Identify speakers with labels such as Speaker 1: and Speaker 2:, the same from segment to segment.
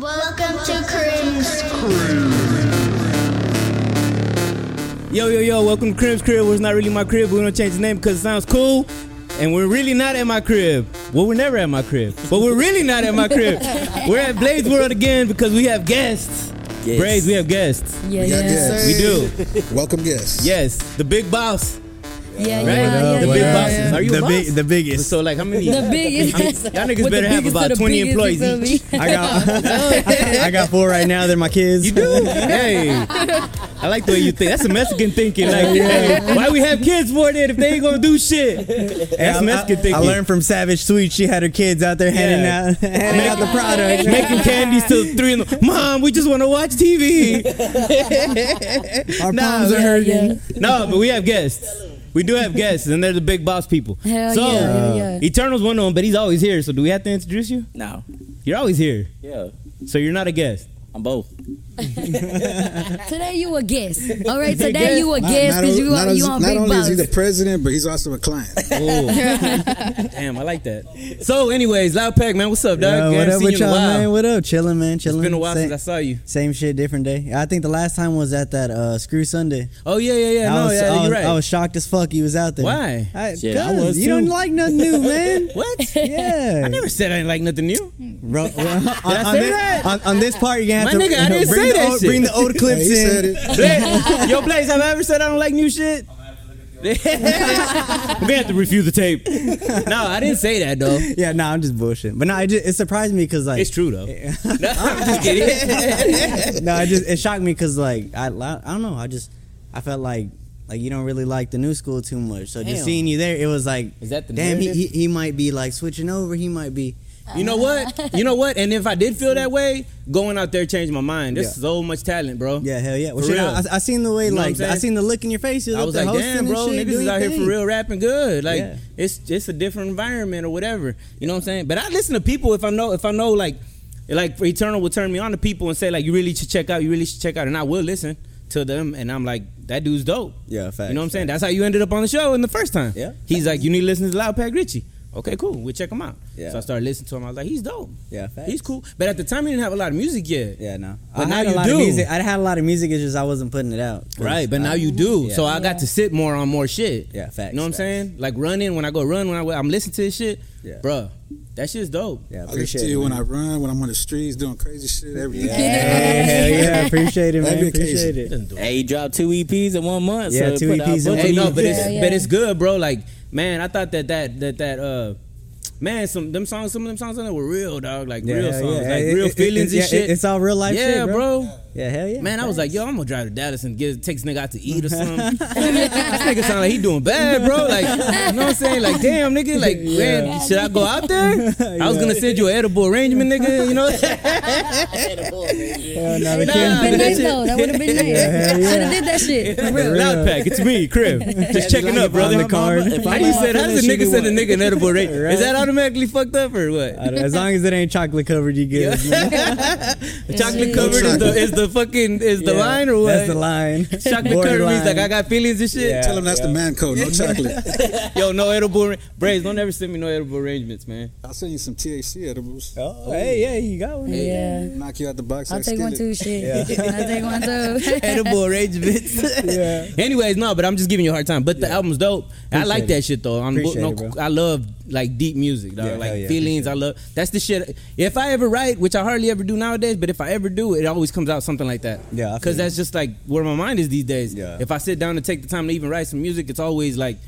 Speaker 1: Welcome to Crim's
Speaker 2: Yo, yo, yo, welcome to Crib's Crib, where it's not really my crib. We're gonna change the name because it sounds cool. And we're really not at my crib. Well, we're never at my crib. But we're really not at my crib. We're at Blaze World again because we have guests. Braids, we have guests.
Speaker 3: Yeah,
Speaker 4: got
Speaker 3: yeah,
Speaker 4: guests.
Speaker 2: We do.
Speaker 4: Welcome guests.
Speaker 2: Yes. The big boss,
Speaker 3: yeah, yeah,
Speaker 2: right?
Speaker 3: yeah,
Speaker 2: the
Speaker 3: yeah,
Speaker 2: big
Speaker 3: yeah,
Speaker 2: bosses.
Speaker 3: yeah.
Speaker 2: Are you
Speaker 5: the
Speaker 2: a boss?
Speaker 5: big, the biggest.
Speaker 2: So, like, how many?
Speaker 3: The biggest.
Speaker 2: y'all niggas
Speaker 3: With the
Speaker 2: better have
Speaker 3: biggest
Speaker 2: about
Speaker 3: of the
Speaker 2: 20
Speaker 3: biggest, you
Speaker 2: employees
Speaker 3: feel me?
Speaker 5: I got, I got four right now. They're my kids.
Speaker 2: You do? hey. I like the way you think. That's a Mexican thinking. Like, why we have kids for then if they ain't gonna do shit?
Speaker 5: Hey,
Speaker 2: That's
Speaker 5: I-
Speaker 2: Mexican
Speaker 5: I,
Speaker 2: thinking.
Speaker 5: I learned from Savage Sweet. She had her kids out there handing
Speaker 2: Yeah.
Speaker 5: out, handing out the product.
Speaker 2: making candies till three in the mom we just want to watch tv
Speaker 5: Our
Speaker 2: Nah,
Speaker 5: palms are
Speaker 2: yeah,
Speaker 5: hurting.
Speaker 2: no but we have guests we do have guests and they're the big boss people
Speaker 3: Hell
Speaker 2: so
Speaker 3: yeah, hell yeah.
Speaker 2: eternal's one of them but he's always here so do we have to introduce you
Speaker 6: No.
Speaker 2: you're always here
Speaker 6: Yeah.
Speaker 2: so you're not a guest
Speaker 6: I'm both.
Speaker 3: Today you a guest. All right,
Speaker 2: You're a
Speaker 3: today you a
Speaker 4: Not-
Speaker 3: guest
Speaker 4: not
Speaker 3: because
Speaker 4: only-
Speaker 3: you
Speaker 4: not
Speaker 3: are you
Speaker 4: only-
Speaker 3: on
Speaker 4: not
Speaker 3: Big
Speaker 4: only is
Speaker 3: Boss.
Speaker 4: he the president, but he's also a client.
Speaker 2: oh damn i like that so anyways loud pack man what's up
Speaker 5: Uh,
Speaker 2: dog
Speaker 5: what
Speaker 2: Haven't
Speaker 5: up
Speaker 2: seen you
Speaker 5: with
Speaker 2: in a
Speaker 5: y'all,
Speaker 2: while.
Speaker 5: man? What up? Chilling, man. Chilling.
Speaker 2: it's been a while
Speaker 5: same,
Speaker 2: since i saw you
Speaker 5: same shit, different day. I think the last time was at that uh, Screw Sunday.
Speaker 2: oh yeah yeah yeah
Speaker 5: I
Speaker 2: no
Speaker 5: was, I
Speaker 2: yeah
Speaker 5: was,
Speaker 2: you're right
Speaker 5: I was shocked as fuck. He was out there.
Speaker 2: Why?
Speaker 5: I,
Speaker 6: Shit, I
Speaker 5: 'cause
Speaker 6: was
Speaker 5: you
Speaker 6: too.
Speaker 5: don't like nothing new, man.
Speaker 2: what
Speaker 5: Yeah.
Speaker 2: I never said I didn't like nothing new.
Speaker 5: Bro, on,
Speaker 2: I
Speaker 5: on
Speaker 2: say
Speaker 5: this,
Speaker 2: that?
Speaker 5: on- on this part, you're gonna have
Speaker 2: My
Speaker 5: to
Speaker 2: nigga, I didn't
Speaker 5: bring,
Speaker 2: say
Speaker 5: the
Speaker 2: that
Speaker 5: old,
Speaker 2: shit.
Speaker 5: bring the old
Speaker 4: Yeah,
Speaker 5: clips
Speaker 4: he
Speaker 5: in.
Speaker 4: said it.
Speaker 2: Blaze, yo, Blaze, have I ever said I don't like new shit? We're gonna have to review the tape. No, I didn't say that though.
Speaker 5: Yeah, no, I'm just bullshitting. But no, it, just, it surprised me because like,
Speaker 2: It's true though. No, I'm just kidding.
Speaker 5: no, it just it shocked me because like I, I don't know, I just I felt like like you don't really like the new school too much. So just
Speaker 2: Damn.
Speaker 5: seeing you there, it was like,
Speaker 2: Is that the
Speaker 5: damn, he, he
Speaker 2: narrative?
Speaker 5: he might be like switching over. He might be.
Speaker 2: You know what? You know what? And if I did feel that way, going out there changed my mind. There's
Speaker 5: Yeah.
Speaker 2: so much talent, bro.
Speaker 5: Yeah, hell yeah. Well,
Speaker 2: For
Speaker 5: shit,
Speaker 2: real.
Speaker 5: I, I seen the way
Speaker 2: You know what I'm
Speaker 5: like
Speaker 2: saying?
Speaker 5: I seen the look in your face. You
Speaker 2: I was
Speaker 5: up there
Speaker 2: like,
Speaker 5: hosting
Speaker 2: damn,
Speaker 5: and
Speaker 2: bro,
Speaker 5: shit,
Speaker 2: niggas
Speaker 5: doing
Speaker 2: is out here
Speaker 5: thing.
Speaker 2: for real rapping good. Like
Speaker 5: Yeah.
Speaker 2: it's it's a different environment or whatever. You know what I'm saying? But I listen to people if I know if I know like like for Eternal will turn me on to people and say like you really should check out, you really should check out, and I will listen to them and I'm like that dude's dope.
Speaker 5: Yeah, facts,
Speaker 2: You know what I'm saying? That's how you ended up on the show in the first time.
Speaker 6: Yeah.
Speaker 2: He's like, you need to listen to Loud Pack Richie. Okay, cool. We'll check him out.
Speaker 6: Yeah.
Speaker 2: So I started listening to him. I was like, he's dope.
Speaker 5: Yeah, facts.
Speaker 2: He's cool. But at the time, he didn't have a lot of music yet.
Speaker 5: Yeah, no.
Speaker 2: But
Speaker 5: I
Speaker 2: now
Speaker 5: had
Speaker 2: you
Speaker 5: a lot
Speaker 2: do.
Speaker 5: of music. I had a lot of music. It's just I wasn't putting it out. 'Cause
Speaker 2: Right, but
Speaker 5: I-
Speaker 2: now you do.
Speaker 5: yeah.
Speaker 2: So I got to sit more on more shit.
Speaker 5: Yeah, facts,
Speaker 2: You know what
Speaker 5: facts.
Speaker 2: I'm saying? Like running when I go run when I I'm listening to this shit.
Speaker 5: Yeah.
Speaker 2: Bruh, that shit's dope.
Speaker 4: I
Speaker 5: Yeah,
Speaker 4: listen to
Speaker 5: appreciate it.
Speaker 4: you when
Speaker 5: man.
Speaker 4: I run, when I'm on the streets doing crazy shit every day.
Speaker 5: Hey, hell yeah, appreciate it, man.
Speaker 4: Every occasion.
Speaker 5: Appreciate it.
Speaker 2: Doesn't do it. E
Speaker 6: Hey, you dropped two
Speaker 5: E
Speaker 6: EPs in one month.
Speaker 5: Yeah,
Speaker 6: so
Speaker 5: two
Speaker 6: put out
Speaker 5: EPs
Speaker 6: a
Speaker 5: in
Speaker 6: bunch
Speaker 2: Hey,
Speaker 6: of
Speaker 2: no, but
Speaker 6: music.
Speaker 2: it's
Speaker 3: Yeah,
Speaker 2: but
Speaker 3: yeah.
Speaker 2: it's good, bro. Like, man, I thought that that that that uh man, some them songs, some of them songs on there were real, dog. Like
Speaker 5: Yeah,
Speaker 2: real
Speaker 5: hell
Speaker 2: songs,
Speaker 5: yeah.
Speaker 2: like
Speaker 5: It-
Speaker 2: real
Speaker 5: it- it-
Speaker 2: feelings
Speaker 5: yeah,
Speaker 2: and
Speaker 5: it-
Speaker 2: shit.
Speaker 5: it's all real life
Speaker 2: yeah,
Speaker 5: shit, bro.
Speaker 2: bro.
Speaker 5: Yeah, hell yeah.
Speaker 2: Man, I was like, yo, I'm gonna drive to Dallas and get take this nigga out to eat or something. this nigga sound like he doing bad, bro. Like, you know what I'm saying? Like, damn, nigga, like, man, should I go out there? I was gonna send you an edible arrangement, nigga. You know?
Speaker 5: Hell no, we
Speaker 2: Nah.
Speaker 5: can't.
Speaker 3: That nice though. That would have been nice.
Speaker 5: hell
Speaker 3: Should have did that shit. For real.
Speaker 2: Loud pack, it's me, crib. Just checking up, brother.
Speaker 5: On the card.
Speaker 6: If
Speaker 2: How
Speaker 6: I
Speaker 2: do you
Speaker 6: was
Speaker 2: say? How does a
Speaker 5: Should be
Speaker 2: nigga send a
Speaker 5: one.
Speaker 2: nigga an edible arrangement?
Speaker 5: Right.
Speaker 2: Is that automatically fucked up or
Speaker 5: I
Speaker 2: what?
Speaker 5: don't- As long as it ain't chocolate covered, you good. man.
Speaker 2: Chocolate covered is the is the fucking is the
Speaker 5: Yeah,
Speaker 2: line or what?
Speaker 5: That's the line.
Speaker 2: Chocolate covered means like I got feelings and shit.
Speaker 5: Yeah.
Speaker 4: Tell him that's the man code, no chocolate.
Speaker 2: Yo, no edible arra- braids. Don't ever send me no edible arrangements, man.
Speaker 4: I'll send you some THC edibles.
Speaker 5: Oh, hey, yeah, you got one.
Speaker 3: Yeah.
Speaker 4: Knock you out the box.
Speaker 3: I'll
Speaker 4: like
Speaker 3: take one
Speaker 4: skillet.
Speaker 3: too. Shit. I'll take one too.
Speaker 2: edible arrangements.
Speaker 5: Yeah.
Speaker 2: Anyways, no, but I'm just giving you a hard time. But the album's dope. And I like
Speaker 5: Appreciate
Speaker 2: that shit though. I'm
Speaker 5: Appreciate
Speaker 2: no,
Speaker 5: it, bro.
Speaker 2: I love like deep music, dog.
Speaker 5: Yeah,
Speaker 2: like
Speaker 5: hell yeah,
Speaker 2: feelings. I love that's the shit. If I ever write, which I hardly ever do nowadays, but if I ever do, it always comes out something like that.
Speaker 5: Yeah, I feel
Speaker 2: because that's just like where my mind is these days.
Speaker 5: Yeah.
Speaker 2: If I sit down and take the time to even write some music, it's always like,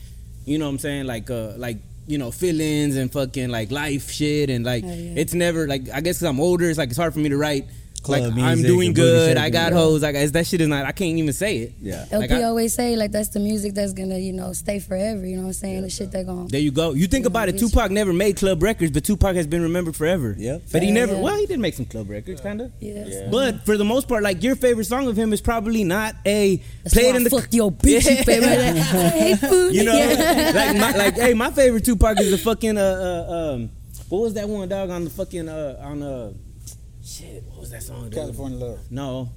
Speaker 2: you know, what I'm saying like, uh, like. You know, feelings and fucking like life shit, and like
Speaker 3: Hell yeah.
Speaker 2: it's never like I guess i I'm older, it's like it's hard for me to write.
Speaker 5: Club
Speaker 2: like I'm
Speaker 5: music
Speaker 2: doing
Speaker 5: and booty
Speaker 2: good, I
Speaker 5: shaking,
Speaker 2: got
Speaker 5: yeah.
Speaker 2: hoes, like it's- that shit is not. I can't even say it.
Speaker 5: Yeah.
Speaker 2: Like,
Speaker 3: LP
Speaker 2: I-
Speaker 3: always say like that's the music that's gonna you know stay forever. You know what I'm saying? The shit that gonna.
Speaker 2: There you go. You think
Speaker 3: Yeah,
Speaker 2: about it.
Speaker 3: bitch.
Speaker 2: Tupac never made club records, but Tupac has been remembered forever.
Speaker 5: Yep.
Speaker 2: But he
Speaker 3: Yeah,
Speaker 2: never.
Speaker 3: yeah.
Speaker 2: Well, he did make some club records, kind of.
Speaker 3: Yeah. so-
Speaker 2: But for the most part, like your favorite song of him is probably not a
Speaker 3: That's
Speaker 2: played
Speaker 3: why
Speaker 2: in
Speaker 3: I
Speaker 2: the.
Speaker 3: fucked your bitch. You pay that. I hate food.
Speaker 2: You know,
Speaker 3: Yeah.
Speaker 2: like my, like hey, my favorite Tupac is the fucking uh, uh um, what was that one dog on the fucking uh on uh, shit, what was that song? dude?
Speaker 4: California love.
Speaker 2: No,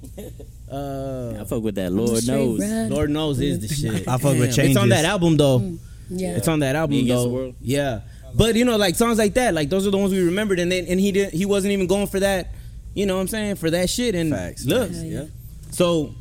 Speaker 6: I
Speaker 2: uh,
Speaker 6: fuck with that. Lord
Speaker 3: Straight
Speaker 6: knows.
Speaker 3: run.
Speaker 2: Lord knows is the shit.
Speaker 5: I fuck with
Speaker 2: It's on
Speaker 5: Changes.
Speaker 2: that album though.
Speaker 3: Mm. Yeah.
Speaker 2: It's on that
Speaker 6: Me
Speaker 2: album
Speaker 6: Against
Speaker 2: though.
Speaker 6: the World?
Speaker 2: Yeah, but you know, like songs like that, like those are the ones we remembered, and then and he didn't, he wasn't even going for that You know what I'm saying? For that shit and
Speaker 5: Facts,
Speaker 2: look.
Speaker 5: facts,
Speaker 3: yeah.
Speaker 2: So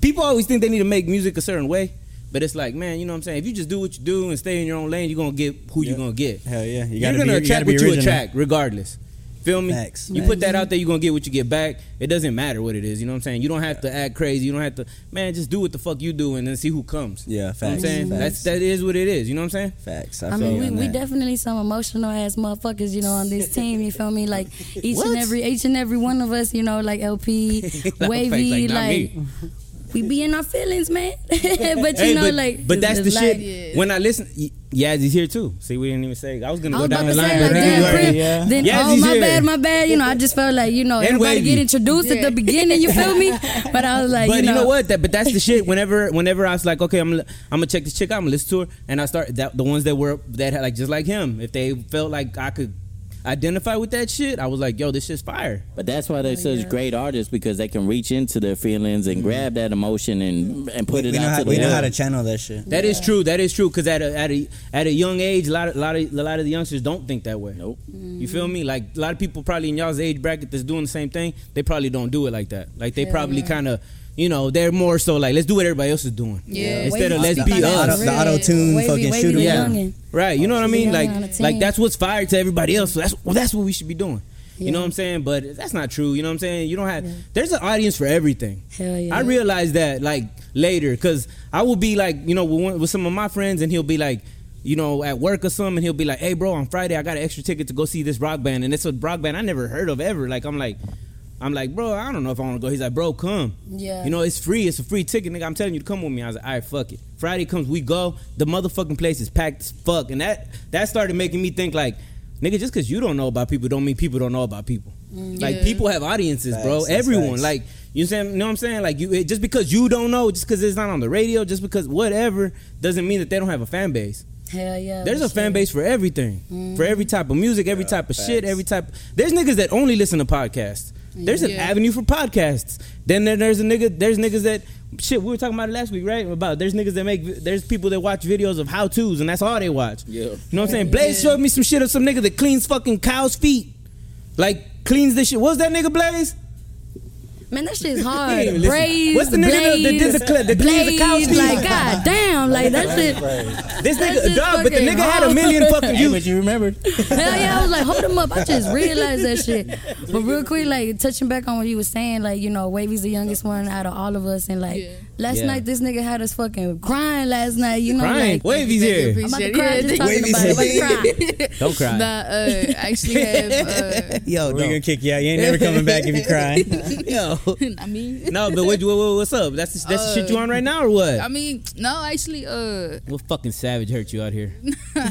Speaker 2: people always think they need to make music a certain way, but it's like, man, you know what I'm saying? If you just do what you do and stay in your own lane, you're gonna get who you're
Speaker 5: Yeah.
Speaker 2: gonna get.
Speaker 5: Hell yeah,
Speaker 2: You
Speaker 5: you
Speaker 2: are
Speaker 5: gotta
Speaker 2: gonna
Speaker 5: be, you
Speaker 2: attract
Speaker 5: gotta be
Speaker 2: what
Speaker 5: original.
Speaker 2: you attract, regardless. Feel me?
Speaker 5: Facts.
Speaker 2: You put that out there, you're gonna get what you get back. It doesn't matter what it is. You know what I'm saying? You don't have to act crazy. You don't have to, man. Just do what the fuck you do, and then see who comes.
Speaker 5: Yeah,
Speaker 2: You know what I'm
Speaker 5: facts.
Speaker 2: saying
Speaker 5: facts,
Speaker 2: that's that is what it is. You know what I'm saying?
Speaker 5: facts. I, feel
Speaker 3: I mean,
Speaker 5: you
Speaker 3: we,
Speaker 5: on
Speaker 3: we
Speaker 5: that.
Speaker 3: definitely some emotional ass motherfuckers, you know, on this team. You feel me? Like each
Speaker 2: What?
Speaker 3: and every each and every one of us, you know, like LP,
Speaker 2: Like,
Speaker 3: Wavy,
Speaker 2: like, not
Speaker 3: like,
Speaker 2: me.
Speaker 3: we be in our feelings, man. but you
Speaker 2: Hey,
Speaker 3: know,
Speaker 2: but,
Speaker 3: like,
Speaker 2: but that's the
Speaker 3: it's
Speaker 2: shit.
Speaker 3: life.
Speaker 1: Yeah.
Speaker 2: When I listen, Y- Yazzy's here too. See, we didn't even say. I was gonna
Speaker 3: I
Speaker 2: go
Speaker 3: was
Speaker 2: down the
Speaker 3: about
Speaker 2: line,
Speaker 3: to say,
Speaker 2: but
Speaker 3: like,
Speaker 2: I ain't
Speaker 3: damn,
Speaker 2: gonna.
Speaker 3: Crip.
Speaker 6: yeah.
Speaker 3: Then,
Speaker 2: Yes,
Speaker 3: oh,
Speaker 2: he's
Speaker 3: my
Speaker 2: here.
Speaker 3: bad, my bad. You know, I just felt like, you know,
Speaker 2: And
Speaker 3: everybody
Speaker 2: wavy.
Speaker 3: get introduced at
Speaker 1: Yeah.
Speaker 3: the beginning, you feel me? But I was like,
Speaker 2: but
Speaker 3: you, know,
Speaker 2: what? That but that's the shit. Whenever whenever I was like, okay, I'm gonna- I'm gonna check this chick out. I'm gonna listen to her, and I start that the ones that were that had like just like him. If they felt like I could identify with that shit, I was like, yo, this shit's fire.
Speaker 6: But that's why they're such
Speaker 3: Oh, yeah.
Speaker 6: great artists because they can reach into their feelings and grab that emotion and and put
Speaker 5: Mm. we
Speaker 6: it
Speaker 5: know
Speaker 6: out
Speaker 5: how,
Speaker 6: to the
Speaker 5: we know
Speaker 6: world.
Speaker 5: how to channel that shit.
Speaker 2: That is true. That is true. Because at a, at a at a young age, a lot of, lot of a lot of the youngsters don't think that way.
Speaker 6: Nope.
Speaker 2: You feel me? Like a lot of people probably in y'all's age bracket that's doing the same thing. They probably don't do it like that. Like they
Speaker 3: Hell
Speaker 2: probably
Speaker 3: yeah.
Speaker 2: kind of. You know, they're more so like, let's do what everybody else is doing.
Speaker 1: Yeah.
Speaker 2: Instead of
Speaker 3: Wavy
Speaker 2: let's
Speaker 3: speak
Speaker 2: be
Speaker 3: on that
Speaker 2: us.
Speaker 5: The
Speaker 3: real.
Speaker 5: auto tune,
Speaker 3: Wavy-
Speaker 5: fucking
Speaker 3: Wavy
Speaker 5: shoot
Speaker 3: the
Speaker 5: 'em.
Speaker 2: Yeah.
Speaker 3: youngin'.
Speaker 2: Right. You know what I
Speaker 3: She's
Speaker 2: mean?
Speaker 3: young
Speaker 2: Like
Speaker 3: on the
Speaker 2: like
Speaker 3: team.
Speaker 2: that's what's fired to everybody else. So that's well, that's what we should be doing. You know
Speaker 3: Yeah.
Speaker 2: what I'm saying? But that's not true. You know what I'm saying? You don't have there's an audience for everything.
Speaker 3: Hell yeah.
Speaker 2: I realized that like later cuz I will be like, you know, with, one, with some of my friends and he'll be like you know, at work or something, and he'll be like, "Hey, bro, on Friday I got an extra ticket to go see this rock band, and it's a rock band I never heard of ever." Like, I'm like, I'm like, bro, I don't know if I want to go. He's like, bro, come.
Speaker 3: Yeah.
Speaker 2: You know, it's free. It's a free ticket, nigga. I'm telling you to come with me. I was like, all right, fuck it. Friday comes, we go. The motherfucking place is packed as fuck, and that that started making me think like, nigga, just because you don't know about people, don't mean people don't know about people.
Speaker 3: Mm.
Speaker 7: Mm,
Speaker 2: Like
Speaker 1: Yeah.
Speaker 2: people have audiences, bro.
Speaker 5: Facts, that's
Speaker 2: Everyone,
Speaker 5: facts.
Speaker 2: like you saying, you know what I'm saying? Like you, it, just because you don't know, just because it's not on the radio, just because whatever, doesn't mean that they don't have a fan base.
Speaker 3: Hell yeah.
Speaker 2: There's a
Speaker 3: but
Speaker 2: fan
Speaker 3: shit.
Speaker 2: base for everything, for every type of music, every type of shit,
Speaker 5: facts.
Speaker 2: every type. There's niggas that only listen to podcasts. There's an
Speaker 1: Yeah.
Speaker 2: avenue for podcasts. Then there- there's a nigga. There's niggas that shit. We were talking about it last week, right? About there's niggas that make. vi- There's people that watch videos of how tos, and that's all they watch.
Speaker 6: Yeah.
Speaker 2: you know what I'm saying. Blaze showed me some shit of some nigga that cleans fucking cows' feet, like cleans this shit. What's that nigga Blaze?
Speaker 3: Man, that
Speaker 2: He ain't
Speaker 3: shit's
Speaker 2: even
Speaker 3: hard.
Speaker 2: listen.
Speaker 3: Braids,
Speaker 2: What's the nigga that- that did the
Speaker 3: blades,
Speaker 2: clip, that cleans the couch
Speaker 3: blades,
Speaker 2: seat?
Speaker 3: Like, god damn, like that shit.
Speaker 2: This
Speaker 3: That
Speaker 2: nigga,
Speaker 3: shit's
Speaker 2: dog, but the
Speaker 3: fucking
Speaker 2: nigga had a
Speaker 3: hard.
Speaker 2: million fucking
Speaker 6: Hey,
Speaker 2: views.
Speaker 6: but you remembered.
Speaker 3: Hell yeah, I was like, hold him up. I just realized that shit. But real quick, like touching back on what you were saying, like you know, Wavy's the youngest one out of all of us, and like
Speaker 1: Yeah.
Speaker 3: last
Speaker 2: Yeah.
Speaker 3: night, this nigga had us fucking crying last night. You know,
Speaker 2: Crying.
Speaker 3: like
Speaker 2: Wavy's here.
Speaker 3: I'm about to
Speaker 1: Appreciate
Speaker 3: cry
Speaker 1: it.
Speaker 3: just
Speaker 1: Yeah,
Speaker 3: talking about it. I'm about to cry.
Speaker 2: Don't cry.
Speaker 1: Nah, uh, I actually have.
Speaker 5: Yo, we gonna kick you out. You ain't never coming back if you cry.
Speaker 2: Yo.
Speaker 1: Uh, I mean,
Speaker 2: No, but what, what, what- what's up? That's that's the shit you on right now or what?
Speaker 1: uh, I mean, no, actually, uh,
Speaker 2: What fucking savage hurt you out here?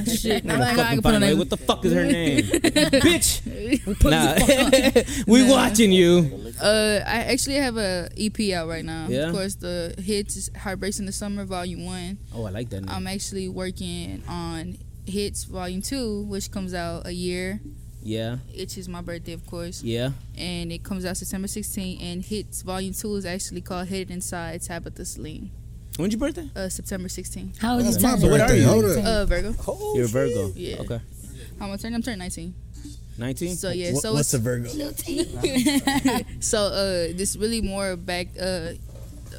Speaker 1: shit.
Speaker 2: What
Speaker 1: I'm
Speaker 2: the, fucking
Speaker 1: not gonna- I can put
Speaker 2: fine-
Speaker 1: on
Speaker 2: like,
Speaker 1: that.
Speaker 2: what the fuck is her name? Bitch! Nah. we watching you.
Speaker 1: Uh, I actually have a EP out right now.
Speaker 2: Yeah?
Speaker 1: Of course, the hits is "Heartbreaks in the Summer" Volume One.
Speaker 2: Oh, I like that name.
Speaker 1: I'm actually working on hits Volume Two, which comes out a year.
Speaker 2: yeah,
Speaker 1: It is my birthday, of course,
Speaker 2: yeah.
Speaker 1: and it comes out September 16th. And hits Volume Two is actually called "Hidden Inside Tabitha Sling."
Speaker 2: When's your birthday?
Speaker 1: Uh, September 16th.
Speaker 2: Oh,
Speaker 3: How was
Speaker 4: That's
Speaker 3: you
Speaker 4: my
Speaker 3: turning?
Speaker 2: what are you?
Speaker 4: Hold up.
Speaker 1: Uh, Virgo.
Speaker 2: You're a Virgo.
Speaker 1: Yeah.
Speaker 2: Okay.
Speaker 1: How am I turning? I'm turning 19.
Speaker 2: 19?
Speaker 1: So yeah.
Speaker 5: What-
Speaker 1: so
Speaker 5: what's
Speaker 1: it's
Speaker 5: a Virgo?
Speaker 1: so uh, this really more back uh,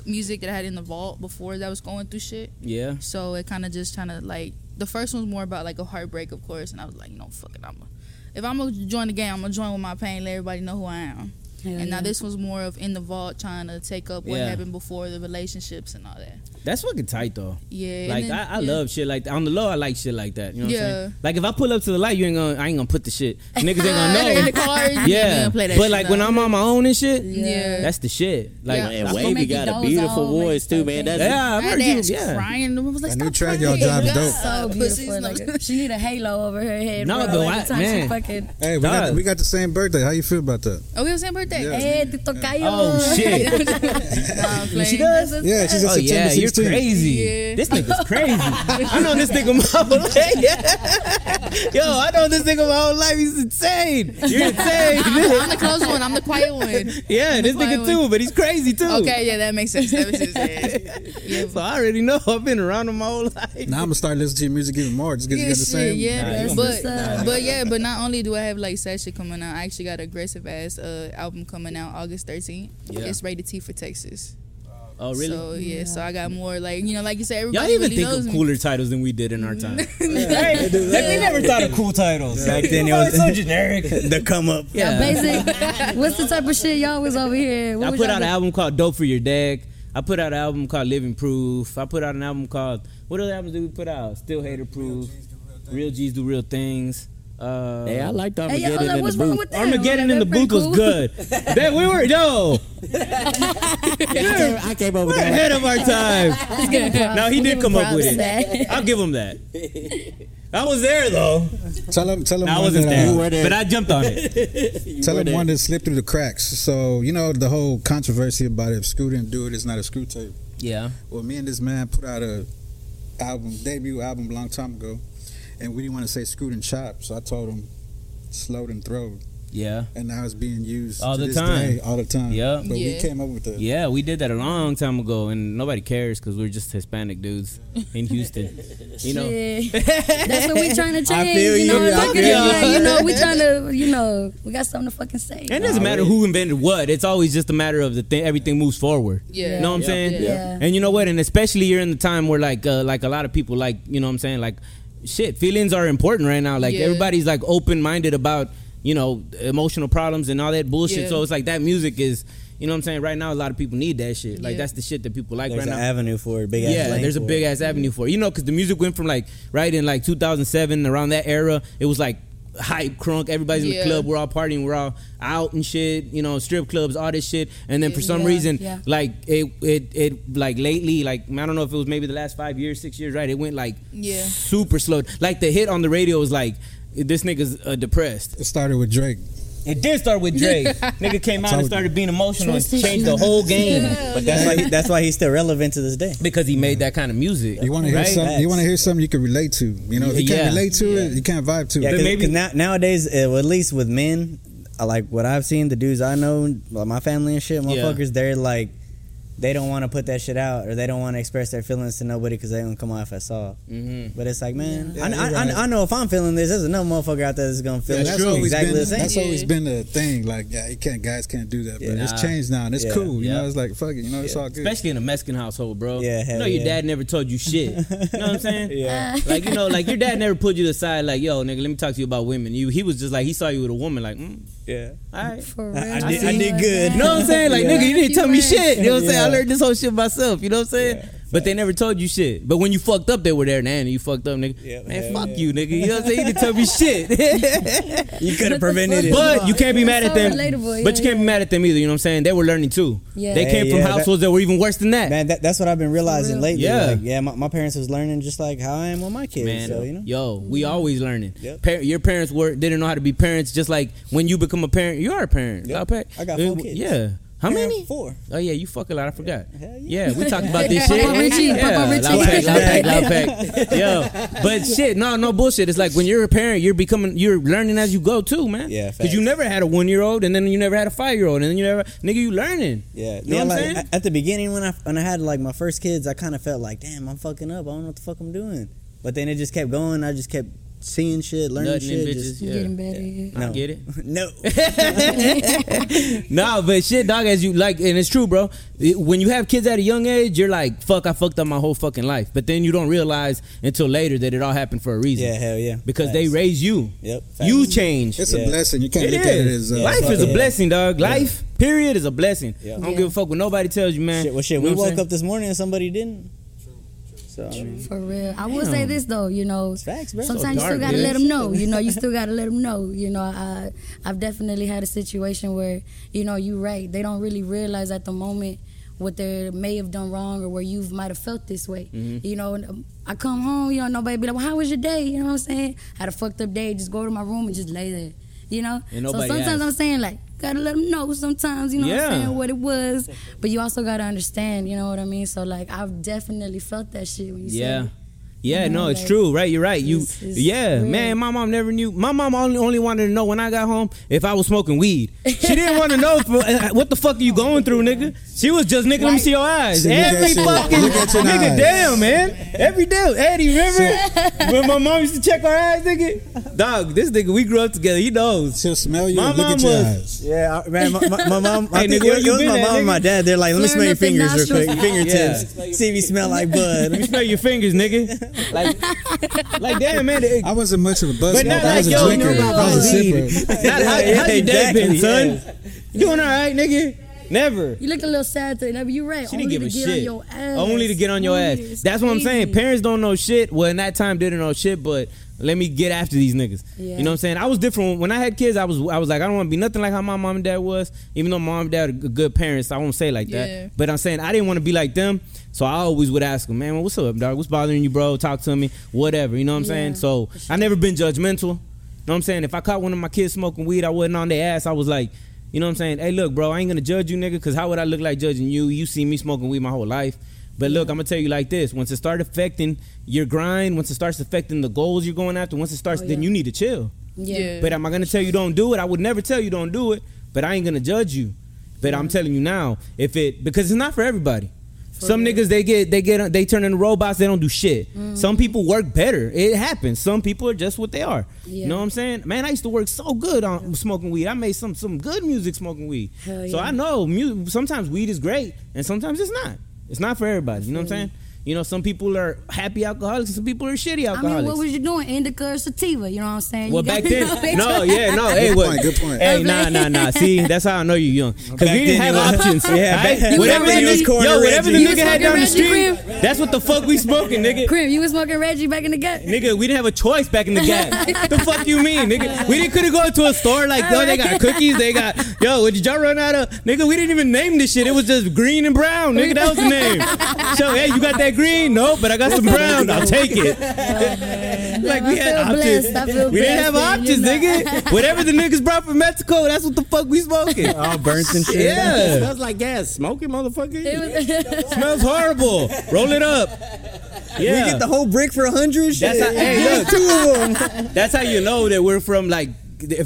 Speaker 1: music that I had in the vault before that was going through shit.
Speaker 2: yeah.
Speaker 1: So it kind of just kind of like the first one's more about like a heartbreak, of course, and I was like, no, fuck it, I'm. A, if I'm gonna join the game, I'm gonna join with my pain. Let everybody know who I am.
Speaker 3: Hell
Speaker 1: and now
Speaker 3: yeah.
Speaker 1: this was more of in the vault, trying to take up what
Speaker 2: Yeah.
Speaker 1: happened before the relationships and all that.
Speaker 2: That's fucking tight though.
Speaker 1: Yeah.
Speaker 2: Like I, I love shit like that. on the low. I like shit like that. You know what I'm
Speaker 1: Yeah.
Speaker 2: saying? Like if I pull up to the light, you ain't gonna. I ain't gonna put the shit. Niggas ain't gonna know.
Speaker 1: In the car, you
Speaker 2: yeah.
Speaker 1: gonna play that
Speaker 2: but
Speaker 1: shit
Speaker 2: like when
Speaker 1: out.
Speaker 2: I'm on my own and shit,
Speaker 1: Yeah.
Speaker 2: that's the shit. Like
Speaker 1: Yeah.
Speaker 6: And
Speaker 2: I
Speaker 3: gonna
Speaker 6: Wavy
Speaker 3: make you
Speaker 6: got a
Speaker 3: doze
Speaker 6: beautiful
Speaker 3: off,
Speaker 6: voice
Speaker 3: make
Speaker 6: too,
Speaker 3: you
Speaker 6: man.
Speaker 3: think.
Speaker 6: That's
Speaker 2: Yeah, I've
Speaker 1: my
Speaker 2: heard you.
Speaker 1: dad's
Speaker 2: Yeah.
Speaker 1: crying. I was like,
Speaker 4: That new
Speaker 1: stop
Speaker 4: track y'all
Speaker 1: crying.
Speaker 4: dropped is dope.
Speaker 3: So
Speaker 1: Pussies,
Speaker 3: beautiful.
Speaker 1: like-
Speaker 3: Like, she need a halo over her head.
Speaker 2: No,
Speaker 3: bro,
Speaker 2: but
Speaker 3: every
Speaker 2: why-
Speaker 3: time she
Speaker 2: man.
Speaker 3: fucking.
Speaker 4: Hey, we got,
Speaker 2: Dog.
Speaker 4: we got the same birthday. How you feel about that?
Speaker 1: Oh, we have the same birthday.
Speaker 4: Yeah.
Speaker 3: Hey, te tocayo.
Speaker 2: Oh shit.
Speaker 1: Nah, I'm playing.
Speaker 2: does?
Speaker 4: Yeah, she's a
Speaker 2: Oh, yeah,
Speaker 4: September
Speaker 2: you're nigga's
Speaker 4: 16.
Speaker 2: crazy.
Speaker 1: Yeah.
Speaker 2: This nigga's crazy. I know this nigga my whole life. Yo, I know this nigga my whole life. He's insane. You're insane.
Speaker 1: I'm the close one. I'm the quiet one.
Speaker 2: yeah, this nigga too, but he's crazy too.
Speaker 1: Okay, yeah, that makes sense. That makes sense. Yeah.
Speaker 2: So I already know I've been around him my whole life.
Speaker 4: Now I'm gonna start listening to your music even more just because you
Speaker 1: Yeah,
Speaker 4: got the same.
Speaker 1: shit, yeah,
Speaker 3: Nah,
Speaker 1: but
Speaker 3: that's what's up.
Speaker 1: but yeah, but not only do I have like sad shit coming out, I actually got aggressive ass uh, album coming out August 13th.
Speaker 2: Yeah.
Speaker 1: It's rated T for Texas.
Speaker 2: Oh
Speaker 1: So yeah, so I got more like you know, like you said,
Speaker 2: Y'all
Speaker 1: everybody
Speaker 2: even
Speaker 1: really
Speaker 2: think
Speaker 1: knows
Speaker 2: of
Speaker 1: me.
Speaker 2: cooler titles than we did in our time.
Speaker 5: Hey, we never thought of cool titles back then. It was so generic. the come up.
Speaker 3: Yeah. Basic. What's the type of shit y'all was over here? What
Speaker 2: I
Speaker 3: was
Speaker 2: put
Speaker 3: y'all
Speaker 2: out an
Speaker 3: doing?
Speaker 2: album called Dope for Your Dad. I put out an album called Living Proof. I put out an album called what other albums did we put out? Still Hater Proof. Real G's do real things. Uh,
Speaker 6: Hey, I liked
Speaker 3: Hey, yo,
Speaker 6: Armageddon
Speaker 3: like,
Speaker 6: in the
Speaker 3: what's wrong
Speaker 6: booth.
Speaker 3: with that?
Speaker 2: Armageddon
Speaker 3: Like,
Speaker 2: in the
Speaker 3: that pretty
Speaker 2: booth was
Speaker 3: cool.
Speaker 2: good. that we were yo,
Speaker 6: I came- I came over
Speaker 2: we're
Speaker 6: there.
Speaker 2: ahead of our time.
Speaker 3: Let's give him props.
Speaker 2: No, he
Speaker 3: We'll
Speaker 2: did
Speaker 3: give
Speaker 2: come
Speaker 3: him
Speaker 2: up with
Speaker 3: props,
Speaker 2: it.
Speaker 3: man.
Speaker 2: I'll give him that. I was there though.
Speaker 4: Tell him, tell him,
Speaker 2: No, I
Speaker 4: one
Speaker 2: wasn't
Speaker 4: that, uh,
Speaker 6: were
Speaker 2: there,
Speaker 6: there.
Speaker 2: but I jumped on it.
Speaker 4: tell
Speaker 6: were
Speaker 4: him
Speaker 6: there.
Speaker 4: one that slipped through the cracks. So you know the whole controversy about if Screw didn't do it, it's not a Screw tape.
Speaker 2: Yeah.
Speaker 4: Well, me and this man put out a album debut album a long time ago, and we didn't want to say Screw and Chop, so I told him slowed and throwed,
Speaker 2: Yeah.
Speaker 4: and now it's being used
Speaker 2: All
Speaker 4: to
Speaker 2: the
Speaker 4: this
Speaker 2: time.
Speaker 4: day, all the time.
Speaker 2: Yeah.
Speaker 4: but we
Speaker 1: Yeah.
Speaker 4: came up with that.
Speaker 2: Yeah, we did that a long time ago, and nobody cares because we're just Hispanic dudes in Houston. You know,
Speaker 3: Shit. That's what we trying to change.
Speaker 2: I feel
Speaker 3: you know,
Speaker 2: you, I
Speaker 3: look at
Speaker 2: feel
Speaker 3: it,
Speaker 2: you.
Speaker 3: like, you know, we trying to, you know, we got something to fucking say.
Speaker 2: And it doesn't matter who invented what. It's always just a matter of the thing. Everything moves forward.
Speaker 1: Yeah.
Speaker 2: You know what I'm
Speaker 1: Yeah.
Speaker 2: saying?
Speaker 3: Yeah.
Speaker 2: And you know what? And especially you're in the time where like uh, like a lot of people like you know what I'm saying like shit. Feelings are important right now. Like
Speaker 1: Yeah.
Speaker 2: everybody's like open minded about you know emotional problems and all that bullshit.
Speaker 1: Yeah.
Speaker 2: So it's like that music is you know what I'm saying. Right now, a lot of people need that shit. Like
Speaker 1: Yeah.
Speaker 2: that's the shit that people like
Speaker 5: There's
Speaker 2: right
Speaker 5: an
Speaker 2: now.
Speaker 5: avenue for it. Big ass
Speaker 2: Yeah,
Speaker 5: lane
Speaker 2: there's a
Speaker 5: for
Speaker 2: big
Speaker 5: it.
Speaker 2: ass avenue for it. You know, because the music went from like right in like 2007 around that era, it was like hype crunk. Everybody's in
Speaker 1: Yeah.
Speaker 2: the club. We're all partying. We're all out and shit. You know, strip clubs, all this shit. And then for some
Speaker 3: Yeah,
Speaker 2: reason,
Speaker 3: yeah.
Speaker 2: like it, it, it, like lately, like I don't know if it was maybe the last five years, six years, right? It went like
Speaker 1: Yeah.
Speaker 2: super slow. Like the hit on the radio was like. This nigga's uh, depressed.
Speaker 4: It started with Drake.
Speaker 2: It did start with Drake. Nigga came out
Speaker 4: Told
Speaker 2: and
Speaker 4: you.
Speaker 2: started being emotional and
Speaker 3: Trust issues.
Speaker 2: changed the whole game.
Speaker 5: But that's why, that's why he's still relevant to this day.
Speaker 2: Because he made that kind of music.
Speaker 4: You want to hear
Speaker 2: right?
Speaker 4: something? You
Speaker 5: Facts.
Speaker 4: want to hear something you can relate to? You know, if you
Speaker 2: Yeah.
Speaker 4: can't relate to it, you can't vibe to
Speaker 5: Yeah,
Speaker 4: it.
Speaker 5: because
Speaker 2: maybe-
Speaker 5: now, nowadays, uh, well, at least with men, I like what I've seen, the dudes I know, like my family and shit, motherfuckers, they're like, they don't want to put that shit out or they don't want to express their feelings to nobody because they don't come off as soft.
Speaker 2: Mhm.
Speaker 5: But it's like, man,
Speaker 4: Yeah.
Speaker 5: I,
Speaker 4: Yeah,
Speaker 5: I,
Speaker 4: you're
Speaker 5: I-
Speaker 4: right.
Speaker 5: I know if I'm feeling this, there's another motherfucker out there that's gonna feel
Speaker 4: Yeah,
Speaker 5: it
Speaker 4: that's always
Speaker 5: exactly
Speaker 4: been
Speaker 5: the same.
Speaker 4: that's
Speaker 1: Yeah.
Speaker 4: always been the thing. Like, yeah, you can't guys can't do that, but
Speaker 2: Yeah.
Speaker 4: it's
Speaker 2: Nah.
Speaker 4: changed now and it's
Speaker 5: Yeah.
Speaker 4: cool. You
Speaker 2: Yeah.
Speaker 4: know, it's like fuck it. You know, it's all good.
Speaker 2: Especially in a Mexican household, bro.
Speaker 5: Yeah,
Speaker 2: you
Speaker 5: hell
Speaker 2: know your
Speaker 5: yeah.
Speaker 2: dad never told you shit. you know what I'm saying?
Speaker 3: Uh.
Speaker 5: Yeah.
Speaker 2: Like you know, like your dad never pulled you aside. Like, yo, nigga, let me talk to you about women. You, he was just like he saw you with a woman. Like, mm,
Speaker 5: Yeah.
Speaker 2: all right. Uh,
Speaker 3: For real.
Speaker 5: I did- I did good.
Speaker 2: You know what I'm saying? Like,
Speaker 3: Yeah.
Speaker 2: nigga, you didn't tell me shit. You know what I'm saying? I
Speaker 5: Yeah.
Speaker 2: learned this whole shit myself. You know what I'm saying? But they never told you shit. But when you fucked up, they were there. Man, you fucked up, nigga.
Speaker 5: Yeah,
Speaker 2: man,
Speaker 5: hell
Speaker 2: fuck
Speaker 5: yeah.
Speaker 2: you, nigga. You know what I'm saying? You didn't tell me shit.
Speaker 5: You could have prevented it.
Speaker 3: fuck?
Speaker 2: But you can't be mad at
Speaker 3: It's so
Speaker 2: them.
Speaker 3: relatable,
Speaker 2: but
Speaker 3: yeah,
Speaker 2: you can't be mad at them either. You know what I'm saying? They were learning too.
Speaker 3: Yeah.
Speaker 2: They
Speaker 3: Yeah,
Speaker 2: came from
Speaker 5: yeah, that-
Speaker 2: households that were even worse than that.
Speaker 5: Man, that, that's what I've been realizing
Speaker 3: real.
Speaker 5: lately.
Speaker 2: Yeah.
Speaker 5: Yeah, like, yeah. My, my parents was learning just like how I am with my kids.
Speaker 2: Man,
Speaker 5: so you know,
Speaker 2: yo, we always learning.
Speaker 5: Yep.
Speaker 2: Par- your parents were didn't know how to be parents. Just like when you become a parent, you are a parent.
Speaker 5: Yep.
Speaker 2: Our pa-
Speaker 5: I got four
Speaker 2: Uh,
Speaker 5: kids.
Speaker 2: Yeah, how
Speaker 5: Yeah,
Speaker 2: many?
Speaker 5: Four.
Speaker 2: Oh yeah, you fuck a lot. I forgot. Yeah,
Speaker 5: Hell yeah.
Speaker 2: we talked about this shit.
Speaker 3: Papa Richie,
Speaker 2: yeah.
Speaker 3: Papa Richie.
Speaker 2: Loud pack, loud pack, loud pack. Yo, but shit, no, no bullshit. It's like when you're a parent, you're becoming, you're learning as you go too, man.
Speaker 5: Yeah,
Speaker 2: because you
Speaker 5: facts.
Speaker 2: never had a one year old, and then you never had a five year old, and then you never, nigga, you learning.
Speaker 5: Yeah,
Speaker 2: you know what I'm
Speaker 5: like,
Speaker 2: saying.
Speaker 5: a- At the beginning, when I when I had like my first kids, I kind of felt like, damn, I'm fucking up. I don't know what the fuck I'm doing. But then it just kept going. I just kept seeing shit, learning
Speaker 2: Nothing in
Speaker 5: shit.
Speaker 2: bitches,
Speaker 5: just,
Speaker 2: yeah.
Speaker 3: Getting better. yeah.
Speaker 2: I
Speaker 5: no.
Speaker 2: get it.
Speaker 5: no,
Speaker 2: nah, but shit, dog, as you like, and it's true, bro. It- when you have kids at a young age, you're like, fuck, I fucked up my whole fucking life. But then you don't realize until later that it all happened for a reason.
Speaker 5: yeah, hell yeah,
Speaker 2: Because they
Speaker 5: Facts.
Speaker 2: raise you.
Speaker 5: Yep,
Speaker 2: You
Speaker 5: facts.
Speaker 2: change.
Speaker 4: It's a
Speaker 5: Yeah.
Speaker 4: blessing. You can't
Speaker 2: It
Speaker 4: look at it
Speaker 2: is.
Speaker 4: as uh,
Speaker 2: Life
Speaker 5: fuck
Speaker 2: is a
Speaker 5: yeah.
Speaker 2: blessing, dog. Life, period, is a blessing.
Speaker 5: Yeah.
Speaker 2: I don't
Speaker 3: Yeah.
Speaker 2: give a fuck what nobody tells you, man.
Speaker 5: Shit, well, shit.
Speaker 2: You know
Speaker 5: we
Speaker 2: what I'm
Speaker 5: woke
Speaker 2: saying?
Speaker 5: up this morning and somebody didn't. So I mean,
Speaker 3: For real. I will say this though, you know,
Speaker 5: facts, bro.
Speaker 3: sometimes
Speaker 2: So
Speaker 3: you
Speaker 2: dark,
Speaker 3: still gotta
Speaker 2: dude.
Speaker 3: let them know. You know, you still gotta let them know. You know, I I've definitely had a situation where you know you right. They don't really realize at the moment what they may have done wrong or where you might have felt this way.
Speaker 2: Mm-hmm.
Speaker 3: You know, and, um, I come home, you know, nobody be like, "Well, how was your day?" You know what I'm saying? had a fucked up day. Just go to my room and just lay there. You know.
Speaker 2: And
Speaker 3: so
Speaker 2: nobody
Speaker 3: sometimes
Speaker 2: asks.
Speaker 3: I'm saying like, gotta let them know sometimes, you know what
Speaker 2: Yeah.
Speaker 3: I'm saying, what it was. But you also gotta understand, you know what I mean? So like I've definitely felt that shit when you
Speaker 2: Yeah.
Speaker 3: said
Speaker 2: Yeah,
Speaker 3: You know,
Speaker 2: no, it's
Speaker 3: like,
Speaker 2: true, right? You're right. You,
Speaker 3: it's- it's
Speaker 2: yeah,
Speaker 3: weird.
Speaker 2: man. My mom never knew. My mom only, only wanted to know when I got home if I was smoking weed. She didn't want to know if, uh, what the fuck are you going through, nigga. She was just nigga. Let me see your eyes.
Speaker 4: She look at
Speaker 2: Every
Speaker 4: you.
Speaker 2: fucking
Speaker 4: Look at your
Speaker 2: nigga,
Speaker 4: eyes.
Speaker 2: damn man. Every day, Eddie. Remember when my mom used to check our eyes, nigga? Dog, this nigga, we grew up together. He knows.
Speaker 4: She'll smell you.
Speaker 2: My
Speaker 4: and look
Speaker 2: mom
Speaker 4: at your
Speaker 2: was-
Speaker 4: eyes.
Speaker 5: Yeah, I- man, my, my, my mom. I
Speaker 2: Hey,
Speaker 5: think
Speaker 2: nigga, where
Speaker 5: it,
Speaker 2: you
Speaker 5: was
Speaker 2: been
Speaker 5: my
Speaker 2: at,
Speaker 5: mom and my
Speaker 2: nigga?
Speaker 5: dad. They're like, let me smell
Speaker 3: Flaring
Speaker 5: your
Speaker 3: up the
Speaker 5: fingers real quick.
Speaker 3: nostrils.
Speaker 5: Fingertips. See if you smell like
Speaker 2: Let
Speaker 5: bud.
Speaker 2: me smell your fingers, nigga. Like, like damn man. it-
Speaker 4: I wasn't much of a buzz.
Speaker 2: But not
Speaker 4: I was
Speaker 2: like,
Speaker 4: a
Speaker 2: yo,
Speaker 4: drinker.
Speaker 2: you know
Speaker 4: I was a
Speaker 2: about
Speaker 4: sipper.
Speaker 2: Not how,
Speaker 5: Yeah,
Speaker 2: how your day
Speaker 5: exactly,
Speaker 2: been, son? You doing all right, nigga? Never.
Speaker 3: You look a little sad today. No, but you right.
Speaker 2: She
Speaker 3: Only
Speaker 2: didn't give
Speaker 3: to
Speaker 2: a
Speaker 3: get
Speaker 2: shit.
Speaker 3: on your ass.
Speaker 2: Only to get on your
Speaker 3: Weird. It's
Speaker 2: ass. That's what I'm saying.
Speaker 3: crazy.
Speaker 2: Parents don't know shit. Well, in that time, didn't know shit. But let me get after these niggas.
Speaker 3: Yeah.
Speaker 2: You know what I'm saying? I was different when I had kids. I was I was like I don't want to be nothing like how my mom and dad was. Even though my mom and dad are g- good parents, I won't say like that.
Speaker 1: Yeah.
Speaker 2: But I'm saying I didn't want to be like them. So I always would ask them, man, what's up, dog? What's bothering you, bro? Talk to me, whatever. You know what I'm
Speaker 3: Yeah.
Speaker 2: saying? So I never been judgmental. You know what I'm saying? If I caught one of my kids smoking weed, I wasn't on their ass. I was like, you know what I'm saying? Hey, look, bro, I ain't gonna judge you, nigga, cause how would I look like judging you? You see me smoking weed my whole life. But look, I'm gonna tell you like this: once it starts affecting your grind, once it starts affecting the goals you're going after, once it starts,
Speaker 3: Oh,
Speaker 2: then
Speaker 3: yeah.
Speaker 2: you need to chill.
Speaker 1: Yeah.
Speaker 2: But am I gonna tell you don't do it? I would never tell you don't do it, but I ain't gonna judge you. But
Speaker 3: Mm-hmm.
Speaker 2: I'm telling you now, if it because it's not for everybody. Some niggas they get they get they turn into robots. They don't do shit.
Speaker 3: Mm.
Speaker 2: Some people work better. It happens. Some people are just what they are. You
Speaker 3: Yeah.
Speaker 2: know what I'm saying? Man, I used to work so good on smoking weed. I made some some good music smoking weed.
Speaker 3: Hell
Speaker 2: So
Speaker 3: yeah.
Speaker 2: I know mu- sometimes weed is great and sometimes it's not. It's not for everybody. You know what I'm saying? You know, some people are happy alcoholics and some people are shitty
Speaker 3: I
Speaker 2: alcoholics.
Speaker 3: mean, what was you doing? Indica or sativa? You know what I'm saying?
Speaker 2: Well,
Speaker 3: You
Speaker 2: back
Speaker 3: gotta
Speaker 2: then,
Speaker 3: know
Speaker 2: no,
Speaker 3: it's-
Speaker 2: yeah, no. Hey,
Speaker 4: Good
Speaker 2: what?
Speaker 4: point, good point.
Speaker 2: Hey, nah, nah, nah. See, that's how I know you young. Cause we
Speaker 5: Back
Speaker 2: didn't have
Speaker 5: then it was-
Speaker 2: options.
Speaker 5: Yeah, back
Speaker 2: right?
Speaker 5: then it
Speaker 2: whatever
Speaker 3: was
Speaker 2: the,
Speaker 3: Reggie's
Speaker 5: Corner
Speaker 2: yo, whatever the
Speaker 5: Reggie.
Speaker 2: nigga
Speaker 3: You
Speaker 2: had down
Speaker 3: smoking
Speaker 2: the
Speaker 3: Reggie
Speaker 2: street,
Speaker 3: Grill?
Speaker 2: that's what the fuck we smoking, nigga.
Speaker 3: Crim, you was smoking Reggie back in the gut.
Speaker 2: Nigga, we didn't have a choice back in the gap. the fuck you mean, nigga? We didn't could have gone to a store like, yo, they got cookies, they got, yo, what did y'all run out of? Nigga, we didn't even name this shit. It was just green and brown, nigga. That was the name. So, hey, you got that green? No, but I got some brown. I'll take it. like we
Speaker 3: I
Speaker 2: had
Speaker 3: feel
Speaker 2: options.
Speaker 3: blessed. I feel
Speaker 2: we didn't
Speaker 3: blessed,
Speaker 2: have
Speaker 3: man,
Speaker 2: options,
Speaker 3: you know.
Speaker 2: nigga. Whatever the niggas brought from Mexico, that's what the fuck we smoking.
Speaker 5: All burnt and shit.
Speaker 2: yeah,
Speaker 6: Smells like gas, smoking, motherfucker.
Speaker 2: smells horrible. Roll it up. Yeah,
Speaker 5: We get the whole brick for a hundred.
Speaker 2: That's how- hey, look.
Speaker 5: two of them.
Speaker 2: that's how you know that we're from like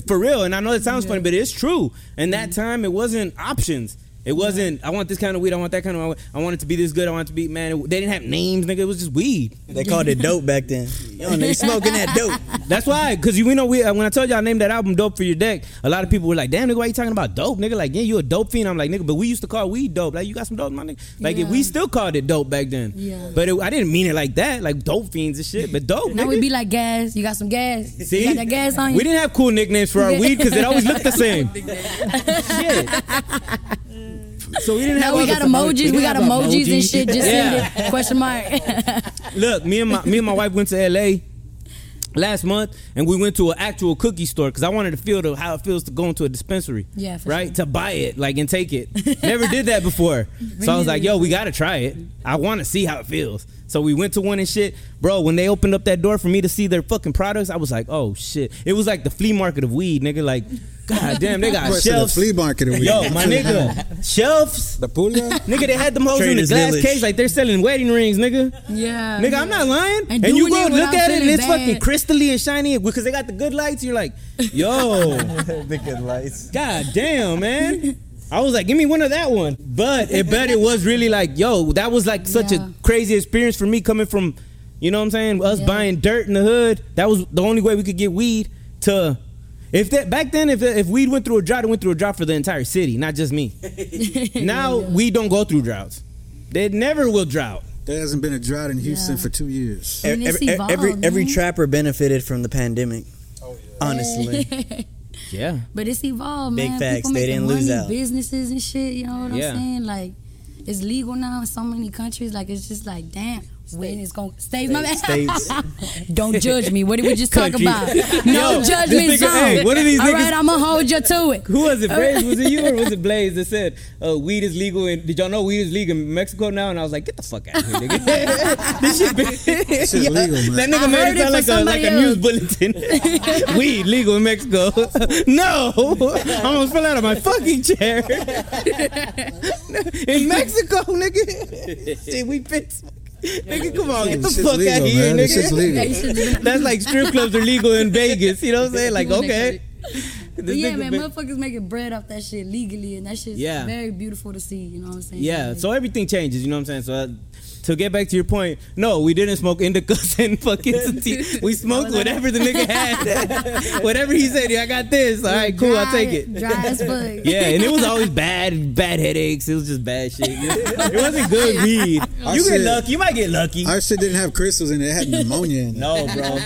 Speaker 2: for real. And I know it sounds funny, but it's true. And that
Speaker 5: Mm-hmm.
Speaker 2: time, it wasn't options. It wasn't. I want this kind of weed. I want that kind of. I want it to be this good. I want it to be man. It, they didn't have names, nigga. It was just weed.
Speaker 5: They called it dope back then. Yo, they smoking that dope.
Speaker 2: That's why, cause you we know we uh, when I told y'all I named that album "Dope for Your Deck," a lot of people were like, "Damn, nigga, why you talking about dope, nigga?" Like, yeah, you a dope fiend. I'm like, nigga, but we used to call weed dope. Like, you got some dope, my nigga. Like, if
Speaker 3: Yeah.
Speaker 2: we still called it dope back then.
Speaker 3: Yeah.
Speaker 2: But it, I didn't mean it like that, like dope fiends and shit. But dope,
Speaker 3: Now
Speaker 2: nigga.
Speaker 3: we be like gas. You got some gas.
Speaker 2: See,
Speaker 3: You got that gas on you.
Speaker 2: we didn't have cool nicknames for our weed because it always looked the same. Shit. So we didn't have.
Speaker 3: now we
Speaker 2: all the-
Speaker 3: got emojis. We got
Speaker 2: didn't have
Speaker 3: emojis and shit. Just
Speaker 2: Yeah.
Speaker 3: send it. Question mark.
Speaker 2: Look, me and my me and my wife went to L.A. last month, and we went to an actual cookie store because I wanted to feel the, how it feels to go into a dispensary.
Speaker 3: Yeah, for
Speaker 2: right to buy it, like and take it. Never did that before, so I was like, "Yo, we gotta try it. I want to see how it feels." So we went to one and shit, bro. When they opened up that door for me to see their fucking products, I was like, "Oh shit!" It was like the flea market of weed, nigga. Like, god damn, they got
Speaker 4: Went to the
Speaker 2: shelves.
Speaker 4: flea market. and we-
Speaker 2: Yo, my nigga, shelves.
Speaker 4: The pula.
Speaker 2: Nigga, they had them hoes in the
Speaker 5: Trader's
Speaker 2: glass
Speaker 5: Village.
Speaker 2: case like they're selling wedding rings, nigga.
Speaker 3: yeah.
Speaker 2: Nigga, I'm not lying. And,
Speaker 3: And
Speaker 2: you
Speaker 3: doing
Speaker 2: go
Speaker 3: it
Speaker 2: look
Speaker 3: without
Speaker 2: at it and
Speaker 3: feeling
Speaker 2: it's fucking
Speaker 3: bad.
Speaker 2: crystally and shiny because they got the good lights. You're like, yo,
Speaker 5: the good lights.
Speaker 2: god damn, man. I was like, give me one of that one. But it bet it was really like, yo, that was like such
Speaker 3: Yeah.
Speaker 2: a crazy experience for me coming from, you know what I'm saying? Us
Speaker 3: Yeah.
Speaker 2: buying dirt in the hood. That was the only way we could get weed to. If that back then, if if weed went through a drought, it went through a drought for the entire city, not just me. now we don't go through droughts. They never will drought.
Speaker 4: There hasn't been a drought in Houston
Speaker 3: Yeah.
Speaker 4: for two years.
Speaker 3: I mean, it's
Speaker 5: every,
Speaker 3: evolved,
Speaker 5: every, every
Speaker 3: man.
Speaker 5: trapper benefited from the pandemic. Honestly,
Speaker 2: Oh, Yeah.
Speaker 3: But it's evolved,
Speaker 5: Big
Speaker 3: man.
Speaker 5: facts.
Speaker 3: People
Speaker 5: They
Speaker 3: making
Speaker 5: didn't
Speaker 3: money,
Speaker 5: lose out.
Speaker 3: Businesses and shit. You know what
Speaker 2: Yeah.
Speaker 3: I'm saying? Like, it's legal now in so many countries. Like, it's just like, damn. When it's gonna stage my man.
Speaker 5: States.
Speaker 3: Don't judge me. What did we just talk
Speaker 2: Country.
Speaker 3: about? No
Speaker 2: Yo, this
Speaker 3: judgment
Speaker 2: nigga-
Speaker 3: zone.
Speaker 2: hey, what are these
Speaker 3: All
Speaker 2: niggas-
Speaker 3: right, I'm gonna hold you to it.
Speaker 2: Who was it? Blaze? Was it you or was it Blaze that said uh, weed is legal? And did y'all know weed is legal in Mexico now? And I was like, get the fuck out of here, nigga. this shit been.
Speaker 4: This is legal, man.
Speaker 2: That nigga
Speaker 3: I
Speaker 2: made
Speaker 3: heard
Speaker 2: it
Speaker 3: it
Speaker 2: sound like
Speaker 3: from
Speaker 2: a like a
Speaker 3: somebody
Speaker 2: news bulletin. weed legal in Mexico. no, I almost fell out of my fucking chair. in Mexico, nigga. shit, we pissed. Nigga, come on, get the
Speaker 4: This shit's
Speaker 2: fuck out
Speaker 4: legal,
Speaker 2: of here,
Speaker 4: man. This shit's
Speaker 2: nigga.
Speaker 4: legal.
Speaker 2: That's like strip clubs are legal in Vegas. You know what I'm saying? Like,
Speaker 3: Doing that
Speaker 2: okay. This
Speaker 3: But yeah,
Speaker 2: nigga
Speaker 3: man,
Speaker 2: been-
Speaker 3: motherfuckers making bread off that shit legally, and that shit's
Speaker 2: Yeah.
Speaker 3: very beautiful to see. You know what I'm saying?
Speaker 2: Yeah,
Speaker 3: Like,
Speaker 2: so everything changes, you know what I'm saying? So uh, to get back to your point, no, we didn't smoke indicas and fucking sativa. We smoked whatever the nigga had. whatever he said, yeah, I got this. All right, cool, I'll
Speaker 3: dry-
Speaker 2: take it.
Speaker 3: Dry as fuck.
Speaker 2: Yeah, and it was always bad, bad headaches. It was just bad shit. It wasn't good weed.
Speaker 4: I
Speaker 2: you get
Speaker 4: said-
Speaker 2: lucky. You might get lucky.
Speaker 4: Our shit didn't have crystals in it. It had pneumonia in it.
Speaker 2: no, bro.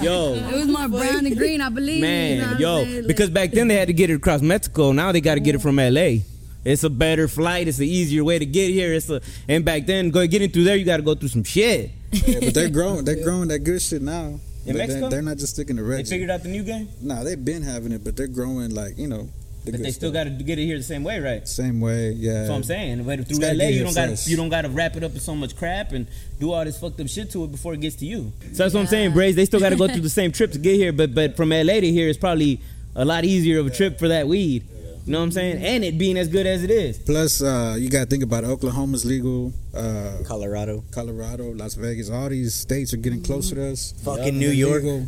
Speaker 2: Yo.
Speaker 3: It was more brown and green, I believe. you know
Speaker 2: Man,
Speaker 3: what I'm saying?
Speaker 2: yo,
Speaker 3: Like-
Speaker 2: because back then they had to get it across Mexico. Now they got to get it from LA. It's a better flight. It's an easier way to get here. It's a and back then, go getting through there, you got to go through some shit.
Speaker 4: Yeah, but they're growing. They're growing that good shit now. They-
Speaker 2: In
Speaker 4: they-
Speaker 2: Mexico?
Speaker 4: they're, not just sticking to
Speaker 2: They
Speaker 4: Reggie.
Speaker 2: figured out the new game,
Speaker 4: nah, they've been having it, but they're growing like you know the
Speaker 2: but
Speaker 4: good
Speaker 2: they still
Speaker 4: stuff.
Speaker 2: got to get it here the same way, right?
Speaker 4: same way. Yeah,
Speaker 2: That's what I'm saying. But through
Speaker 4: gotta
Speaker 2: LA,
Speaker 4: get
Speaker 2: you
Speaker 4: here
Speaker 2: don't got
Speaker 4: first.
Speaker 2: to you don't got to wrap it up in so much crap and do all this fucked up shit to it before it gets to you. So that's what I'm saying,
Speaker 3: Yeah.
Speaker 2: Braves. They still got to go through the same trip to get here, but but from LA to here is probably a lot easier of a trip for that weed. You know what I'm saying? And it being as good as it is.
Speaker 4: Plus, uh, you got to think about it. Oklahoma's legal, uh,
Speaker 5: Colorado.
Speaker 4: Colorado, Las Vegas. All these states are getting closer to us.
Speaker 5: Fucking
Speaker 4: They're
Speaker 5: New York.
Speaker 4: legal.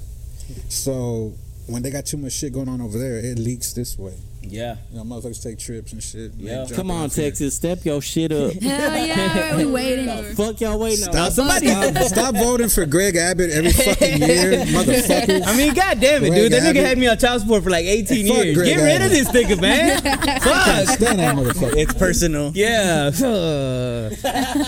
Speaker 4: So when they got too much shit going on over there, it leaks this way.
Speaker 2: Yeah.
Speaker 4: You know, motherfuckers take trips and shit. and they
Speaker 2: Yeah.
Speaker 4: drop
Speaker 6: Come on,
Speaker 4: off here.
Speaker 6: Texas, step your shit up.
Speaker 3: Hell yeah, all right, we waiting.
Speaker 6: Fuck y'all waiting on.
Speaker 4: Stop, stop, stop voting for Greg Abbott every fucking year, motherfucker.
Speaker 2: I mean, god damn it,
Speaker 4: Greg
Speaker 2: dude. That nigga
Speaker 4: Abbott.
Speaker 2: had me on child support for like 18
Speaker 4: Fuck
Speaker 2: years.
Speaker 4: Greg
Speaker 2: Get rid of this nigga, man.
Speaker 4: I
Speaker 2: Fuck.
Speaker 4: stand that motherfucker.
Speaker 5: It's personal.
Speaker 2: Yeah.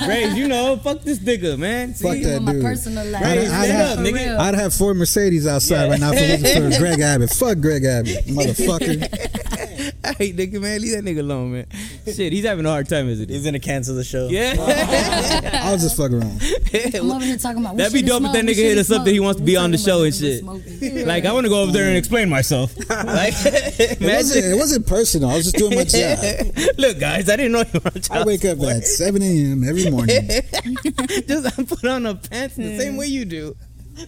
Speaker 2: Graves, you know, fuck this nigga, man. See?
Speaker 4: Fuck that
Speaker 3: my
Speaker 4: dude.
Speaker 3: personal life.
Speaker 4: I'd,
Speaker 2: Raise
Speaker 4: I'd
Speaker 2: it
Speaker 4: have,
Speaker 2: up, nigga.
Speaker 4: I'd have four Mercedes outside right now for, for Greg Abbott. Fuck Greg Abbott, motherfucker.
Speaker 2: I hate nigga, man. Leave that nigga alone, man. Shit, he's having a hard time as it
Speaker 5: He's
Speaker 2: is.
Speaker 5: gonna cancel the show.
Speaker 2: Yeah.
Speaker 4: I'll just fuck around.
Speaker 3: I'm over here talking about. we
Speaker 2: That'd be dope if
Speaker 3: shouldn't smoke,
Speaker 2: that
Speaker 3: we
Speaker 2: nigga hit
Speaker 3: shouldn't
Speaker 2: us up that he
Speaker 3: smoke.
Speaker 2: wants to be
Speaker 3: We
Speaker 2: on the
Speaker 3: talking
Speaker 2: show
Speaker 3: about
Speaker 2: and shit.
Speaker 3: smoking.
Speaker 2: Like, I want to go over there and explain myself. Like,
Speaker 4: It wasn't,
Speaker 2: imagine.
Speaker 4: it wasn't personal. I was just doing my job.
Speaker 2: Look, guys, I didn't know you were on
Speaker 4: I
Speaker 2: child
Speaker 4: wake up at 7 a.m. every morning.
Speaker 2: Just I put on a pants the same way you do.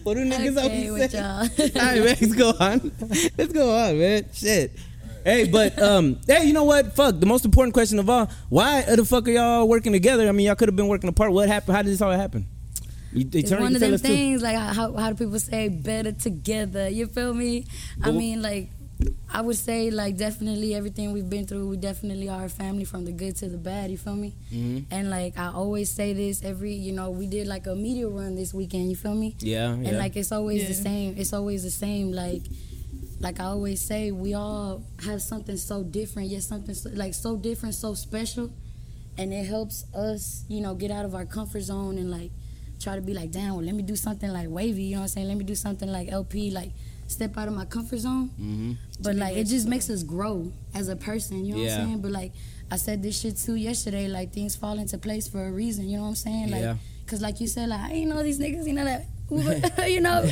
Speaker 2: What do niggas
Speaker 3: Hmm. Okay,
Speaker 2: always
Speaker 3: with
Speaker 2: say?
Speaker 3: y'all.
Speaker 2: All right, man, let's go on. Let's go on, man. Shit. Hey, but um, hey, you know what? Fuck. The most important question of all: Why the fuck are y'all working together? I mean, y'all could have been working apart. What happened? How did this all happen? You, they
Speaker 3: It's
Speaker 2: turn-
Speaker 3: one
Speaker 2: you
Speaker 3: of
Speaker 2: tell
Speaker 3: them
Speaker 2: us too.
Speaker 3: things, like how, how do people say better together? You feel me? I
Speaker 2: Go-
Speaker 3: mean, like, I would say, like, definitely everything we've been through, we definitely are a family from the good to the bad, you feel me?
Speaker 2: Mm-hmm.
Speaker 3: And, like, I always say this every, you know, we did like a media run this weekend, you feel me?
Speaker 2: Yeah, yeah.
Speaker 3: And, like, it's always the
Speaker 1: Yeah.
Speaker 3: same. It's always the same. Like, like I always say, we all have something so different, yet something so, like so different, so special, and it helps us, you know, get out of our comfort zone and like try to be like, damn, well, let me do something like wavy, you know what I'm saying? Let me do something like LP, like step out of my comfort zone.
Speaker 2: Mm-hmm.
Speaker 3: But like, it just makes us grow as a person, you know what
Speaker 2: Yeah.
Speaker 3: I'm saying? But like, I said this shit too yesterday, like things fall into place for a reason, you know what I'm saying? Like,
Speaker 2: Yeah.
Speaker 3: cause like you said, like I ain't know these niggas, you know that, you know,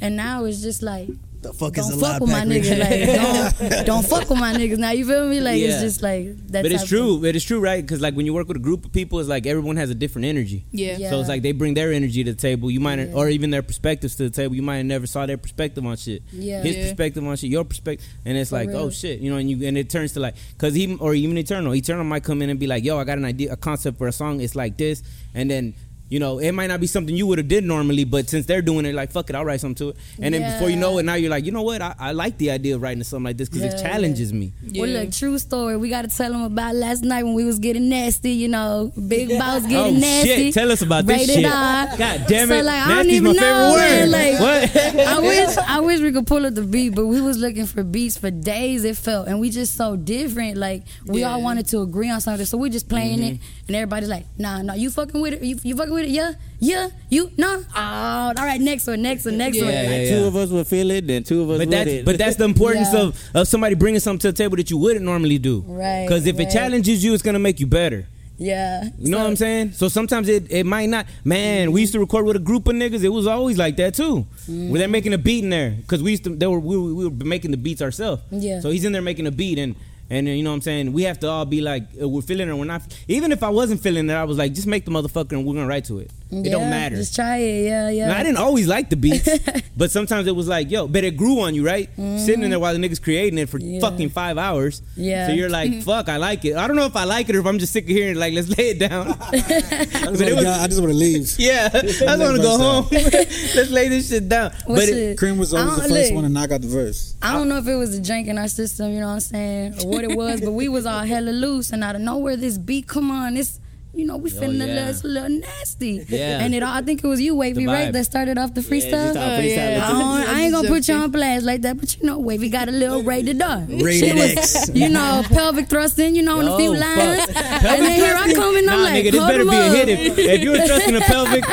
Speaker 3: and now it's just like
Speaker 5: The fuck is
Speaker 3: don't
Speaker 5: a
Speaker 3: fuck
Speaker 5: loud
Speaker 3: with my
Speaker 5: pack reach?
Speaker 3: niggas. Like, don't, don't fuck with my niggas. Now you feel me? Like
Speaker 2: Yeah.
Speaker 3: it's just like that's.
Speaker 2: But it's true. But it's true, right? Because like when you work with a group of people, it's like everyone has a different energy.
Speaker 1: Yeah.
Speaker 3: Yeah.
Speaker 2: So it's like they bring their energy to the table. You might, or even their perspectives to the table. You might have never saw their perspective on shit.
Speaker 3: Yeah.
Speaker 2: His
Speaker 1: Yeah.
Speaker 2: perspective on shit, your perspective, and it's
Speaker 3: For
Speaker 2: like,
Speaker 3: real.
Speaker 2: oh shit, you know, and you and it turns to like, cause he or even Eternal, Eternal might come in and be like, yo, I got an idea, a concept for a song. It's like this, and then. You know, it might not be something you would have did normally, but since they're doing it, like fuck it, I'll write something to it. And then before you know it, now you're like, you know what? I, I like the idea of writing something like this because
Speaker 3: Yeah,
Speaker 2: it
Speaker 3: yeah.
Speaker 2: challenges me.
Speaker 3: Well,
Speaker 1: Yeah.
Speaker 3: look, true story. We gotta tell them about last night when we was getting nasty. You know, big boss getting
Speaker 2: oh
Speaker 3: nasty.
Speaker 2: shit! Tell us about this
Speaker 3: Rated
Speaker 2: shit.
Speaker 3: R.
Speaker 2: God damn it!
Speaker 3: So like, I don't
Speaker 2: Nasty's
Speaker 3: even
Speaker 2: my favorite
Speaker 3: know.
Speaker 2: word.
Speaker 3: man, Like,
Speaker 2: what?
Speaker 3: I wish I wish we could pull up the beat, but we was looking for beats for days. It felt, and we just so different. Like we all
Speaker 1: Yeah.
Speaker 3: wanted to agree on something, so we just playing it,
Speaker 2: Mm-hmm.
Speaker 3: and everybody's like, "Nah, nah, you fucking with it? You, you fucking with it? Yeah, yeah, you nah. Oh, all right, next one, next one, next one.
Speaker 2: Yeah, yeah,
Speaker 6: Like,
Speaker 2: yeah.
Speaker 6: Two of us would feel it, then two of us
Speaker 2: But
Speaker 6: would
Speaker 2: that's
Speaker 6: it.
Speaker 2: but that's the importance
Speaker 3: Yeah.
Speaker 2: of of somebody bringing something to the table that you wouldn't normally do.
Speaker 3: Right,
Speaker 2: Because if it
Speaker 3: right.
Speaker 2: challenges you, it's gonna make you better.
Speaker 3: Yeah.
Speaker 2: You know what I'm saying? So sometimes it, it might not. Man, we used to record with a group of niggas. It was always like that too. Where they're making a beat in there because we used to they were we, were- we were making the beats ourselves.
Speaker 3: Yeah.
Speaker 2: So he's in there making a beat and and you know what I'm saying. We have to all be like uh, we're feeling it. Or we're not. Even if I wasn't feeling it, I was like just make the motherfucker and we're gonna write to it. It
Speaker 3: Yeah,
Speaker 2: don't matter.
Speaker 3: Just try it. Yeah, yeah.
Speaker 2: Now, I didn't always like the beats, but sometimes it was like, yo, but it grew on you, right? Sitting in there while the niggas creating it for
Speaker 3: Mm-hmm. Yeah.
Speaker 2: fucking five hours.
Speaker 3: Yeah.
Speaker 2: So you're like, fuck, I like it. I don't know if I like it or if I'm just sick of hearing it, like, let's lay it down.
Speaker 4: I
Speaker 2: but
Speaker 4: just,
Speaker 2: it
Speaker 4: wanna,
Speaker 2: was,
Speaker 4: go- I just want to leave.
Speaker 2: yeah, I just want to go home. let's lay this shit down.
Speaker 3: What's
Speaker 2: but it,
Speaker 3: it?
Speaker 4: Cream was
Speaker 3: I
Speaker 4: always
Speaker 3: don't-
Speaker 4: the first
Speaker 3: look,
Speaker 4: one to knock out the verse.
Speaker 3: I don't know if it was a drink in our system, you know what I'm saying, or what it was, but we was all hella loose and out of nowhere this beat, come on, it's you know, we finna
Speaker 2: Oh, yeah.
Speaker 3: it's a little nasty.
Speaker 2: Yeah.
Speaker 3: And it all, I think it was you, Wavy,
Speaker 2: The
Speaker 3: right,
Speaker 2: vibe.
Speaker 3: that started off the
Speaker 6: just
Speaker 3: freestyle.
Speaker 6: start
Speaker 1: Oh, yeah.
Speaker 6: freestyling.
Speaker 3: I, don't, I ain't gonna put you on blast like that, but you know, Wavy got a little rated R.
Speaker 5: Rated X.
Speaker 3: You know, pelvic thrusting, you know, on a
Speaker 2: Yo,
Speaker 3: few
Speaker 2: Oh, fuck.
Speaker 3: lines. and then here I come and
Speaker 2: nah,
Speaker 3: I'm like,
Speaker 2: nigga, this
Speaker 3: hold
Speaker 2: better
Speaker 3: him
Speaker 2: be a
Speaker 3: up.
Speaker 2: hit. If, if you were trusting the pelvic,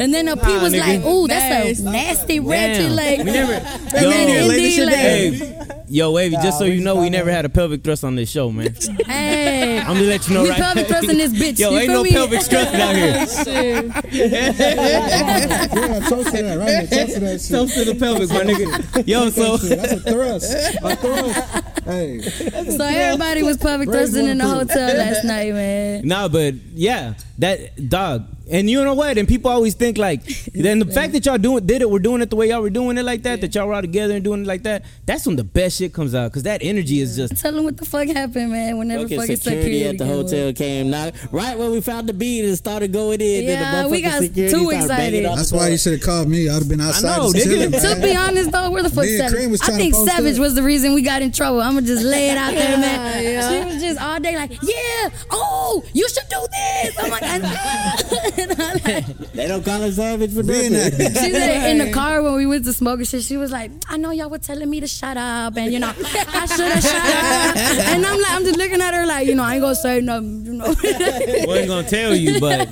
Speaker 3: And then the P was
Speaker 2: nigga.
Speaker 3: like, ooh, that's a nasty, ratchet,
Speaker 2: Damn.
Speaker 3: like.
Speaker 2: we never.
Speaker 3: And then
Speaker 2: Yo,
Speaker 3: indeed, like,
Speaker 2: Hey, yo, Wavy, just so you know, we never had a pelvic thrust on this show, man.
Speaker 3: hey.
Speaker 2: I'm gonna let you know
Speaker 3: We
Speaker 2: right now.
Speaker 3: pelvic thrusting this bitch,
Speaker 2: Yo,
Speaker 3: you
Speaker 2: ain't
Speaker 3: feel
Speaker 2: no
Speaker 3: me?
Speaker 2: pelvic thrusting out here.
Speaker 8: Yeah, toast to that, right? there. Toast to that shit.
Speaker 2: Toast to the pelvic, my nigga. Yo, so
Speaker 8: That shit, That's a thrust. A thrust. Hey,
Speaker 3: So everybody was public
Speaker 8: Raise
Speaker 3: thrusting in the
Speaker 8: one,
Speaker 3: hotel last night, man.
Speaker 2: nah, but yeah, that dog. And you know what? And people always think like, then the fact that y'all doing did it, we're doing it the way y'all were doing it like that, that y'all were all together and doing it like that. That's when the best shit comes out, cause that energy is just.
Speaker 3: Tell them what the fuck happened, man. Whenever
Speaker 6: Fucking
Speaker 3: fucking
Speaker 6: security, at the
Speaker 3: came
Speaker 6: hotel
Speaker 3: up.
Speaker 6: came knock right when we found the beat and started going in. then
Speaker 3: Yeah,
Speaker 6: the
Speaker 3: we
Speaker 6: motherfucking
Speaker 3: got
Speaker 6: security
Speaker 3: too
Speaker 6: started banging
Speaker 3: excited.
Speaker 6: on the
Speaker 8: that's why
Speaker 6: door.
Speaker 8: you should have called me. I'd have been outside.
Speaker 2: know,
Speaker 8: just
Speaker 2: nigga.
Speaker 8: chilling,
Speaker 3: To
Speaker 8: man.
Speaker 3: be honest though, where the fuck
Speaker 8: Me and Cream
Speaker 3: Savage?
Speaker 8: was
Speaker 3: I
Speaker 8: trying to
Speaker 3: think
Speaker 8: post
Speaker 3: Savage
Speaker 8: up.
Speaker 3: was the reason we got in trouble. I'ma just lay it out there, man.
Speaker 1: Yeah.
Speaker 3: She was just all day like, yeah, oh, you should do this. I'm like, ah. And I'm like-
Speaker 6: They don't call us savage for nothing.
Speaker 8: Reenactment.
Speaker 3: she said in the car when we went to smoke and shit, she was like, I know y'all were telling me to shut up and you know, I should have shut up. And I'm like, I'm just looking at her like, you know, I ain't gonna say nothing, you know.
Speaker 2: wasn't gonna tell you, but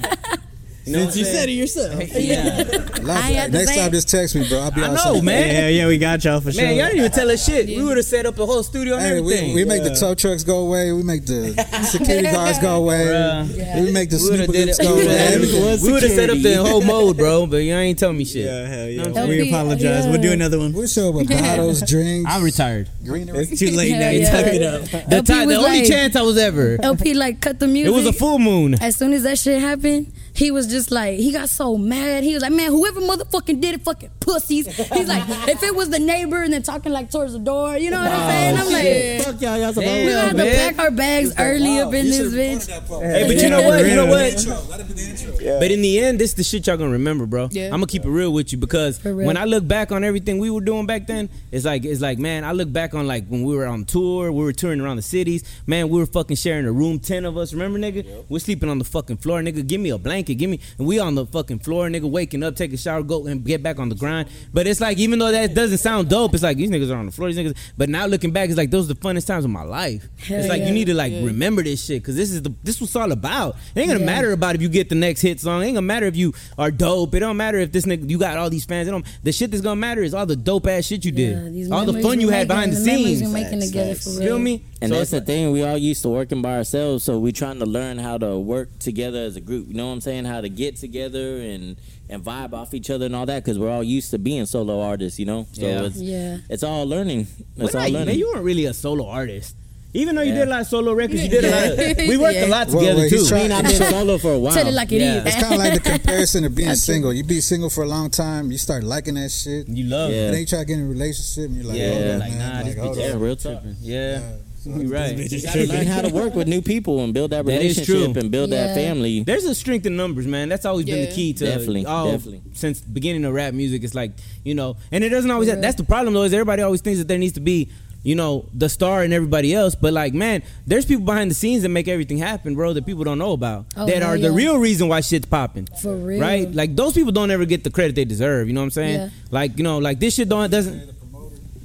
Speaker 5: Since you said it yourself.
Speaker 2: yeah,
Speaker 4: Love
Speaker 3: I
Speaker 4: that.
Speaker 3: had to
Speaker 4: Next
Speaker 3: say-
Speaker 4: time, just text me, bro. I'll be
Speaker 2: I
Speaker 4: outside.
Speaker 2: know, man.
Speaker 5: Yeah, yeah, we got y'all for sure.
Speaker 2: Man, y'all didn't even tell us shit. We would have set up the whole studio and
Speaker 4: Hey,
Speaker 2: everything.
Speaker 4: we, we make the tow trucks go away. We make the security guards go away.
Speaker 2: Bruh.
Speaker 4: We make the
Speaker 2: We would
Speaker 4: snooper
Speaker 2: have did
Speaker 4: groups
Speaker 2: it.
Speaker 4: go
Speaker 2: We
Speaker 4: away.
Speaker 2: woulda-
Speaker 4: Everything.
Speaker 2: We would have set up the whole mode, bro. But y'all ain't tell me shit.
Speaker 5: yeah, hell yeah.
Speaker 2: No,
Speaker 5: we
Speaker 3: LP,
Speaker 5: apologize. We'll do another one.
Speaker 4: We'll show up with bottles, drinks,
Speaker 2: I'm retired.
Speaker 4: greenery.
Speaker 5: It's too late now.
Speaker 3: Hell
Speaker 5: You
Speaker 3: yeah.
Speaker 5: tucked it up.
Speaker 2: The,
Speaker 3: LP
Speaker 2: time, the
Speaker 3: was
Speaker 2: only
Speaker 3: like-
Speaker 2: chance I was ever.
Speaker 3: LP like cut the
Speaker 2: It
Speaker 3: music.
Speaker 2: was a full moon.
Speaker 3: As soon as that shit happened, he was just like, he got so mad. He was like, man, whoever motherfucking did it, fucking pussies. He's like, if it was the neighbor and then talking like towards the door, you know what I'm saying? I'm like,
Speaker 6: Oh, Fuck y'all, y'all supposed
Speaker 2: Damn,
Speaker 3: we gonna have to
Speaker 2: man.
Speaker 3: pack our bags early up in this bitch.
Speaker 2: Hey, but you know what? You know what?
Speaker 4: Let it be the intro.
Speaker 2: But in the end, this the shit y'all gonna remember, bro.
Speaker 1: Yeah.
Speaker 2: I'm gonna keep it real with you because
Speaker 3: real.
Speaker 2: when I look back on everything we were doing back then, it's like it's like man, I look back on like when we were on tour, we were touring around the cities. Man, we were fucking sharing a room, ten of us. Remember, nigga, we're sleeping on the fucking floor, nigga. Give me a blanket, give me. And we on the fucking floor, nigga, waking up, take a shower, go and get back on the grind. But it's like even though that doesn't sound dope, it's like these niggas are on the floor, these niggas. But now looking back, it's like those are the funnest times of my life. it's like you need to like remember this shit because this is the this was all about. It ain't gonna
Speaker 3: Yeah.
Speaker 2: matter matter about if you get the next hit song. It ain't gonna matter if you are dope. It don't matter if this nigga you got all these fans. It don't, the shit that's gonna matter is all the dope ass shit you
Speaker 3: Yeah,
Speaker 2: did,
Speaker 3: these
Speaker 2: all the
Speaker 3: memories
Speaker 2: fun
Speaker 3: we
Speaker 2: you had
Speaker 3: making,
Speaker 2: behind the,
Speaker 3: memories
Speaker 2: scenes.
Speaker 3: we making together for real.
Speaker 2: Feel me?
Speaker 6: And
Speaker 2: So
Speaker 6: that's
Speaker 2: it's
Speaker 6: the thing. We all used to working by ourselves, so we trying to learn how to work together as a group. You know what I'm saying? How to get together and and vibe off each other and all that because we're all used to being solo artists. You know, so
Speaker 2: Yeah.
Speaker 6: it's
Speaker 3: Yeah.
Speaker 6: it's all learning. It's
Speaker 2: Well,
Speaker 6: all
Speaker 2: nah,
Speaker 6: learning.
Speaker 2: man, you weren't really a solo artist. Even though you
Speaker 6: Yeah.
Speaker 2: did a lot of solo records, you did a lot. Of, we worked a lot
Speaker 4: Well,
Speaker 2: together
Speaker 4: well, he's
Speaker 2: too.
Speaker 6: I mean, I've been solo for a while.
Speaker 3: Tell it like it is.
Speaker 2: Yeah.
Speaker 4: It's kind of like the comparison of being single. You be single for a long time, you start liking that shit.
Speaker 2: you love
Speaker 6: Yeah.
Speaker 2: it.
Speaker 4: And then you try to get in a relationship, and you're like,
Speaker 2: Yeah,
Speaker 4: hold up,
Speaker 2: like
Speaker 4: man.
Speaker 2: nah, this
Speaker 4: Like,
Speaker 2: bitch
Speaker 4: hold
Speaker 6: yeah,
Speaker 4: up.
Speaker 6: real tripping.
Speaker 2: Yeah, you right.
Speaker 6: You gotta learn how to work with new people and build that
Speaker 2: That is
Speaker 6: relationship
Speaker 2: true.
Speaker 6: and build
Speaker 3: Yeah.
Speaker 6: that family.
Speaker 2: There's a strength in numbers, man. That's always been the
Speaker 1: Yeah.
Speaker 2: key to
Speaker 6: Definitely,
Speaker 2: all
Speaker 6: definitely.
Speaker 2: since the beginning of rap music. It's like you know, and it doesn't always. That's the problem though. Is everybody always thinks that there needs to be you know the star and everybody else, but like man, there's people behind the scenes that make everything happen, bro. That people don't know about.
Speaker 3: Oh,
Speaker 2: that
Speaker 3: hell
Speaker 2: are the
Speaker 3: yeah.
Speaker 2: real reason why shit's popping.
Speaker 3: For real.
Speaker 2: right? Like those people don't ever get the credit they deserve. You know what I'm saying?
Speaker 3: Yeah.
Speaker 2: Like you know, like this shit don't doesn't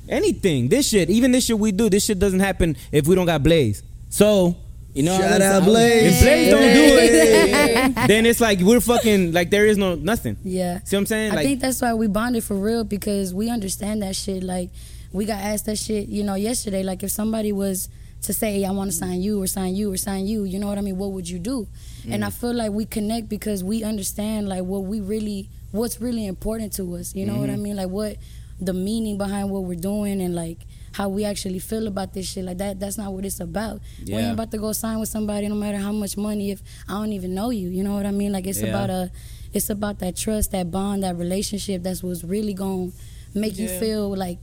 Speaker 2: anything. This shit, even this shit we do, this shit doesn't happen if we don't got Blaze. So
Speaker 6: You know,
Speaker 5: Shout
Speaker 6: I was-
Speaker 5: out
Speaker 6: I was-
Speaker 5: Blaze.
Speaker 2: if Blaze don't do it, then it's like we're fucking like there is no nothing.
Speaker 3: Yeah.
Speaker 2: See what I'm saying?
Speaker 3: I
Speaker 2: Like
Speaker 3: think that's why we bonded for real because we understand that shit. Like we got asked that shit, you know, yesterday. Like if somebody was to say I want to sign you or sign you or sign you. You know what I mean? What would you do? And
Speaker 2: Mm.
Speaker 3: I feel like we connect because we understand like what we really what's really important to us. You know
Speaker 2: Mm-hmm.
Speaker 3: what I mean? Like what the meaning behind what we're doing and like how we actually feel about this shit. Like that that's not what it's about. We
Speaker 2: Yeah.
Speaker 3: ain't about to go sign with somebody no matter how much money if I don't even know you. You know what I mean? Like it's
Speaker 2: Yeah.
Speaker 3: about a it's about that trust, that bond, that relationship that's what's really gonna make you
Speaker 1: Yeah.
Speaker 3: feel like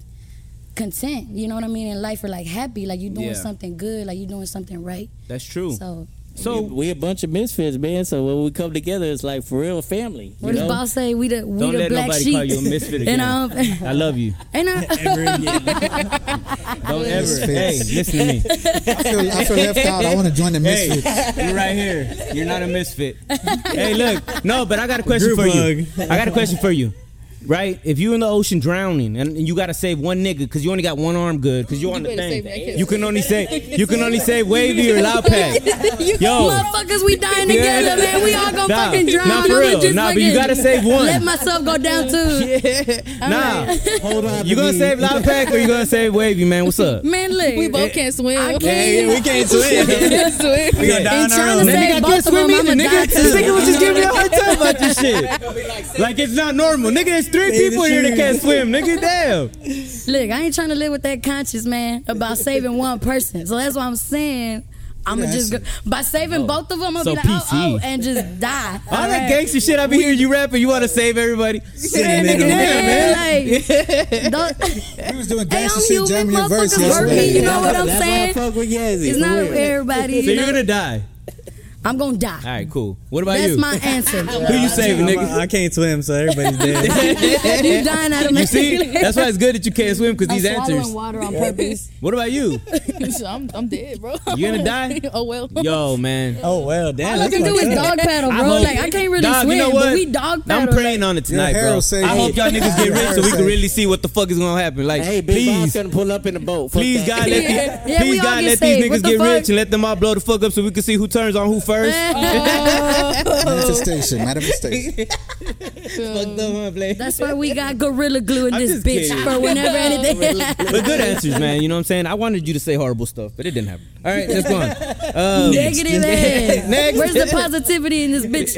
Speaker 3: content, you know what I mean, in life or like happy, like you doing
Speaker 2: Yeah.
Speaker 3: something good, like you doing something right.
Speaker 2: That's true.
Speaker 3: So
Speaker 6: So
Speaker 2: So,
Speaker 6: we, we a bunch of misfits, man. So when we come together, it's like for real family.
Speaker 3: what
Speaker 6: you
Speaker 3: does
Speaker 6: know?
Speaker 3: boss say? We the we
Speaker 2: don't
Speaker 3: the
Speaker 2: let
Speaker 3: black
Speaker 2: nobody
Speaker 3: sheep.
Speaker 2: call you a misfit again.
Speaker 3: and um
Speaker 2: I love you.
Speaker 3: and I
Speaker 2: Don't ever.
Speaker 8: Misfits.
Speaker 2: Hey, listen to me.
Speaker 8: I feel, I feel left out. I want to join the
Speaker 2: Hey,
Speaker 8: misfits.
Speaker 2: you're right here. You're not a misfit. hey, look. No, but I got a question
Speaker 5: Group
Speaker 2: for you.
Speaker 5: hug.
Speaker 2: I got a question for you. Right? If you in the ocean drowning and you gotta save one nigga because you only got one arm good because you're on the
Speaker 9: better save that
Speaker 2: thing,
Speaker 9: kid.
Speaker 2: you can only save you can only save wavy or loud pack. Yo,
Speaker 3: motherfuckers we dying
Speaker 2: Yeah.
Speaker 3: together, man. We all gonna
Speaker 2: Nah,
Speaker 3: fucking drown.
Speaker 2: nah, for
Speaker 3: I'ma
Speaker 2: real.
Speaker 3: just
Speaker 2: Nah, but you
Speaker 3: fucking
Speaker 2: gotta save one.
Speaker 3: Let myself go down too.
Speaker 2: yeah, nah.
Speaker 8: Hold on.
Speaker 2: You gonna save loud pack or you gonna save wavy, man? What's up?
Speaker 3: Man, look.
Speaker 1: We both can't swim.
Speaker 3: I can't.
Speaker 2: we can't swim.
Speaker 1: Can't swim.
Speaker 5: We gonna die
Speaker 3: And
Speaker 5: on our
Speaker 3: trying
Speaker 5: own.
Speaker 3: to
Speaker 2: Nigga, I
Speaker 3: save
Speaker 2: can't
Speaker 3: both of
Speaker 2: swim
Speaker 3: them, I'ma
Speaker 2: either,
Speaker 3: die
Speaker 2: nigga. This nigga
Speaker 3: too.
Speaker 2: was just giving me a hard time about this shit. Like, it's not normal. Nigga, there's three people here that can't swim. Nigga, damn.
Speaker 3: Look, I ain't trying to live with that conscience, man, about saving one person. So that's why I'm saying. I'ma
Speaker 8: That's
Speaker 3: just go, by saving both of them, I'ma
Speaker 2: So
Speaker 3: be like, oh,
Speaker 2: PC.
Speaker 3: oh, and just die.
Speaker 2: All that
Speaker 3: Alright.
Speaker 2: gangster shit I be hearing you rapping, you want to save everybody.
Speaker 8: in
Speaker 2: Yeah,
Speaker 8: the
Speaker 2: nigga,
Speaker 8: middle.
Speaker 2: damn, man.
Speaker 3: Like, don't-
Speaker 8: We was doing
Speaker 3: hey,
Speaker 8: gangster
Speaker 3: I'm
Speaker 8: shit,
Speaker 3: human,
Speaker 8: jamming your verse
Speaker 3: motherfuckers work me.
Speaker 8: yesterday.
Speaker 3: You know what I'm
Speaker 5: That's why I
Speaker 3: saying?
Speaker 5: fuck with Yeezy,
Speaker 3: It's
Speaker 5: for
Speaker 3: not
Speaker 5: real.
Speaker 3: everybody.
Speaker 2: So
Speaker 3: you
Speaker 2: you're
Speaker 3: know?
Speaker 2: gonna die.
Speaker 3: I'm gonna
Speaker 2: All
Speaker 3: die.
Speaker 2: right, cool. What about
Speaker 3: That's
Speaker 2: you?
Speaker 3: my answer.
Speaker 2: Who you saving,
Speaker 5: I'm-
Speaker 2: nigga?
Speaker 5: I can't swim, so everybody's dead.
Speaker 3: you dying out of
Speaker 2: You see, that's why it's good that you can't swim because these answers.
Speaker 3: water on purpose.
Speaker 2: What about you?
Speaker 1: So I'm, I'm dead, bro.
Speaker 2: You gonna die?
Speaker 1: oh well.
Speaker 2: Yo, man.
Speaker 5: oh well, damn.
Speaker 3: All I
Speaker 5: that's
Speaker 3: can do
Speaker 5: fucked
Speaker 3: is
Speaker 5: up.
Speaker 3: dog paddle,
Speaker 2: I
Speaker 3: bro.
Speaker 2: hope-
Speaker 3: like I can't really
Speaker 2: Dog, you
Speaker 3: swim,
Speaker 2: know what?
Speaker 3: but we dog
Speaker 2: I'm
Speaker 3: paddle.
Speaker 2: praying on it tonight,
Speaker 8: Your
Speaker 2: bro.
Speaker 8: hair will save
Speaker 2: I
Speaker 8: you.
Speaker 2: hope y'all niggas get
Speaker 8: Your
Speaker 2: rich
Speaker 8: hair
Speaker 2: so we
Speaker 8: will
Speaker 2: can
Speaker 8: save
Speaker 2: really see what the fuck is gonna happen. Like,
Speaker 6: Hey, Big Bob's
Speaker 2: please,
Speaker 6: gonna pull up in a boat. Fuck
Speaker 2: please,
Speaker 6: that.
Speaker 2: God, let these,
Speaker 3: Yeah. Yeah, we
Speaker 2: please,
Speaker 3: all
Speaker 2: God,
Speaker 3: get
Speaker 2: let these
Speaker 3: saved.
Speaker 2: niggas
Speaker 3: What the
Speaker 2: get
Speaker 3: fuck?
Speaker 2: rich and let them all blow the fuck up so we can see who turns on who first.
Speaker 8: Manifestation, manifestation.
Speaker 2: Fuck them up, Blake.
Speaker 3: Um, That's why we got gorilla glue in
Speaker 2: I'm
Speaker 3: this
Speaker 2: just
Speaker 3: bitch
Speaker 2: kidding.
Speaker 3: for whenever anything.
Speaker 2: But good answers, man. You know what I'm saying? I wanted you to say horrible stuff, but it didn't happen. All right, let's go on. Um,
Speaker 3: Negative ass.
Speaker 2: Next.
Speaker 3: Where's the positivity in this bitch?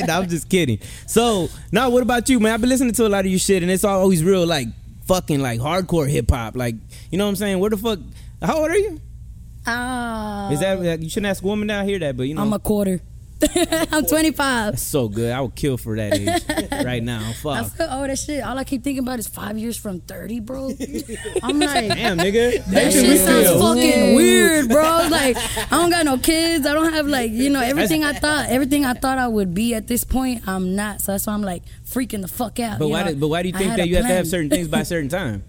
Speaker 2: Nah, I'm just kidding. So now, what about you, man? I've been listening to a lot of your shit, and it's always real, like fucking, like hardcore hip hop. Like, you know what I'm saying? Where the fuck? How old are you?
Speaker 3: Ah,
Speaker 2: Is that like, you shouldn't ask a woman down here that, but you know,
Speaker 3: I'm a quarter. I'm 25.
Speaker 2: that's so good. I would kill for that age right now.
Speaker 3: I
Speaker 2: Fuck.
Speaker 3: feel old as shit. All I keep thinking about is five years from 30, bro. I'm like,
Speaker 2: Damn, nigga.
Speaker 3: That
Speaker 2: That's what we
Speaker 3: shit sounds
Speaker 2: feel.
Speaker 3: fucking weird, bro. Like I don't got no kids. I don't have like you know everything I thought everything I thought I would be at this point. I'm not. So that's why I'm like freaking the fuck out.
Speaker 2: But
Speaker 3: you
Speaker 2: why?
Speaker 3: know?
Speaker 2: Did, but why do you
Speaker 3: I
Speaker 2: think
Speaker 3: had
Speaker 2: that
Speaker 3: a
Speaker 2: you have to have
Speaker 3: plan.
Speaker 2: certain things by a certain time?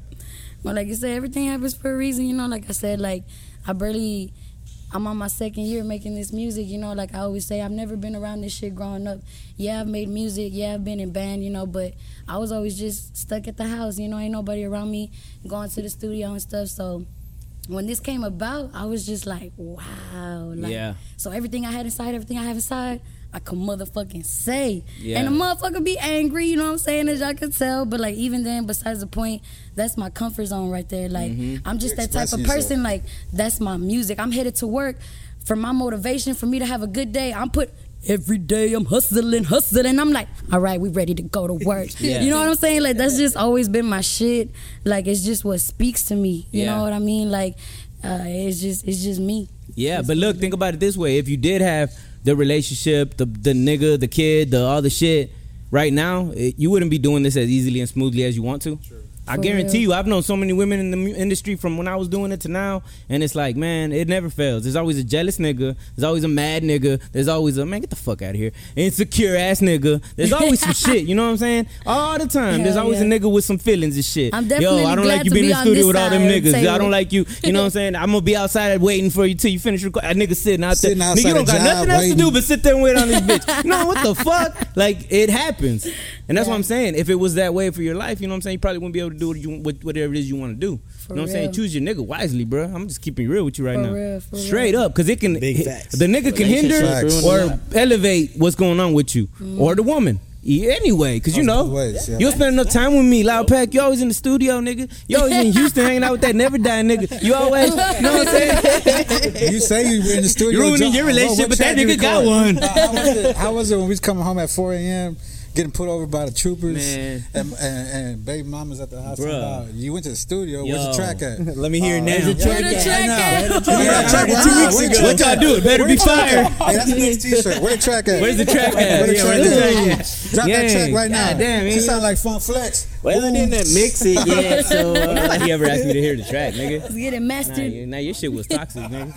Speaker 3: But like I said, everything happens for a reason. You know, like I said, like I barely. I'm on my second year making this music, you know. Like I always say, I've never been around this shit growing up. Yeah, I've made music. Yeah, I've been in band, you know. But I was always just stuck at the house, you know. Ain't nobody around me going to the studio and stuff. So when this came about, I was just like, wow. Like,
Speaker 2: Yeah.
Speaker 3: So everything I had inside, everything I have inside, I could motherfucking say.
Speaker 2: Yeah.
Speaker 3: And a motherfucker be angry, you know what I'm saying, as y'all could tell. But like even then, besides the point, that's my comfort zone right there. Like
Speaker 2: Mm-hmm.
Speaker 3: I'm just
Speaker 8: You're
Speaker 3: that type of
Speaker 8: expressing
Speaker 3: person, like that's my music. I'm headed to work for my motivation, for me to have a good day. I'm put every day I'm hustling, hustling. I'm like, all right, we ready to go to work.
Speaker 2: Yeah.
Speaker 3: You know what I'm saying? Like that's just always been my shit. Like it's just what speaks to me. You
Speaker 2: Yeah.
Speaker 3: know what I mean? Like uh, it's just it's just me.
Speaker 2: Yeah, but look, think about it this way: if you did have the relationship, the the nigga, the kid, the all the shit, right now, it, you wouldn't be doing this as easily and smoothly as you want to. I
Speaker 3: For
Speaker 2: guarantee
Speaker 3: real.
Speaker 2: you, I've known so many women in the mu- industry from when I was doing it to now, and it's like, man, it never fails. There's always a jealous nigga, there's always a mad nigga, there's always a man, get the fuck out of here, insecure ass nigga. There's always some shit, you know what I'm saying? All the time, there's
Speaker 3: Hell
Speaker 2: always
Speaker 3: yeah.
Speaker 2: a nigga with some feelings and shit.
Speaker 3: I'm definitely
Speaker 2: Yo, I don't
Speaker 3: glad
Speaker 2: like you
Speaker 3: to
Speaker 2: being in
Speaker 3: be
Speaker 2: the
Speaker 3: on
Speaker 2: studio
Speaker 3: this
Speaker 2: with all them
Speaker 3: side of the
Speaker 2: niggas. I
Speaker 3: table.
Speaker 2: don't like you. You know what I'm saying? I'm gonna be outside waiting for you till you finish recording. That nigga sitting out
Speaker 8: Sitting
Speaker 2: there.
Speaker 8: outside
Speaker 2: Nigga, you don't
Speaker 8: the
Speaker 2: got
Speaker 8: job
Speaker 2: nothing else to do
Speaker 8: waiting.
Speaker 2: but sit there and wait on this bitch. no, what the fuck? Like it happens, and that's what I'm saying. If it was that way for your life, you know what I'm saying? You probably wouldn't be able to do what you, what- whatever it is you want to do.
Speaker 3: For
Speaker 2: you know what I'm saying?
Speaker 3: real.
Speaker 2: Choose your nigga wisely, bro. I'm just keeping it real with you right
Speaker 3: For
Speaker 2: now,
Speaker 3: real, for real.
Speaker 2: straight up, because it can
Speaker 5: Big
Speaker 2: hit-
Speaker 5: facts.
Speaker 2: the nigga can hinder
Speaker 8: Relationships
Speaker 2: or elevate what's going on with you or the woman. Yeah, anyway, because you
Speaker 4: Oh,
Speaker 2: know,
Speaker 4: ways, yeah.
Speaker 2: you'll spend enough time with me, Loud Pack. You always in the studio, nigga. You always in Houston hanging out with that never dying nigga. You always, you know what I'm saying?
Speaker 4: You say you were in the studio.
Speaker 2: You're ruining
Speaker 4: John-
Speaker 2: your
Speaker 4: Well, what
Speaker 2: relationship, but that
Speaker 4: track you
Speaker 2: nigga got
Speaker 4: record?
Speaker 2: one.
Speaker 4: Uh, How was, it, how was it when we was coming home at 4 a.m. getting put over by the troopers
Speaker 2: Man.
Speaker 4: and, and, and baby mama's at the house?
Speaker 2: Bruh.
Speaker 4: Uh, You went to the studio. Where's
Speaker 2: Yo.
Speaker 4: the track at? Uh,
Speaker 2: Let me hear it now.
Speaker 1: Where the track at?
Speaker 4: Where the track at?
Speaker 2: Two weeks
Speaker 4: Where the track
Speaker 2: ago. What y'all do? It better
Speaker 4: Where
Speaker 2: be
Speaker 4: the track
Speaker 2: fire.
Speaker 4: at? Hey, that's the next T-shirt. Where the track at?
Speaker 2: Where's the track at?
Speaker 4: Where the
Speaker 2: Yeah,
Speaker 4: track
Speaker 2: where's the
Speaker 4: at?
Speaker 2: track at?
Speaker 4: Drop that
Speaker 2: Yeah.
Speaker 4: track right now.
Speaker 2: God damn,
Speaker 4: she
Speaker 2: man.
Speaker 4: sound like Fun Flex.
Speaker 6: Well, I didn't mix it yet, so uh,
Speaker 2: Nobody ever asked me to hear the track, nigga.
Speaker 3: It's getting
Speaker 2: Nah,
Speaker 3: mastered.
Speaker 2: you- nah, your shit was toxic, nigga.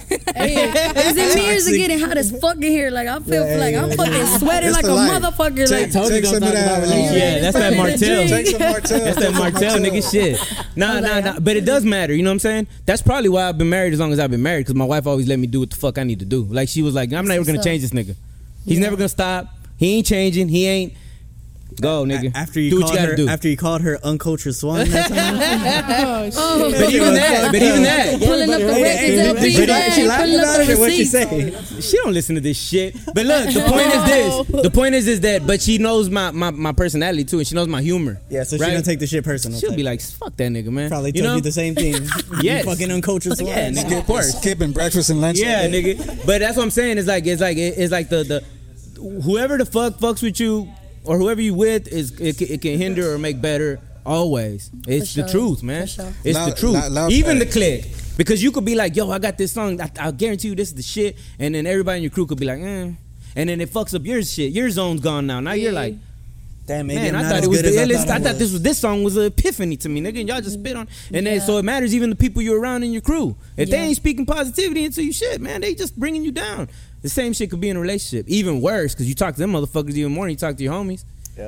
Speaker 3: Is it me or is it getting hot as fuck in here? Like I feel like I'm fucking sweating
Speaker 4: It's
Speaker 3: like a
Speaker 4: the light.
Speaker 3: motherfucker.
Speaker 4: Take,
Speaker 3: Like
Speaker 6: told you
Speaker 4: take
Speaker 6: don't
Speaker 4: some
Speaker 6: talk
Speaker 4: of
Speaker 6: about
Speaker 4: that.
Speaker 6: religion.
Speaker 4: uh,
Speaker 2: Yeah, that's that Martell.
Speaker 4: Take some Martell.
Speaker 2: That's that
Speaker 4: Take some
Speaker 2: Martell nigga shit. Nah, nah, nah. But it does matter. You know what I'm saying? That's probably why I've been married as long as I've been married. Because my wife always let me do what the fuck I need to do. Like she was like, I'm never gonna
Speaker 3: So-
Speaker 2: change this nigga. He's never gonna stop. He ain't changing. He ain't. Go nigga.
Speaker 5: After you
Speaker 2: do what
Speaker 5: called
Speaker 2: you gotta
Speaker 5: her,
Speaker 2: do.
Speaker 5: after you called her uncultured swan that time,
Speaker 3: oh,
Speaker 2: but even that. But even that.
Speaker 3: pulling up the records.
Speaker 5: She
Speaker 3: LP,
Speaker 5: laughed- she
Speaker 3: like,
Speaker 5: laughed
Speaker 3: pulling up
Speaker 5: about
Speaker 3: the
Speaker 5: it or what she
Speaker 3: receipts.
Speaker 5: say?
Speaker 2: She don't listen to this shit. But look, the point is this. The point is is that. But she knows my my, my personality too, and she knows my humor.
Speaker 5: Yeah, so she
Speaker 2: Right?
Speaker 5: don't take the shit personal.
Speaker 2: She'll be
Speaker 5: type.
Speaker 2: like, fuck that nigga, man.
Speaker 5: probably
Speaker 2: you
Speaker 5: told
Speaker 2: know?
Speaker 5: you the same thing.
Speaker 2: Yes.
Speaker 5: you fucking uncultured swan.
Speaker 2: Yeah, nigga, of course.
Speaker 4: Skipping breakfast and lunch.
Speaker 2: Yeah, nigga. But that's what I'm saying. It's like it's like it's like the the whoever the fuck fucks with you or whoever you with is it, can- it can hinder or make better always. It's
Speaker 3: For
Speaker 2: the
Speaker 3: sure.
Speaker 2: truth, man.
Speaker 3: For sure.
Speaker 2: It's the
Speaker 4: Loud-
Speaker 2: truth.
Speaker 4: loud- loud
Speaker 2: Even the
Speaker 4: facts.
Speaker 2: click. Because you could be like, yo, I got this song. I, I guarantee you this is the shit. And then everybody in your crew could be like, eh. And then it fucks up your shit. Your zone's gone now. Now you're like,
Speaker 5: Damn, maybe
Speaker 2: man,
Speaker 5: I'm
Speaker 2: I
Speaker 5: not
Speaker 2: thought
Speaker 5: as
Speaker 2: it was
Speaker 5: good
Speaker 2: the
Speaker 5: as
Speaker 2: illest. I
Speaker 5: it
Speaker 2: thought this was this song was an epiphany to me, nigga. And y'all just spit on. And then so it matters even the people you're around in your crew. If they
Speaker 3: Yeah.
Speaker 2: ain't speaking positivity into you, shit, man, they just bringing you down. The same shit could be in a relationship, even worse, because you talk to them motherfuckers even more than you talk to your homies.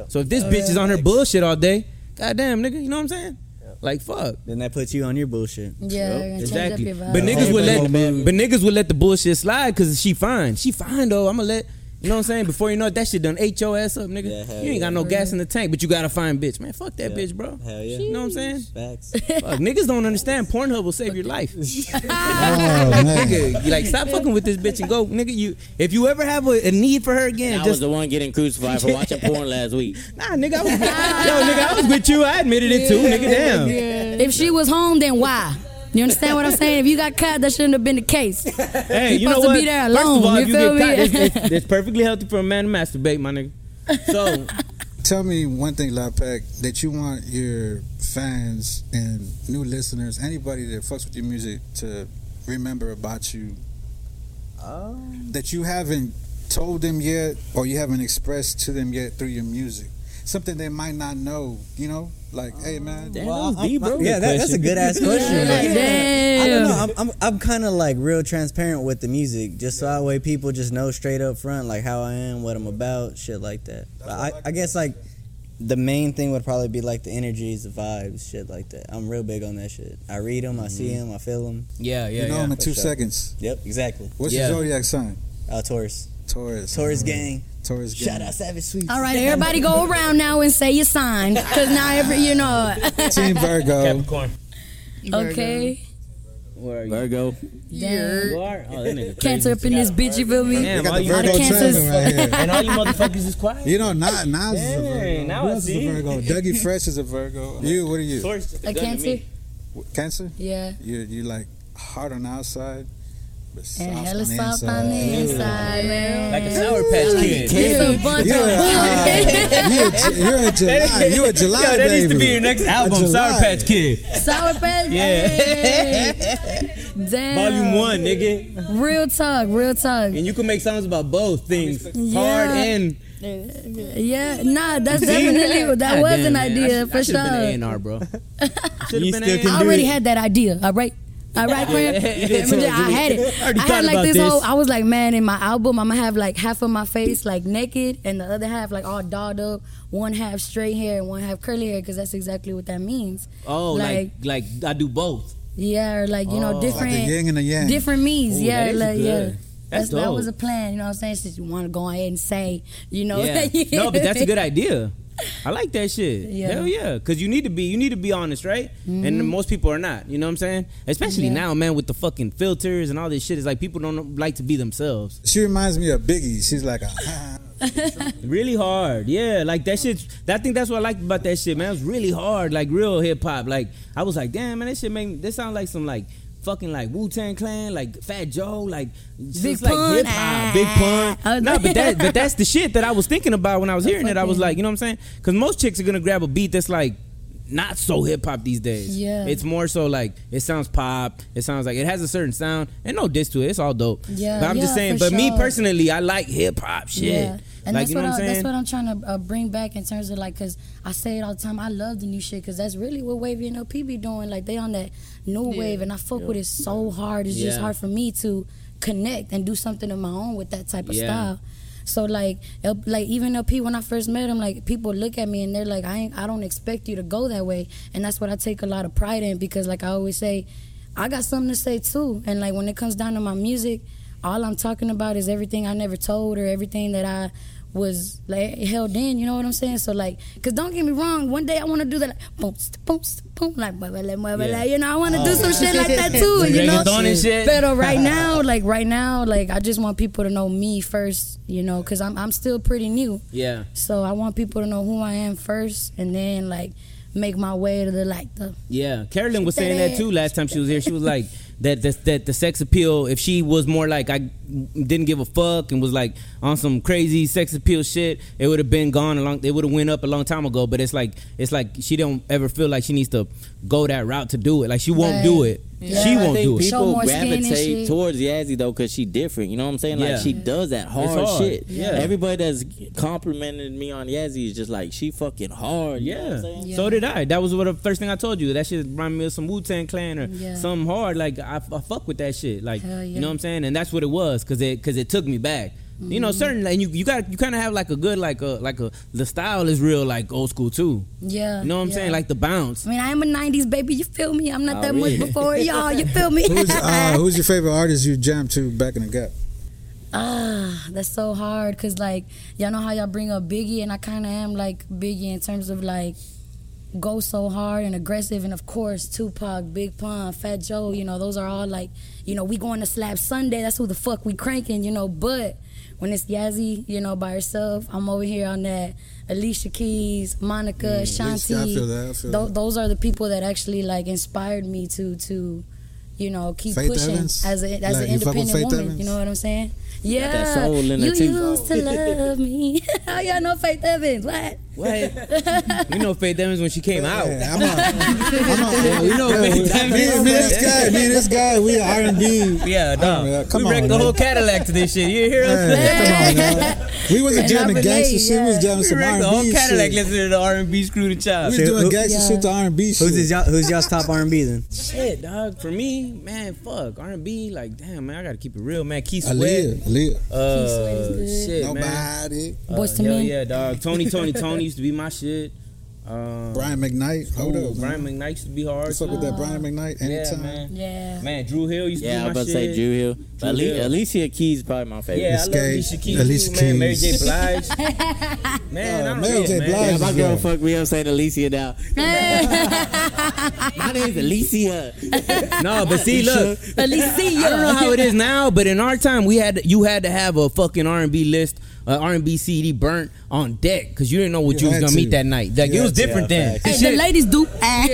Speaker 2: So if this bitch is on her bullshit all day, goddamn, nigga, you know what I'm saying? Like fuck.
Speaker 5: Then that puts you on your bullshit.
Speaker 3: Yeah, you're gonna change up
Speaker 2: Exactly.
Speaker 3: your
Speaker 2: But
Speaker 3: vibe.
Speaker 2: niggas would let
Speaker 5: Everybody
Speaker 2: but niggas would let the bullshit slide because she fine. She fine though. I'ma let you know what I'm saying? Before you know it, that shit done ate your ass up, nigga.
Speaker 5: Yeah, hell
Speaker 2: you ain't got no
Speaker 3: Mm-hmm.
Speaker 2: gas in the tank, but you got a fine bitch. Man, fuck that bitch, bro.
Speaker 5: Hell yeah.
Speaker 2: You know what I'm saying?
Speaker 5: Facts.
Speaker 2: Fuck, Uh, niggas don't understand. Pornhub will save your life.
Speaker 4: Oh, man.
Speaker 2: Nigga, you like stop fucking with this bitch and go, nigga. You if you ever have a, a need for her again,
Speaker 6: I was
Speaker 2: just
Speaker 6: the one getting crucified for watching porn last week.
Speaker 2: nah, nigga. I was, yo, nigga, I was with you. I admitted it too, nigga. Damn.
Speaker 3: If she was home, then why? You understand what I'm saying? If you got caught, that shouldn't have been the case.
Speaker 2: Hey,
Speaker 3: You
Speaker 2: you know
Speaker 3: supposed to
Speaker 2: what?
Speaker 3: be there
Speaker 2: First of
Speaker 3: alone,
Speaker 2: all,
Speaker 3: you
Speaker 2: if you
Speaker 3: feel
Speaker 2: get
Speaker 3: me?
Speaker 2: caught, it's, it's, it's perfectly healthy for a man to masturbate, my nigga. So
Speaker 4: Tell me one thing, Lopac, that you want your fans and new listeners, anybody that fucks with your music, to remember about you
Speaker 2: Um,
Speaker 4: that you haven't told them yet or you haven't expressed to them yet through your music. Something they might not know, you know? Like, hey,
Speaker 2: Um,
Speaker 4: man.
Speaker 6: Damn, that was deep, bro.
Speaker 5: yeah, that, that's a good ass question. but- I don't know.
Speaker 3: Damn.
Speaker 5: I'm, I'm, I'm kind of like real transparent with the music, just so that way people just know straight up front like how I am, what I'm about, shit like that. But I, I guess like the main thing would probably be like the energies, the vibes, shit like that. I'm real big on that shit. I read them, I see them, I feel them.
Speaker 2: yeah, yeah,
Speaker 4: you know him in
Speaker 5: for
Speaker 4: two
Speaker 5: sure.
Speaker 4: seconds.
Speaker 5: Yep, exactly.
Speaker 4: What's
Speaker 2: Yeah.
Speaker 4: your zodiac sign?
Speaker 5: Uh, Taurus,
Speaker 4: Taurus.
Speaker 5: Taurus gang.
Speaker 4: Taurus. gang.
Speaker 5: Shout out Savage Sweet.
Speaker 3: All right, everybody go around now and say your sign. Because now every, you know.
Speaker 4: Team Virgo.
Speaker 2: Capricorn.
Speaker 3: okay.
Speaker 2: Where are you?
Speaker 6: Virgo.
Speaker 3: Damn.
Speaker 2: You are? Oh, that nigga
Speaker 3: Cancer
Speaker 2: crazy.
Speaker 3: up in this bitch, you feel me?
Speaker 4: They
Speaker 2: Damn,
Speaker 4: got
Speaker 2: all
Speaker 4: the
Speaker 2: you,
Speaker 3: Virgo-
Speaker 4: Virgo
Speaker 3: Cancers.
Speaker 4: triangle right here.
Speaker 2: and all you motherfuckers is quiet.
Speaker 4: You know, Nas, Nas is a Virgo.
Speaker 2: Dang, now
Speaker 4: Who
Speaker 2: I
Speaker 4: else is
Speaker 2: see.
Speaker 4: a Virgo? Dougie Fresh is a Virgo. You, what are you?
Speaker 3: A cancer?
Speaker 4: Cancer?
Speaker 3: Yeah.
Speaker 4: You you like hard on the outside, but soft
Speaker 3: And
Speaker 4: on
Speaker 3: hella
Speaker 4: the
Speaker 3: soft
Speaker 4: inside.
Speaker 3: on the inside, man.
Speaker 2: Like a sour patch kid.
Speaker 3: It's a bunch
Speaker 4: You're a, uh, you're a, Ju- you're a July. You're a July
Speaker 2: Yo, that
Speaker 4: baby.
Speaker 2: needs to be your next album, Sour
Speaker 4: July.
Speaker 2: Patch Kid.
Speaker 3: of sour patch.
Speaker 2: Yeah.
Speaker 3: Damn.
Speaker 2: Volume one, nigga.
Speaker 3: Real talk, real talk.
Speaker 2: And you can make songs about both things.
Speaker 3: Yeah.
Speaker 2: Hard and
Speaker 3: Yeah, nah, that's definitely that was an idea for sure. I
Speaker 2: A&R, bro.
Speaker 5: You still can do
Speaker 3: already
Speaker 5: it.
Speaker 3: had that idea. All right. All right, Graham.
Speaker 2: you did tell
Speaker 3: I
Speaker 2: us, didn't
Speaker 3: had
Speaker 2: you?
Speaker 3: it.
Speaker 2: I already
Speaker 3: I
Speaker 2: thought
Speaker 3: had
Speaker 2: about
Speaker 3: like this,
Speaker 2: this.
Speaker 3: whole. I was like, man, in my album, I'm gonna have like half of my face like naked, and the other half like all dolled up, one half straight hair and one half curly hair, because that's exactly what that means.
Speaker 2: Oh, like, like I do both.
Speaker 3: yeah, or like you
Speaker 2: Oh.
Speaker 3: know,
Speaker 4: Like
Speaker 3: different
Speaker 4: the yin and the yang.
Speaker 3: different means.
Speaker 2: Ooh,
Speaker 3: yeah,
Speaker 2: that is
Speaker 3: like,
Speaker 2: good.
Speaker 3: yeah.
Speaker 2: That's
Speaker 3: That's, that
Speaker 2: dope.
Speaker 3: was a plan. You know what I'm saying? Since you want to go ahead and say, you know,
Speaker 2: Yeah. no, but that's a good idea. I like that shit.
Speaker 3: Yeah. Mm-hmm.
Speaker 2: Hell yeah, because you need to be you need to be honest, right? And most people are not. You know what I'm saying? Especially
Speaker 3: Yeah.
Speaker 2: now, man, with the fucking filters and all this shit. It's like people don't like to be themselves.
Speaker 4: She reminds me of Biggie. She's like a.
Speaker 2: really hard. Yeah, like that shit. I think that's what I liked about that shit, man. It was really hard, like real hip hop. Like I was like, damn, man, this shit make me, this sound like some like fucking like Wu Tang Clan, like Fat Joe, like
Speaker 3: Big
Speaker 2: just like
Speaker 3: Pun.
Speaker 2: hip hop, Big
Speaker 3: Ah.
Speaker 2: Pun. no, but that but that's the shit that I was thinking about when I was hearing it. I was like, you know what I'm saying? Because most chicks are gonna grab a beat that's like. Not so hip hop these days.
Speaker 3: Yeah.
Speaker 2: it's more so like it sounds pop. It sounds like it has a certain sound, and no diss to it. It's all dope.
Speaker 3: Yeah,
Speaker 2: but I'm just
Speaker 3: yeah,
Speaker 2: saying.
Speaker 3: for
Speaker 2: But me
Speaker 3: sure.
Speaker 2: personally, I like hip hop shit.
Speaker 3: And
Speaker 2: like
Speaker 3: that's
Speaker 2: you know what
Speaker 3: what,
Speaker 2: I'm
Speaker 3: I,
Speaker 2: saying.
Speaker 3: that's what I'm trying to uh, bring back in terms of like, cause I say it all the time. I love the new shit because that's really what Wavy and LP be doing. Like they on that new
Speaker 1: Yeah.
Speaker 3: wave, and I fuck with it so hard. It's just
Speaker 2: Yeah.
Speaker 3: hard for me to connect and do something of my own with that type of
Speaker 2: Yeah.
Speaker 3: style. So like, L- like even LP when I first met him, like people look at me and they're like, I ain't, I don't expect you to go that way, and that's what I take a lot of pride in because like I always say, I got something to say too, and like when it comes down to my music, all I'm talking about is everything I never told or everything that I was like held in. You know what I'm saying? So like, cause don't get me wrong, one day I want to do that, like, boom, st- boom, st- boom, like, blah, blah, blah, blah, blah,
Speaker 2: Yeah. Oh.
Speaker 3: like, you know, I want to do some shit like that too. you know,
Speaker 2: Reggaeton and shit.
Speaker 3: But but right now, like right now, like I just want people to know me first, you know, because I'm I'm still pretty new.
Speaker 2: Yeah.
Speaker 3: So I want people to know who I am first, and then like make my way to the like the
Speaker 2: Yeah, Carolyn was
Speaker 3: She
Speaker 2: saying
Speaker 3: said
Speaker 2: that
Speaker 3: it.
Speaker 2: too last time she was here. She was like that, that that the sex appeal. If she was more like I didn't give a fuck and was like on some crazy sex appeal shit, it would have been gone along. It would have went up a long time ago. But it's like it's like she don't ever feel like she needs to go that route to do it. Like she won't
Speaker 3: Right.
Speaker 2: do it.
Speaker 3: Yeah.
Speaker 2: She
Speaker 3: I
Speaker 2: won't
Speaker 6: I
Speaker 2: do
Speaker 6: think
Speaker 2: it.
Speaker 3: Show
Speaker 6: people
Speaker 3: more skin and
Speaker 6: gravitate
Speaker 3: shit.
Speaker 6: towards Yazzie though because she different. You know what I'm saying? Like
Speaker 2: Yeah.
Speaker 6: she does that hard,
Speaker 2: hard.
Speaker 6: shit.
Speaker 2: Yeah.
Speaker 6: Everybody that's complimented me on Yazzie is just like she fucking hard. You know what
Speaker 2: Yeah.
Speaker 6: I'm saying?
Speaker 3: Yeah.
Speaker 2: So did I. That was what the first thing I told you. That shit reminded me of some Wu Tang Clan or
Speaker 3: Yeah.
Speaker 2: something hard. Like I, I fuck with that shit. Like
Speaker 3: Hell
Speaker 2: you
Speaker 3: yeah. Mm-hmm.
Speaker 2: know what I'm saying. And that's what it was because it because it took me back. You know, certain and you you got you kind of have like a good like a like a the style is real like old school too.
Speaker 3: yeah.
Speaker 2: You know what I'm
Speaker 3: yeah.
Speaker 2: saying? Like the bounce.
Speaker 3: I mean, I am a '90s baby. You feel me? I'm not that
Speaker 6: really?
Speaker 3: much before y'all. You feel me?
Speaker 4: Oh, who's, uh, who's your favorite artist you jammed to back in the gap?
Speaker 3: Ah, that's so hard because like y'all know how y'all bring up Biggie, and I kind of am like Biggie in terms of like go so hard and aggressive, and of course Tupac, Big Pun, Fat Joe. You know those are all like you know we going to slap Sunday. That's who the fuck we cranking. You know, but when it's Yazzie, you know by herself, I'm over here on that Alicia Keys, Monica, Shanti.
Speaker 4: Mm, I feel that, I feel
Speaker 3: Tho-
Speaker 4: that.
Speaker 3: Those are the people that actually like inspired me to to. You know, keep
Speaker 4: Faith
Speaker 3: pushing
Speaker 4: Evans?
Speaker 3: as a, as
Speaker 4: Like,
Speaker 3: an
Speaker 4: you fuck with
Speaker 3: independent
Speaker 4: Faith
Speaker 3: woman.
Speaker 4: Evans?
Speaker 3: You know what I'm saying? Yeah,
Speaker 6: that soul in there,
Speaker 3: you
Speaker 6: too.
Speaker 3: used to love me. How y'all know Faith Evans? What?
Speaker 2: you know, Faith Evans when she came out.
Speaker 4: Yeah, I'm on. I'm on.
Speaker 2: You know, Faith Evans.
Speaker 4: Me, me, and this guy, me, and this guy, we are R&B. Oh,
Speaker 2: Yeah,
Speaker 4: yeah,
Speaker 2: dog.
Speaker 4: come
Speaker 2: we wrecked
Speaker 4: on,
Speaker 2: the whole
Speaker 4: man.
Speaker 2: Cadillac to this shit. You hear us?
Speaker 4: Hey, come on, man. We wasn't
Speaker 3: And
Speaker 4: jamming
Speaker 3: I relate,
Speaker 4: gangster shit. We was
Speaker 3: yeah.
Speaker 4: jamming
Speaker 2: We
Speaker 4: some
Speaker 2: wrecked the
Speaker 4: R&B
Speaker 2: whole Cadillac
Speaker 4: shit.
Speaker 2: listening to the R&B Screw the Chop.
Speaker 4: We was doing gangster
Speaker 3: Yeah.
Speaker 4: shit to R&B shit.
Speaker 5: Who's his, y'all- who's y'all's top R&B then?
Speaker 2: Shit, dog. For me, man, fuck R and B. Like, damn, man, I gotta keep it real, man. Keith Sweat.
Speaker 4: Aaliyah, Aaliyah.
Speaker 2: Uh,
Speaker 3: Keith Sweat is
Speaker 2: shit, man.
Speaker 4: Nobody.
Speaker 2: Uh,
Speaker 3: Boyz II
Speaker 2: hell
Speaker 3: Men.
Speaker 2: yeah, dog. Tony, Tony, Tony used to be my shit. Um,
Speaker 4: Brian McKnight. Hold
Speaker 2: ooh,
Speaker 4: up. man.
Speaker 2: Brian McKnight used to be hard.
Speaker 4: What's up with that Brian McKnight?
Speaker 2: Yeah,
Speaker 4: Anytime.
Speaker 2: man.
Speaker 3: Yeah.
Speaker 2: Man, Drew Hill used to
Speaker 6: Yeah, I
Speaker 2: be my
Speaker 6: was about to say
Speaker 2: shit.
Speaker 6: Drew Hill. But
Speaker 2: Drew
Speaker 6: Ale-
Speaker 2: Hill.
Speaker 6: Alicia Keys is probably my favorite.
Speaker 2: Yeah, I love
Speaker 4: Escape.
Speaker 2: Alicia Keys,
Speaker 4: Alicia
Speaker 2: too, man. Mary J.
Speaker 4: Keys.
Speaker 2: Blige. man, I don't
Speaker 4: Mary
Speaker 2: know,
Speaker 4: J.
Speaker 2: man.
Speaker 4: Blige.
Speaker 6: Yeah, my
Speaker 4: is
Speaker 6: girl
Speaker 4: good.
Speaker 6: fucked me up saying Alicia now. my name's Alicia.
Speaker 2: No, but see, look, I don't know
Speaker 3: Alicia.
Speaker 2: how it is now, but in our time, we had you had to have a fucking R and B list, uh, R and B CD burnt on deck because you didn't know what you,
Speaker 4: You
Speaker 2: was
Speaker 4: had
Speaker 2: gonna
Speaker 4: to.
Speaker 2: meet that night. Like it
Speaker 5: You
Speaker 2: was
Speaker 5: had to,
Speaker 2: different
Speaker 5: yeah,
Speaker 2: then.
Speaker 3: Hey,
Speaker 2: Shit,
Speaker 3: the ladies do. Ah.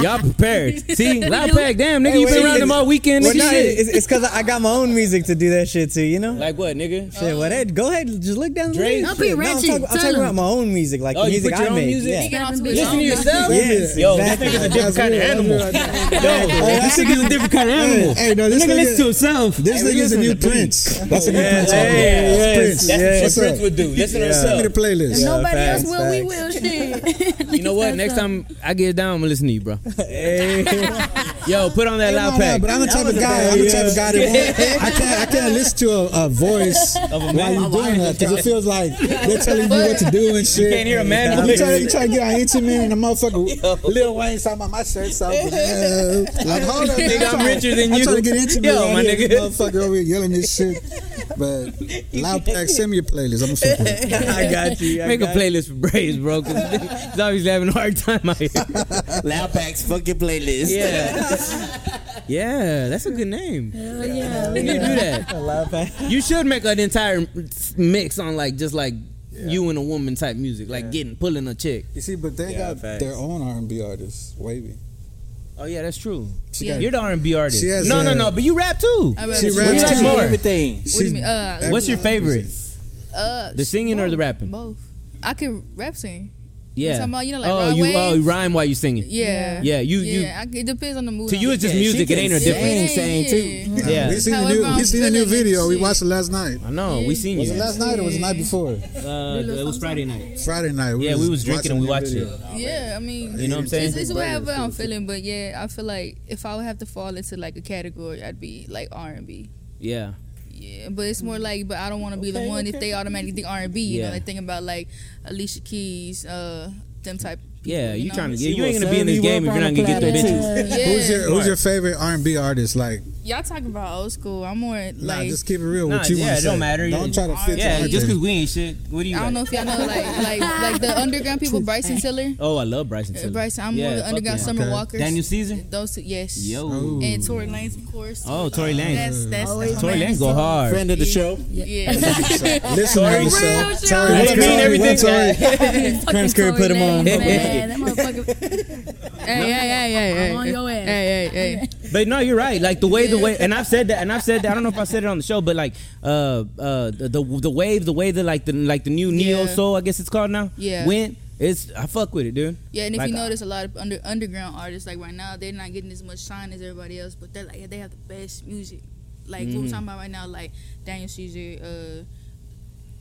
Speaker 2: y'all prepared. See, loud pack. Damn, nigga,
Speaker 5: Hey,
Speaker 2: you
Speaker 5: wait,
Speaker 2: been around them
Speaker 5: it's-
Speaker 2: all weekend.
Speaker 5: Well,
Speaker 2: Nigga,
Speaker 5: nah,
Speaker 2: shit.
Speaker 5: it's because I got my own music to do that shit to, you know?
Speaker 2: Like what, nigga?
Speaker 5: Shit, well, that, go ahead, just look down the
Speaker 2: Drake.
Speaker 5: list.
Speaker 3: Don't be
Speaker 5: Shit, no, I'm
Speaker 3: ratchet,
Speaker 5: talking, I'm
Speaker 3: tell
Speaker 5: talking
Speaker 3: him.
Speaker 5: about my own music, like
Speaker 2: Oh,
Speaker 5: the
Speaker 2: you
Speaker 5: music
Speaker 2: put your
Speaker 5: I
Speaker 2: own
Speaker 5: make.
Speaker 2: music?
Speaker 5: Yeah.
Speaker 1: Nigga, I'm
Speaker 2: Listen to
Speaker 1: I'm
Speaker 2: yourself.
Speaker 5: Yes,
Speaker 2: Yo, this
Speaker 5: exactly.
Speaker 2: nigga's a different kind of animal. Yo,
Speaker 4: Oh,
Speaker 2: this
Speaker 4: that's-
Speaker 2: nigga's a different kind of animal.
Speaker 4: Hey, no,
Speaker 2: This
Speaker 4: this
Speaker 2: nigga listen to
Speaker 4: nigga,
Speaker 2: himself.
Speaker 4: this
Speaker 2: Hey, we
Speaker 4: nigga's a
Speaker 2: listen
Speaker 4: new
Speaker 2: to Prince.
Speaker 4: Prince. That's a new
Speaker 5: Yeah,
Speaker 4: Prince.
Speaker 5: yeah,
Speaker 4: album. That's
Speaker 2: yeah.
Speaker 4: Prince.
Speaker 2: That's
Speaker 5: Yeah.
Speaker 2: what
Speaker 4: What's
Speaker 2: Prince
Speaker 4: up?
Speaker 2: would do. Listen to
Speaker 5: Yeah.
Speaker 4: Send me the
Speaker 2: himself.
Speaker 4: playlist.
Speaker 3: Nobody
Speaker 5: facts,
Speaker 3: else will. We will. Shit.
Speaker 2: You know what? Next time I get down, I'm gonna listen to you, bro. Yo, put on that
Speaker 4: No,
Speaker 2: loud
Speaker 4: no,
Speaker 2: pack.
Speaker 4: But I'm the type of guy. I'm the type of guy that won't- I can't. I can't listen to a, a voice while you're doing that because it feels like they're telling you what to do and shit.
Speaker 2: You can't hear a man
Speaker 4: I'm
Speaker 2: who-
Speaker 4: trying, you trying to get on intimate and a motherfucker Lil Wayne talking about my shirt something. Like hold up,
Speaker 2: Nigga,
Speaker 4: nigga,
Speaker 2: I'm richer than
Speaker 4: I'm
Speaker 2: you.
Speaker 4: trying to get intimate.
Speaker 2: Yo,
Speaker 4: right
Speaker 2: my
Speaker 4: here.
Speaker 2: nigga.
Speaker 4: This motherfucker over here yelling this shit. But loud pack, send me your playlist. I'm gonna fuck with it.
Speaker 5: I got you. I
Speaker 2: Make a
Speaker 5: got you.
Speaker 2: playlist for Braves, bro. Cause he's obviously having a hard time out here.
Speaker 6: Loud Pack's fucking playlist.
Speaker 2: Yeah. Yeah, that's a good name.
Speaker 3: Hell yeah.
Speaker 2: You
Speaker 3: we
Speaker 2: need to do
Speaker 3: got-
Speaker 2: that. You should make an entire mix on like just like you and a woman type music, like getting pulling a chick.
Speaker 4: You see, but they
Speaker 5: Yeah,
Speaker 4: got
Speaker 5: facts.
Speaker 4: their own R and B artists, Wavy.
Speaker 2: Oh yeah, that's true.
Speaker 4: She
Speaker 1: Yeah.
Speaker 4: got
Speaker 2: You're the R&B artist.
Speaker 4: She has
Speaker 2: no, no,
Speaker 4: a-
Speaker 2: no, but you rap too.
Speaker 1: I rather
Speaker 4: She
Speaker 1: do
Speaker 4: raps
Speaker 1: that.
Speaker 2: What do you like more?
Speaker 6: everything.
Speaker 1: What do you
Speaker 4: she's-
Speaker 1: mean? Uh,
Speaker 2: What's your
Speaker 4: Everything.
Speaker 2: favorite?
Speaker 1: uh,
Speaker 2: The singing or the
Speaker 1: both-
Speaker 2: rapping?
Speaker 1: Both. I can rap sing.
Speaker 2: Yeah.
Speaker 1: talking about, you know, like,
Speaker 2: oh,
Speaker 1: rhyme
Speaker 2: you oh, you
Speaker 1: waves?
Speaker 2: rhyme while you singing.
Speaker 1: Yeah.
Speaker 2: Yeah, you- you-
Speaker 1: Yeah, I, it depends on the mood.
Speaker 2: To you,
Speaker 1: I'm
Speaker 2: it's just
Speaker 6: Yeah, she
Speaker 2: music. It
Speaker 6: can
Speaker 2: ain't no
Speaker 6: sing.
Speaker 2: different.
Speaker 1: in.
Speaker 6: saying,
Speaker 1: Yeah.
Speaker 6: too.
Speaker 2: Yeah.
Speaker 4: We seen the
Speaker 1: However
Speaker 4: new.
Speaker 1: I'm
Speaker 4: We seen the new
Speaker 1: feeling it,
Speaker 4: video. We
Speaker 1: shit.
Speaker 4: watched it last night.
Speaker 2: I know. We seen
Speaker 4: Was it
Speaker 2: you.
Speaker 4: last night or was it the night before?
Speaker 2: Uh, it was Friday night.
Speaker 4: Friday night.
Speaker 2: Yeah, we was drinking and we watched
Speaker 4: watching the
Speaker 2: it.
Speaker 4: new video.
Speaker 1: Yeah, I mean,
Speaker 2: You know what I'm saying?
Speaker 1: it's, it's whatever I'm feeling, but yeah, I feel like if I would have to fall into like a category, I'd be like R and B.
Speaker 2: Yeah.
Speaker 1: Yeah, but it's more like, but I don't want to be the one if they automatically think R and B. You
Speaker 2: Yeah.
Speaker 1: know, they think about like Alicia Keys, uh, them type. People,
Speaker 2: Yeah, you
Speaker 1: know?
Speaker 2: trying to
Speaker 6: She
Speaker 2: get? You ain't
Speaker 6: was
Speaker 2: gonna be in this
Speaker 6: saying you
Speaker 2: game if
Speaker 6: up
Speaker 2: you're not
Speaker 6: on
Speaker 2: gonna get the
Speaker 6: the planet.
Speaker 2: bitches.
Speaker 1: Yeah.
Speaker 4: Who's your Who's your favorite R and B artist? Like,
Speaker 1: Y'all talking about old school? I'm more like
Speaker 4: nah, just keep it real.
Speaker 2: Nah,
Speaker 4: What you
Speaker 2: yeah,
Speaker 4: want
Speaker 2: it
Speaker 4: to say?
Speaker 2: don't matter.
Speaker 4: Don't try to fit.
Speaker 2: Yeah,
Speaker 4: your
Speaker 2: just
Speaker 4: thing.
Speaker 2: because we ain't shit. What do you?
Speaker 1: I don't know
Speaker 2: like?
Speaker 1: if y'all know like like like the underground people, Bryson Tiller,
Speaker 2: Oh, I love Bryson.
Speaker 1: Uh,
Speaker 2: Tiller.
Speaker 1: Bryson. I'm more
Speaker 2: Yeah,
Speaker 1: the
Speaker 2: fuck
Speaker 1: underground
Speaker 2: yeah.
Speaker 1: summer
Speaker 4: Okay.
Speaker 1: walkers.
Speaker 2: Daniel Caesar.
Speaker 1: Those two, yes.
Speaker 2: Yo.
Speaker 1: And Tory Lanez, of course.
Speaker 2: Oh, Tory
Speaker 1: That's
Speaker 2: Lanez.
Speaker 1: that's
Speaker 3: Always
Speaker 1: that's
Speaker 2: Tory
Speaker 1: my-
Speaker 2: Lanez go hard.
Speaker 6: Friend of the show.
Speaker 1: Yeah.
Speaker 4: Listen to the show. Sorry,
Speaker 2: What I
Speaker 4: Lanez.
Speaker 2: mean,
Speaker 4: Sorry,
Speaker 2: everything.
Speaker 4: what's alright?
Speaker 3: Fucking
Speaker 5: Crib put 'em on.
Speaker 3: Tory Lanez, man. That motherfucker-
Speaker 1: Hey, hey, hey, hey, hey.
Speaker 3: I'm on your ass.
Speaker 1: Hey, hey, hey.
Speaker 2: But no, you're right. Like the way the way, and I've said that, and I've said that. I don't know if I said it on the show, but like uh uh the the, the wave, the way that like the like the new neo
Speaker 1: Yeah.
Speaker 2: soul, I guess it's called now.
Speaker 1: Yeah.
Speaker 2: Went. It's I fuck with it, dude.
Speaker 1: Yeah, and if
Speaker 2: Like,
Speaker 1: you
Speaker 2: uh,
Speaker 1: notice, a lot of under underground artists, like right now, they're not getting as much shine as everybody else, but they're like, they have the best music. Like, what
Speaker 2: Mm-hmm.
Speaker 1: we're talking about right now, like Daniel Caesar, uh,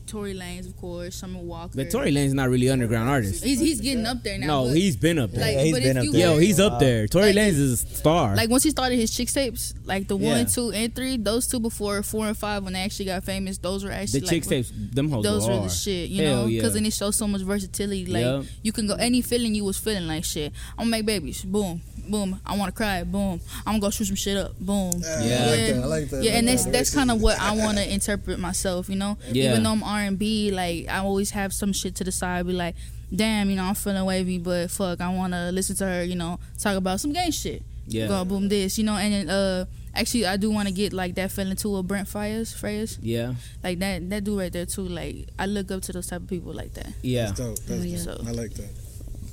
Speaker 1: Tory Lanez, of course, Summer Walker.
Speaker 2: But Tory Lane's not really underground artist.
Speaker 1: He's, he's getting up there now.
Speaker 2: No,
Speaker 1: but,
Speaker 2: he's been up there.
Speaker 1: Like,
Speaker 5: Yeah, he's
Speaker 1: but
Speaker 5: been
Speaker 1: if
Speaker 5: up
Speaker 1: you
Speaker 5: there.
Speaker 2: Yo,
Speaker 1: look-
Speaker 2: he's up there. Tory
Speaker 1: Like-
Speaker 2: Lanez is a star.
Speaker 1: Like once he started his chick tapes, like the
Speaker 2: Yeah.
Speaker 1: one, two, and three, those two before four and five, when they actually got famous, those were
Speaker 2: the
Speaker 1: actually like,
Speaker 2: chick tapes, them hoes
Speaker 1: those
Speaker 2: go
Speaker 1: are the
Speaker 2: hard.
Speaker 1: shit, you
Speaker 2: Hell
Speaker 1: know,
Speaker 2: yeah.
Speaker 1: because then it shows so much versatility. Like
Speaker 2: Yep.
Speaker 1: you can go any feeling you was feeling, like shit. I'm gonna make babies, boom, boom. I want to cry, boom. I'm gonna go shoot some shit up, boom.
Speaker 4: Yeah, I like that, I like that,
Speaker 1: Yeah,
Speaker 4: I
Speaker 1: and
Speaker 4: like
Speaker 1: that's
Speaker 4: that.
Speaker 1: that's kind of what I want to interpret myself, you know.
Speaker 2: Yeah.
Speaker 1: Even though I'm R and B, like I always have some shit to the side, be like, damn, you know, I'm feeling wavy, but fuck, I want to listen to her, you know, talk about some gay shit.
Speaker 2: Yeah.
Speaker 1: Go boom this, you know, and then, uh. Actually, I do want to get like that feeling too of Brent Fires, Freyers
Speaker 2: yeah,
Speaker 1: like that that dude right there too like i look up to those type of people like that
Speaker 2: yeah.
Speaker 4: That's dope. That's
Speaker 3: Oh, yeah.
Speaker 4: dope. I like that.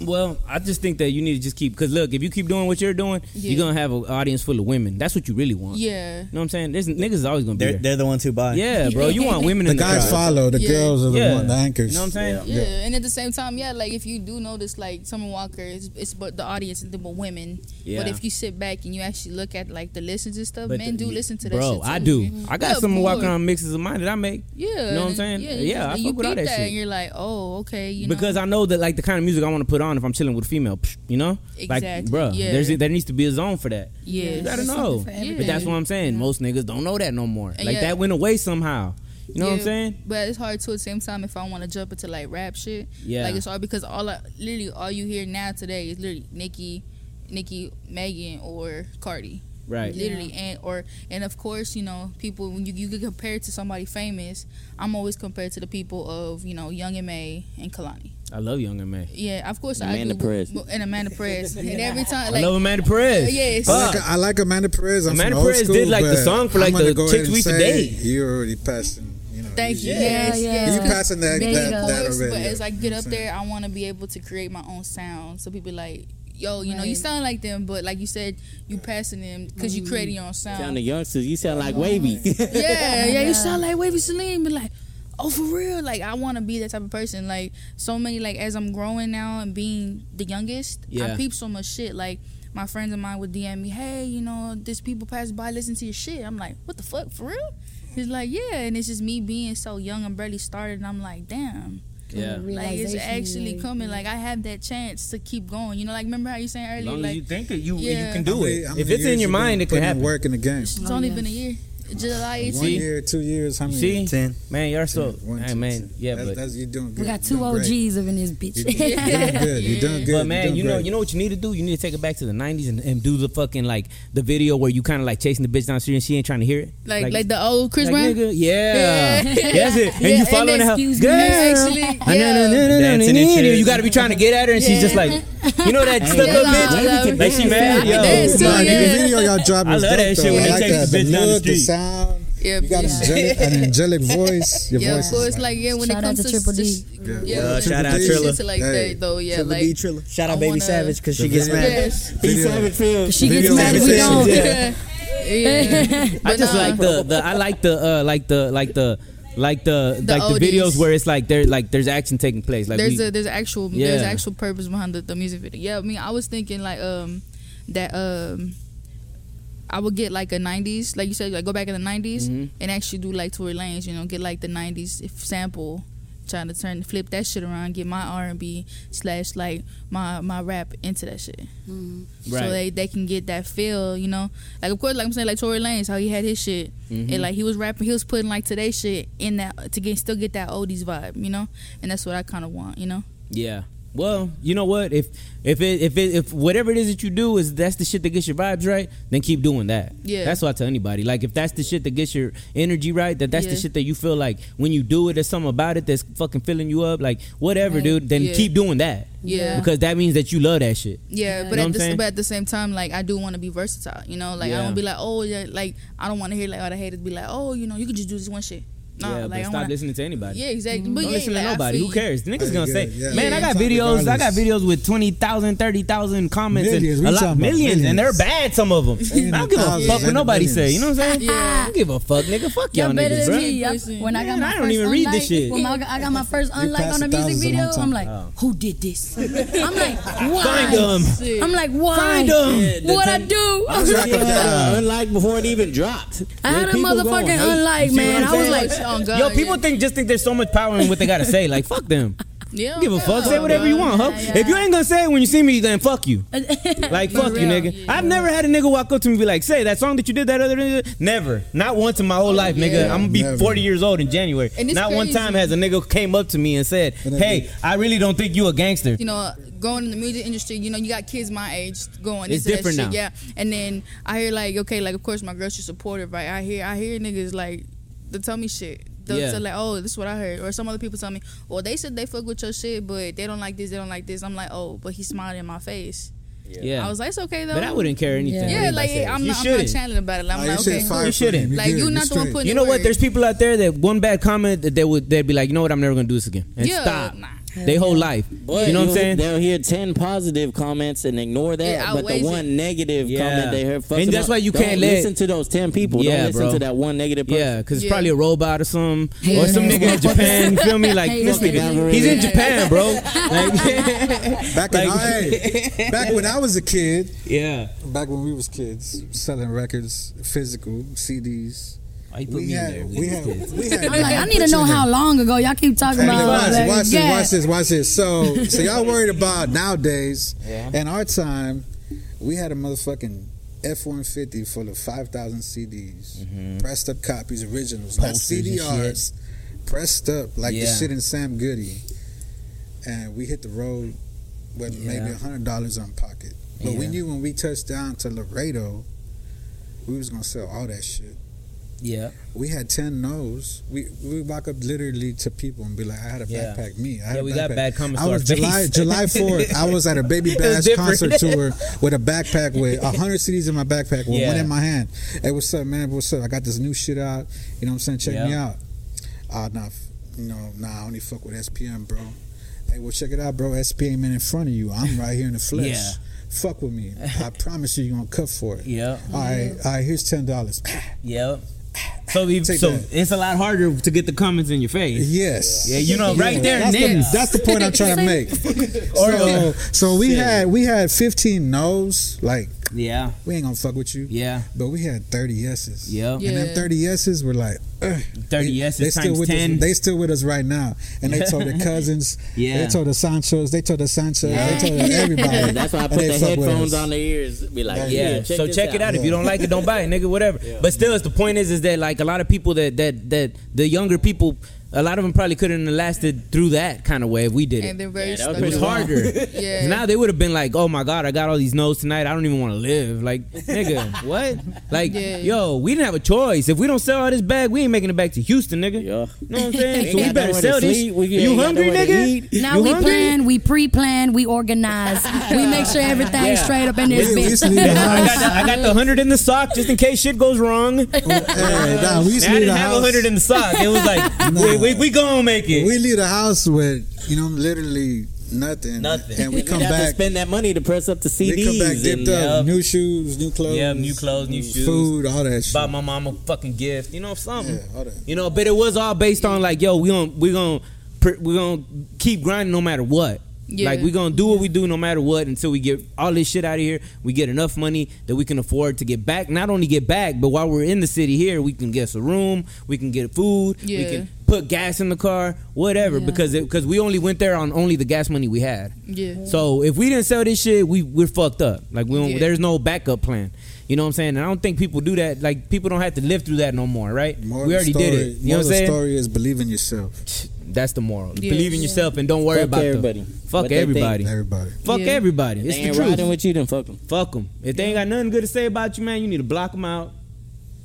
Speaker 2: Well, I just think that you need to just keep because look, if you keep doing what you're doing,
Speaker 1: Yeah.
Speaker 2: you're gonna have an audience full of women. That's what you really want.
Speaker 1: yeah
Speaker 2: You know what I'm saying? There's niggas is always gonna be
Speaker 5: They're,
Speaker 2: there.
Speaker 5: they're the ones who buy.
Speaker 2: Yeah, bro, you want women
Speaker 4: The
Speaker 2: in the
Speaker 4: guys
Speaker 2: crowd.
Speaker 4: follow. The
Speaker 1: Yeah.
Speaker 4: girls are the
Speaker 2: Yeah.
Speaker 4: one, the anchors.
Speaker 2: You know what I'm saying?
Speaker 1: yeah, and at the same time, yeah, like if you do notice, like Summer Walker, it's, it's but the audience and the but women.
Speaker 2: Yeah.
Speaker 1: But if you sit back and you actually look at like the listens and stuff,
Speaker 2: But
Speaker 1: men
Speaker 2: the-
Speaker 1: do listen to that.
Speaker 2: Bro,
Speaker 1: shit
Speaker 2: I
Speaker 1: too.
Speaker 2: do. I got
Speaker 1: Yeah,
Speaker 2: some
Speaker 1: of
Speaker 2: walking
Speaker 1: course.
Speaker 2: on mixes of mine that I make.
Speaker 1: Yeah,
Speaker 2: You know what I'm
Speaker 1: and-
Speaker 2: saying?
Speaker 1: you
Speaker 2: Yeah,
Speaker 1: just-
Speaker 2: I
Speaker 1: you
Speaker 2: fuck with all
Speaker 1: peep
Speaker 2: that shit.
Speaker 1: And you're like, oh, okay, you know.
Speaker 2: because I know that like the kind of music I want to put on if I'm chilling with a female, psh, you know, like
Speaker 1: Exactly,
Speaker 2: bro,
Speaker 1: yeah.
Speaker 2: there's there needs to be a zone for that.
Speaker 1: Yeah.
Speaker 2: you gotta
Speaker 3: There's
Speaker 2: know.
Speaker 3: something for everything.
Speaker 2: But that's what I'm saying. Most niggas don't know that no more.
Speaker 1: And
Speaker 2: like
Speaker 1: yeah.
Speaker 2: that went away somehow. You know what I'm
Speaker 1: Yeah,
Speaker 2: saying?
Speaker 1: But it's hard too. At the same time, if I want to jump into like rap shit,
Speaker 2: Yeah.
Speaker 1: like it's hard because all I, literally all you hear now today is literally Nicki, Nicki, Megan, or Cardi.
Speaker 2: Right.
Speaker 1: Literally, and or and of course, you know, people when you you get compared to somebody famous, I'm always compared to the people of you know Young and May and Kalani.
Speaker 2: I love Young and May.
Speaker 1: Yeah, of course
Speaker 6: Amanda
Speaker 1: I do.
Speaker 6: Perez.
Speaker 1: but- And Amanda Perez. And every time,
Speaker 2: I
Speaker 1: like, Oh,
Speaker 2: love Amanda Perez.
Speaker 1: Yes.
Speaker 4: I
Speaker 2: Fuck.
Speaker 4: like, I like Amanda Perez. I'm
Speaker 2: Amanda
Speaker 4: from old
Speaker 2: Perez
Speaker 4: school,
Speaker 2: did, like, the
Speaker 4: but
Speaker 2: song for, like,
Speaker 4: I'm gonna
Speaker 2: the
Speaker 4: go
Speaker 2: chicks
Speaker 4: ahead and
Speaker 2: we used to
Speaker 4: say
Speaker 2: date.
Speaker 4: You're already passing. You know,
Speaker 1: thank you.
Speaker 4: you-
Speaker 1: Yes,
Speaker 3: Yeah,
Speaker 1: yes.
Speaker 3: yeah.
Speaker 4: You
Speaker 1: because-
Speaker 4: passing that
Speaker 3: There you
Speaker 4: that,
Speaker 3: go.
Speaker 4: that
Speaker 1: course,
Speaker 4: already.
Speaker 1: but
Speaker 4: yeah.
Speaker 1: as I
Speaker 4: You
Speaker 1: get
Speaker 4: know
Speaker 1: up
Speaker 4: what I'm saying?
Speaker 1: there, I want to be able to create my own sound. So people like, yo, you know, you
Speaker 3: Right. Mm-hmm.
Speaker 1: sound like them, but like you said, you passing them because you created your own sound.
Speaker 6: Sound the youngsters. You sound like Wavy.
Speaker 1: yeah, yeah,
Speaker 3: Yeah.
Speaker 1: you sound like Wavy Celine, but like, oh, for real, like I want to be that type of person. Like so many, like as I'm growing now and being the youngest,
Speaker 2: Yeah.
Speaker 1: I peep so much shit. Like my friends of mine would DM me, hey, you know, this people pass by, listen to your shit. I'm like, what the fuck, for real? He's like, yeah, and it's just me being so young and barely started. And I'm like, damn.
Speaker 2: Yeah.
Speaker 1: Like it's
Speaker 3: Realization,
Speaker 1: actually
Speaker 3: like,
Speaker 1: coming.
Speaker 3: yeah.
Speaker 1: Like I have that chance to keep going. You know, like remember how you saying
Speaker 2: As
Speaker 1: earlier,
Speaker 2: long
Speaker 1: like
Speaker 2: as you think it, you you
Speaker 1: Yeah.
Speaker 2: can
Speaker 4: How
Speaker 2: do
Speaker 4: many-
Speaker 2: it.
Speaker 4: how
Speaker 2: If
Speaker 4: many
Speaker 2: it's in
Speaker 4: years you
Speaker 2: your mind,
Speaker 4: been
Speaker 2: it can
Speaker 4: putting in
Speaker 2: happen.
Speaker 4: Work in the game.
Speaker 1: it's
Speaker 3: Oh,
Speaker 1: only
Speaker 3: yeah.
Speaker 1: been a year, July
Speaker 4: One
Speaker 1: 18th.
Speaker 4: year, two years. How many?
Speaker 2: See,
Speaker 5: Ten.
Speaker 1: Mm-hmm.
Speaker 2: man, you're so.
Speaker 4: One,
Speaker 2: hey,
Speaker 4: two,
Speaker 2: man,
Speaker 4: two.
Speaker 2: yeah,
Speaker 4: that's,
Speaker 2: but
Speaker 4: that's, you're doing good.
Speaker 3: We got
Speaker 4: You're
Speaker 3: two
Speaker 4: doing great.
Speaker 3: OGs up in this bitch.
Speaker 4: You're doing good. You're doing good.
Speaker 2: But man,
Speaker 4: You're
Speaker 2: you
Speaker 4: doing
Speaker 2: know,
Speaker 4: great.
Speaker 2: you know what you need to do. You need to take it back to the '90s and, and do the fucking like the video where you kind of like chasing the bitch down the street and she ain't trying to hear it.
Speaker 1: Like, like the old Oh, Chris
Speaker 2: like,
Speaker 1: Brown.
Speaker 2: nigga, yeah,
Speaker 1: Yeah.
Speaker 2: that's it. And
Speaker 3: Yeah,
Speaker 2: you
Speaker 3: and
Speaker 2: following her,
Speaker 3: excuse me,
Speaker 2: girl.
Speaker 1: actually,
Speaker 2: Ah, nah, nah, nah, nah, nah,
Speaker 5: Dancing and
Speaker 2: nah, nah.
Speaker 5: shit.
Speaker 2: You got to be trying to get at her, and she's just like, You know that stuck up
Speaker 1: Yeah, I
Speaker 2: bitch?
Speaker 1: love it.
Speaker 2: Like she mad?
Speaker 1: Yeah,
Speaker 2: Yo.
Speaker 1: that's
Speaker 8: Nah, the
Speaker 1: it, yeah.
Speaker 8: video y'all dropping.
Speaker 2: I love that shit when they
Speaker 8: like
Speaker 2: take
Speaker 8: that,
Speaker 2: the bitch
Speaker 8: the
Speaker 2: down the
Speaker 8: look, the
Speaker 2: street.
Speaker 8: sound.
Speaker 1: Yeah,
Speaker 8: You got an
Speaker 1: yeah.
Speaker 8: angelic, an angelic voice. Your
Speaker 1: yeah, of
Speaker 8: voice. is
Speaker 1: course.
Speaker 8: like-
Speaker 1: Like yeah, when
Speaker 3: Shout out
Speaker 1: it comes
Speaker 3: to
Speaker 1: to
Speaker 3: Triple D.
Speaker 4: Yeah.
Speaker 1: s- yeah,
Speaker 5: Uh,
Speaker 1: like,
Speaker 5: shout out
Speaker 1: shit
Speaker 5: Trilla.
Speaker 1: to like
Speaker 4: Hey.
Speaker 1: that though. Yeah,
Speaker 5: Trilla
Speaker 1: like
Speaker 5: B Trilla. Shout out
Speaker 1: I
Speaker 5: Baby
Speaker 1: wanna-
Speaker 5: Savage because
Speaker 4: The
Speaker 5: she gets
Speaker 4: video.
Speaker 5: mad.
Speaker 1: yes,
Speaker 5: B
Speaker 4: Video.
Speaker 5: Savage feels.
Speaker 3: She gets mad if we don't.
Speaker 1: yeah. yeah.
Speaker 2: I
Speaker 1: But
Speaker 2: just
Speaker 1: nah.
Speaker 2: like the, the I like the uh like the like the like the,
Speaker 1: The
Speaker 2: like the
Speaker 1: oldies.
Speaker 2: videos where it's like there like there's action taking place. Like
Speaker 1: there's
Speaker 2: we,
Speaker 1: a there's actual there's
Speaker 2: Yeah.
Speaker 1: actual purpose behind the, the music video. Yeah, I mean I was thinking like um that um I would get like a '90s, like you said, like go back in the '90s
Speaker 2: Mhm.
Speaker 1: and actually do like Tory Lanez, you know, get like the '90s if sample, trying to turn flip that shit around, get my R&B slash like my my rap into that shit,
Speaker 2: Right.
Speaker 1: so they they can get that feel, you know, like of course, like I'm saying, like Tory Lanez, how he had his shit,
Speaker 2: Mm-hmm.
Speaker 1: and like he was rapping, he was putting like today shit in that to get still get that oldies vibe, you know, and that's what I kind of want, you know.
Speaker 2: Yeah. Well, you know what? If if it if it if whatever it is that you do is that's the shit that gets your vibes right, then keep doing that.
Speaker 1: Yeah.
Speaker 2: That's what I tell anybody. Like if that's the shit that gets your energy right, that that's the
Speaker 1: Yeah.
Speaker 2: shit that you feel like when you do it, there's something about it that's fucking filling you up. Like whatever,
Speaker 3: Right.
Speaker 2: dude. Then
Speaker 1: Yeah.
Speaker 2: keep doing that.
Speaker 1: Yeah.
Speaker 2: Because that means that you love that shit.
Speaker 1: Yeah,
Speaker 2: You
Speaker 1: but
Speaker 2: know what I'm
Speaker 1: at the
Speaker 2: saying?
Speaker 1: but at the same time, like I do want to be versatile. You know, like
Speaker 2: Yeah.
Speaker 1: I don't be like, oh yeah, like I don't want to hear like all the haters be like, oh, you know, you can just do this one shit. Nah,
Speaker 2: yeah.
Speaker 1: like
Speaker 2: but
Speaker 1: I
Speaker 2: stop
Speaker 1: wanna,
Speaker 2: listening to anybody.
Speaker 1: Yeah, exactly.
Speaker 2: Mm-hmm.
Speaker 1: But
Speaker 2: Don't
Speaker 1: yeah,
Speaker 2: listen
Speaker 1: like,
Speaker 2: to
Speaker 1: I
Speaker 2: nobody.
Speaker 1: feel
Speaker 2: Who
Speaker 1: you.
Speaker 2: cares? The
Speaker 4: That's
Speaker 2: niggas gonna say,
Speaker 4: good, yeah.
Speaker 2: "Man,
Speaker 1: Yeah,
Speaker 2: I got
Speaker 4: exactly,
Speaker 2: videos. I got
Speaker 4: regardless.
Speaker 2: videos with 20,000, 30,000 comments,
Speaker 4: Millions, we
Speaker 2: and a
Speaker 4: talking
Speaker 2: lot,
Speaker 4: about
Speaker 2: millions, and they're
Speaker 4: millions.
Speaker 2: bad. Some of them. I don't give a
Speaker 4: Thousands
Speaker 2: fuck what
Speaker 4: and
Speaker 2: nobody
Speaker 4: millions.
Speaker 2: say. You know what I'm saying?
Speaker 1: Yeah.
Speaker 2: I don't give a fuck, nigga. Fuck y'all
Speaker 3: Y'all better
Speaker 2: niggas,
Speaker 3: than
Speaker 2: bro.
Speaker 3: me. Y'all-
Speaker 1: Listen.
Speaker 3: When I got
Speaker 2: Man,
Speaker 3: my
Speaker 2: I don't
Speaker 3: first
Speaker 2: even read this
Speaker 3: unlike,
Speaker 2: shit.
Speaker 3: When I got, I got my first unlike
Speaker 4: passed
Speaker 3: on a
Speaker 4: the
Speaker 3: music
Speaker 4: thousands Oh. a long
Speaker 3: video,
Speaker 4: time.
Speaker 3: I'm like, who did this? I'm like, why?
Speaker 2: Find 'em.
Speaker 3: I'm like, why?
Speaker 2: Find 'em. Yeah,
Speaker 6: the
Speaker 3: what I
Speaker 6: thing-
Speaker 3: do?
Speaker 6: I'm trying to Uh, unlike before it even dropped.
Speaker 3: Uh, I had a motherfucking unlike, man. I was like,
Speaker 1: Oh, God,
Speaker 2: Yo, people
Speaker 1: yeah.
Speaker 2: think just think there's so much power in what they gotta say. Like, fuck them.
Speaker 1: yeah,
Speaker 2: Don't give a fuck. Say
Speaker 1: yeah.
Speaker 2: whatever you want, huh?
Speaker 3: Oh, Yeah, Uh,
Speaker 2: If you ain't gonna say it when you see me, then fuck you. Like,
Speaker 1: For
Speaker 2: fuck you,
Speaker 1: real,
Speaker 2: nigga.
Speaker 1: yeah.
Speaker 2: I've never had a nigga walk up to me and be like, say that song that you did that other nigga. Never. Not once in my whole
Speaker 3: Oh,
Speaker 2: life, nigga. I'm gonna be
Speaker 4: never.
Speaker 2: 40 years old in January.
Speaker 1: And it's
Speaker 2: Not one
Speaker 1: crazy.
Speaker 2: time has a nigga came up to me and said,
Speaker 4: And I
Speaker 2: hey,
Speaker 4: did.
Speaker 2: I really don't think you a gangster.
Speaker 1: you know, going in the music industry, you know, you got kids my age going.
Speaker 2: It's
Speaker 1: this and
Speaker 2: different
Speaker 1: that
Speaker 2: now.
Speaker 1: shit, Yeah, and then I hear like, okay, like of course my girl she's supportive, right? I hear, I hear niggas like, they tell me shit. They'll
Speaker 2: Yeah.
Speaker 1: tell like, oh, this is what I heard, or some other people tell me, well, they said they fuck with your shit, but they don't like this, they don't like this. I'm like, oh, but he smiled in my face.
Speaker 2: Yeah.
Speaker 1: I was like, it's okay though.
Speaker 2: but I wouldn't care anything.
Speaker 1: Yeah,
Speaker 2: anybody
Speaker 1: like
Speaker 2: says.
Speaker 1: I'm
Speaker 2: You
Speaker 1: not, I'm not
Speaker 2: shouldn't.
Speaker 1: channeling about it. Like, I'm
Speaker 4: Nah, you
Speaker 1: like,
Speaker 4: should
Speaker 1: okay,
Speaker 4: fire
Speaker 1: cool.
Speaker 4: for him.
Speaker 2: shouldn't.
Speaker 4: You
Speaker 1: Like
Speaker 4: good,
Speaker 1: you're not
Speaker 4: you
Speaker 1: the one
Speaker 4: straight.
Speaker 1: putting.
Speaker 2: You
Speaker 1: the
Speaker 2: know what?
Speaker 1: work.
Speaker 2: There's people out there that one bad comment that they would they'd be like, you know what, I'm never gonna do this again. And
Speaker 1: Yeah,
Speaker 2: stop.
Speaker 1: nah.
Speaker 2: They whole life. you know what I'm saying?
Speaker 6: They'll hear ten positive comments and ignore that,
Speaker 1: It
Speaker 6: but the
Speaker 1: outweighs
Speaker 6: one
Speaker 1: it.
Speaker 6: negative
Speaker 2: Yeah.
Speaker 6: comment they heard. fucks
Speaker 2: And
Speaker 6: them
Speaker 2: that's
Speaker 6: up.
Speaker 2: why you
Speaker 6: Don't
Speaker 2: can't let-
Speaker 6: listen to those ten people.
Speaker 2: Yeah,
Speaker 6: Don't listen
Speaker 2: bro.
Speaker 6: to that one negative person.
Speaker 2: Yeah, because it's
Speaker 1: Yeah.
Speaker 2: probably a robot or some,
Speaker 3: Hey,
Speaker 2: or some
Speaker 3: man.
Speaker 2: nigga in Japan. You feel me? Like
Speaker 3: Hey,
Speaker 2: this
Speaker 3: man.
Speaker 2: nigga, he's in
Speaker 1: Yeah.
Speaker 2: Japan, bro. Like,
Speaker 4: Back in
Speaker 2: Like-
Speaker 4: hey, back when I was a kid,
Speaker 2: yeah.
Speaker 4: back when we was kids, selling records, physical CDs.
Speaker 2: Why you put
Speaker 4: We
Speaker 2: me in
Speaker 4: had,
Speaker 2: there?
Speaker 4: we had, we had.
Speaker 3: I'm like, I need to know how long ago y'all keep talking
Speaker 4: Hey,
Speaker 3: about.
Speaker 4: watch,
Speaker 3: like,
Speaker 4: this, watch
Speaker 3: yeah.
Speaker 4: this, watch this, watch this. So, so y'all worried about nowadays? In our time, we had a motherfucking F one fifty full of five thousand CDs,
Speaker 5: Mm-hmm.
Speaker 4: pressed up copies, originals, not
Speaker 2: Mm-hmm. Posters and
Speaker 4: CDRs, pressed up like the
Speaker 2: Yeah.
Speaker 4: shit in Sam Goody, and we hit the road with maybe
Speaker 2: Yeah.
Speaker 4: maybe hundred dollars on pocket. But we
Speaker 2: Yeah.
Speaker 4: knew when we touched down to Laredo, we was gonna sell all that shit
Speaker 2: yeah,
Speaker 4: we had ten no's. We we walk up literally to people and be like, I had a
Speaker 2: Yeah.
Speaker 4: backpack. Me, I had
Speaker 2: yeah.
Speaker 4: a
Speaker 2: We
Speaker 4: backpack.
Speaker 2: got bad comments.
Speaker 4: I
Speaker 2: to our
Speaker 4: was July
Speaker 2: face.
Speaker 4: July fourth. I was at a baby
Speaker 2: It was
Speaker 4: bash
Speaker 2: different.
Speaker 4: concert tour with a backpack with hundred CDs in my backpack with one
Speaker 2: Yeah.
Speaker 4: in my hand. Hey, what's up, man? What's up? I got this new shit out. You know what I'm saying? Check me
Speaker 2: Yeah.
Speaker 4: out. Ah, nah, f- you know, nah. I only fuck with SPM, bro. Hey, well, check it out, bro. SPM in front of you. I'm right here in the flesh.
Speaker 2: Yeah.
Speaker 4: Fuck with me. I promise you, you're gonna cut for it.
Speaker 2: Yeah,
Speaker 4: All right, all right. Here's ten dollars.
Speaker 2: yeah. So, we,
Speaker 4: Take
Speaker 2: so
Speaker 4: that.
Speaker 2: it's a lot harder to get the comments in your face.
Speaker 4: Yes.
Speaker 2: Yeah, you know, right there,
Speaker 4: that's
Speaker 2: nigga.
Speaker 4: the, that's the point I'm trying to make. so, so we had we had 15 no's. Like
Speaker 2: Yeah,
Speaker 4: we ain't gonna fuck with you.
Speaker 2: yeah,
Speaker 4: But we had 30 yeses.
Speaker 2: yeah.
Speaker 1: Yeah.
Speaker 4: And them 30 yeses were like, ugh.
Speaker 2: Thirty yeses times
Speaker 4: with
Speaker 2: ten.
Speaker 4: Us, they still with us right now. And they told their cousins.
Speaker 2: Yeah.
Speaker 4: They told the Sanchos. They told the Sanchos. They told everybody.
Speaker 6: That's why I
Speaker 4: And
Speaker 6: put
Speaker 4: they
Speaker 6: the
Speaker 4: fuck with
Speaker 6: headphones
Speaker 4: us.
Speaker 6: on their ears. Be like,
Speaker 2: Yeah.
Speaker 6: yeah. check
Speaker 2: so
Speaker 6: this
Speaker 2: check it out. If you don't like it, don't buy it, nigga. Whatever. But still, it's the point is, is that like a lot of people that that that the younger people. a lot of them probably couldn't have lasted through that kind of way if we did
Speaker 1: and
Speaker 2: it.
Speaker 1: they're very
Speaker 6: Yeah, that
Speaker 1: stuck.
Speaker 6: was
Speaker 2: It was
Speaker 1: in a wall.
Speaker 2: harder.
Speaker 1: Yeah.
Speaker 2: Now they would have been like, "Oh my god, I got all these no's tonight. I don't even want to live." Like, nigga, what? Like,
Speaker 1: Yeah.
Speaker 2: yo, we didn't have a choice. If we don't sell all this bag, we ain't making it back to Houston, nigga.
Speaker 6: Yeah.
Speaker 2: You know what I'm saying?
Speaker 6: Ain't
Speaker 2: so we
Speaker 6: got
Speaker 2: better
Speaker 6: nowhere to
Speaker 2: sell this.
Speaker 6: sleep. We ain't
Speaker 2: you
Speaker 6: got
Speaker 2: hungry,
Speaker 6: nowhere to
Speaker 2: nigga?
Speaker 6: eat.
Speaker 3: Now
Speaker 2: you
Speaker 3: we
Speaker 2: hungry?
Speaker 3: plan, we pre-plan, we organize, we make sure everything's
Speaker 6: Yeah.
Speaker 3: straight up in this
Speaker 8: We- we
Speaker 3: bitch.
Speaker 8: sleep in the
Speaker 2: I
Speaker 8: house.
Speaker 2: got, the, I got the hundred in the sock just in case shit goes wrong. Man,
Speaker 8: Hey, nah, we
Speaker 2: I
Speaker 8: used to leave
Speaker 2: didn't
Speaker 8: the
Speaker 2: have a
Speaker 8: house.
Speaker 2: hundred in the sock. It was like
Speaker 8: Nah.
Speaker 2: we, we, we gonna make it.
Speaker 8: We-
Speaker 4: We leave the house with you know literally nothing.
Speaker 6: Nothing.
Speaker 4: And we
Speaker 6: You'd
Speaker 4: come
Speaker 6: have To
Speaker 4: back.
Speaker 6: spend that money to press up the CDs.
Speaker 4: We come back
Speaker 6: and, uh,
Speaker 4: dipped up.
Speaker 6: yup.
Speaker 4: New shoes, new clothes.
Speaker 2: Yeah, new clothes, new shoes.
Speaker 4: Food, all that shit.
Speaker 2: Bought my mom a fucking gift. You know something.
Speaker 4: Yeah, all that.
Speaker 2: You know, but it was all based on like, yo, we gon' we gon' pr- we gon' keep grinding no matter what.
Speaker 1: Yeah.
Speaker 2: Like we gonna do what we do no matter what until we get all this shit out of here. We get enough money that we can afford to get back. Not only get back, but while we're in the city here, we can get a room, we can get food, we
Speaker 1: Yeah.
Speaker 2: can put gas in the car, whatever.
Speaker 1: Yeah.
Speaker 2: Because because we only went there on only the gas money we had.
Speaker 1: Yeah.
Speaker 2: So if we didn't sell this shit, we we're fucked up. Like we don't,
Speaker 1: Yeah.
Speaker 2: there's no backup plan. You know what I'm saying? And I don't think people do that. Like people don't have to live through that no more, right?
Speaker 4: Moral
Speaker 2: we
Speaker 4: of
Speaker 2: already
Speaker 4: the story,
Speaker 2: did it. You know
Speaker 4: moral of
Speaker 2: what I'm
Speaker 4: the
Speaker 2: saying?
Speaker 4: story is believe in yourself,
Speaker 2: That's the moral.
Speaker 1: Yeah.
Speaker 2: Believe in yourself and don't worry
Speaker 6: Fuck
Speaker 2: about them.
Speaker 6: everybody.
Speaker 2: Fuck
Speaker 6: What they think.
Speaker 2: everybody.
Speaker 4: everybody.
Speaker 2: Fuck
Speaker 1: Yeah.
Speaker 2: everybody.
Speaker 6: They
Speaker 2: It's the
Speaker 6: ain't
Speaker 2: truth.
Speaker 6: riding with you, then fuck them.
Speaker 2: Fuck them. If they ain't got nothing good to say about you, man, you need to block them out.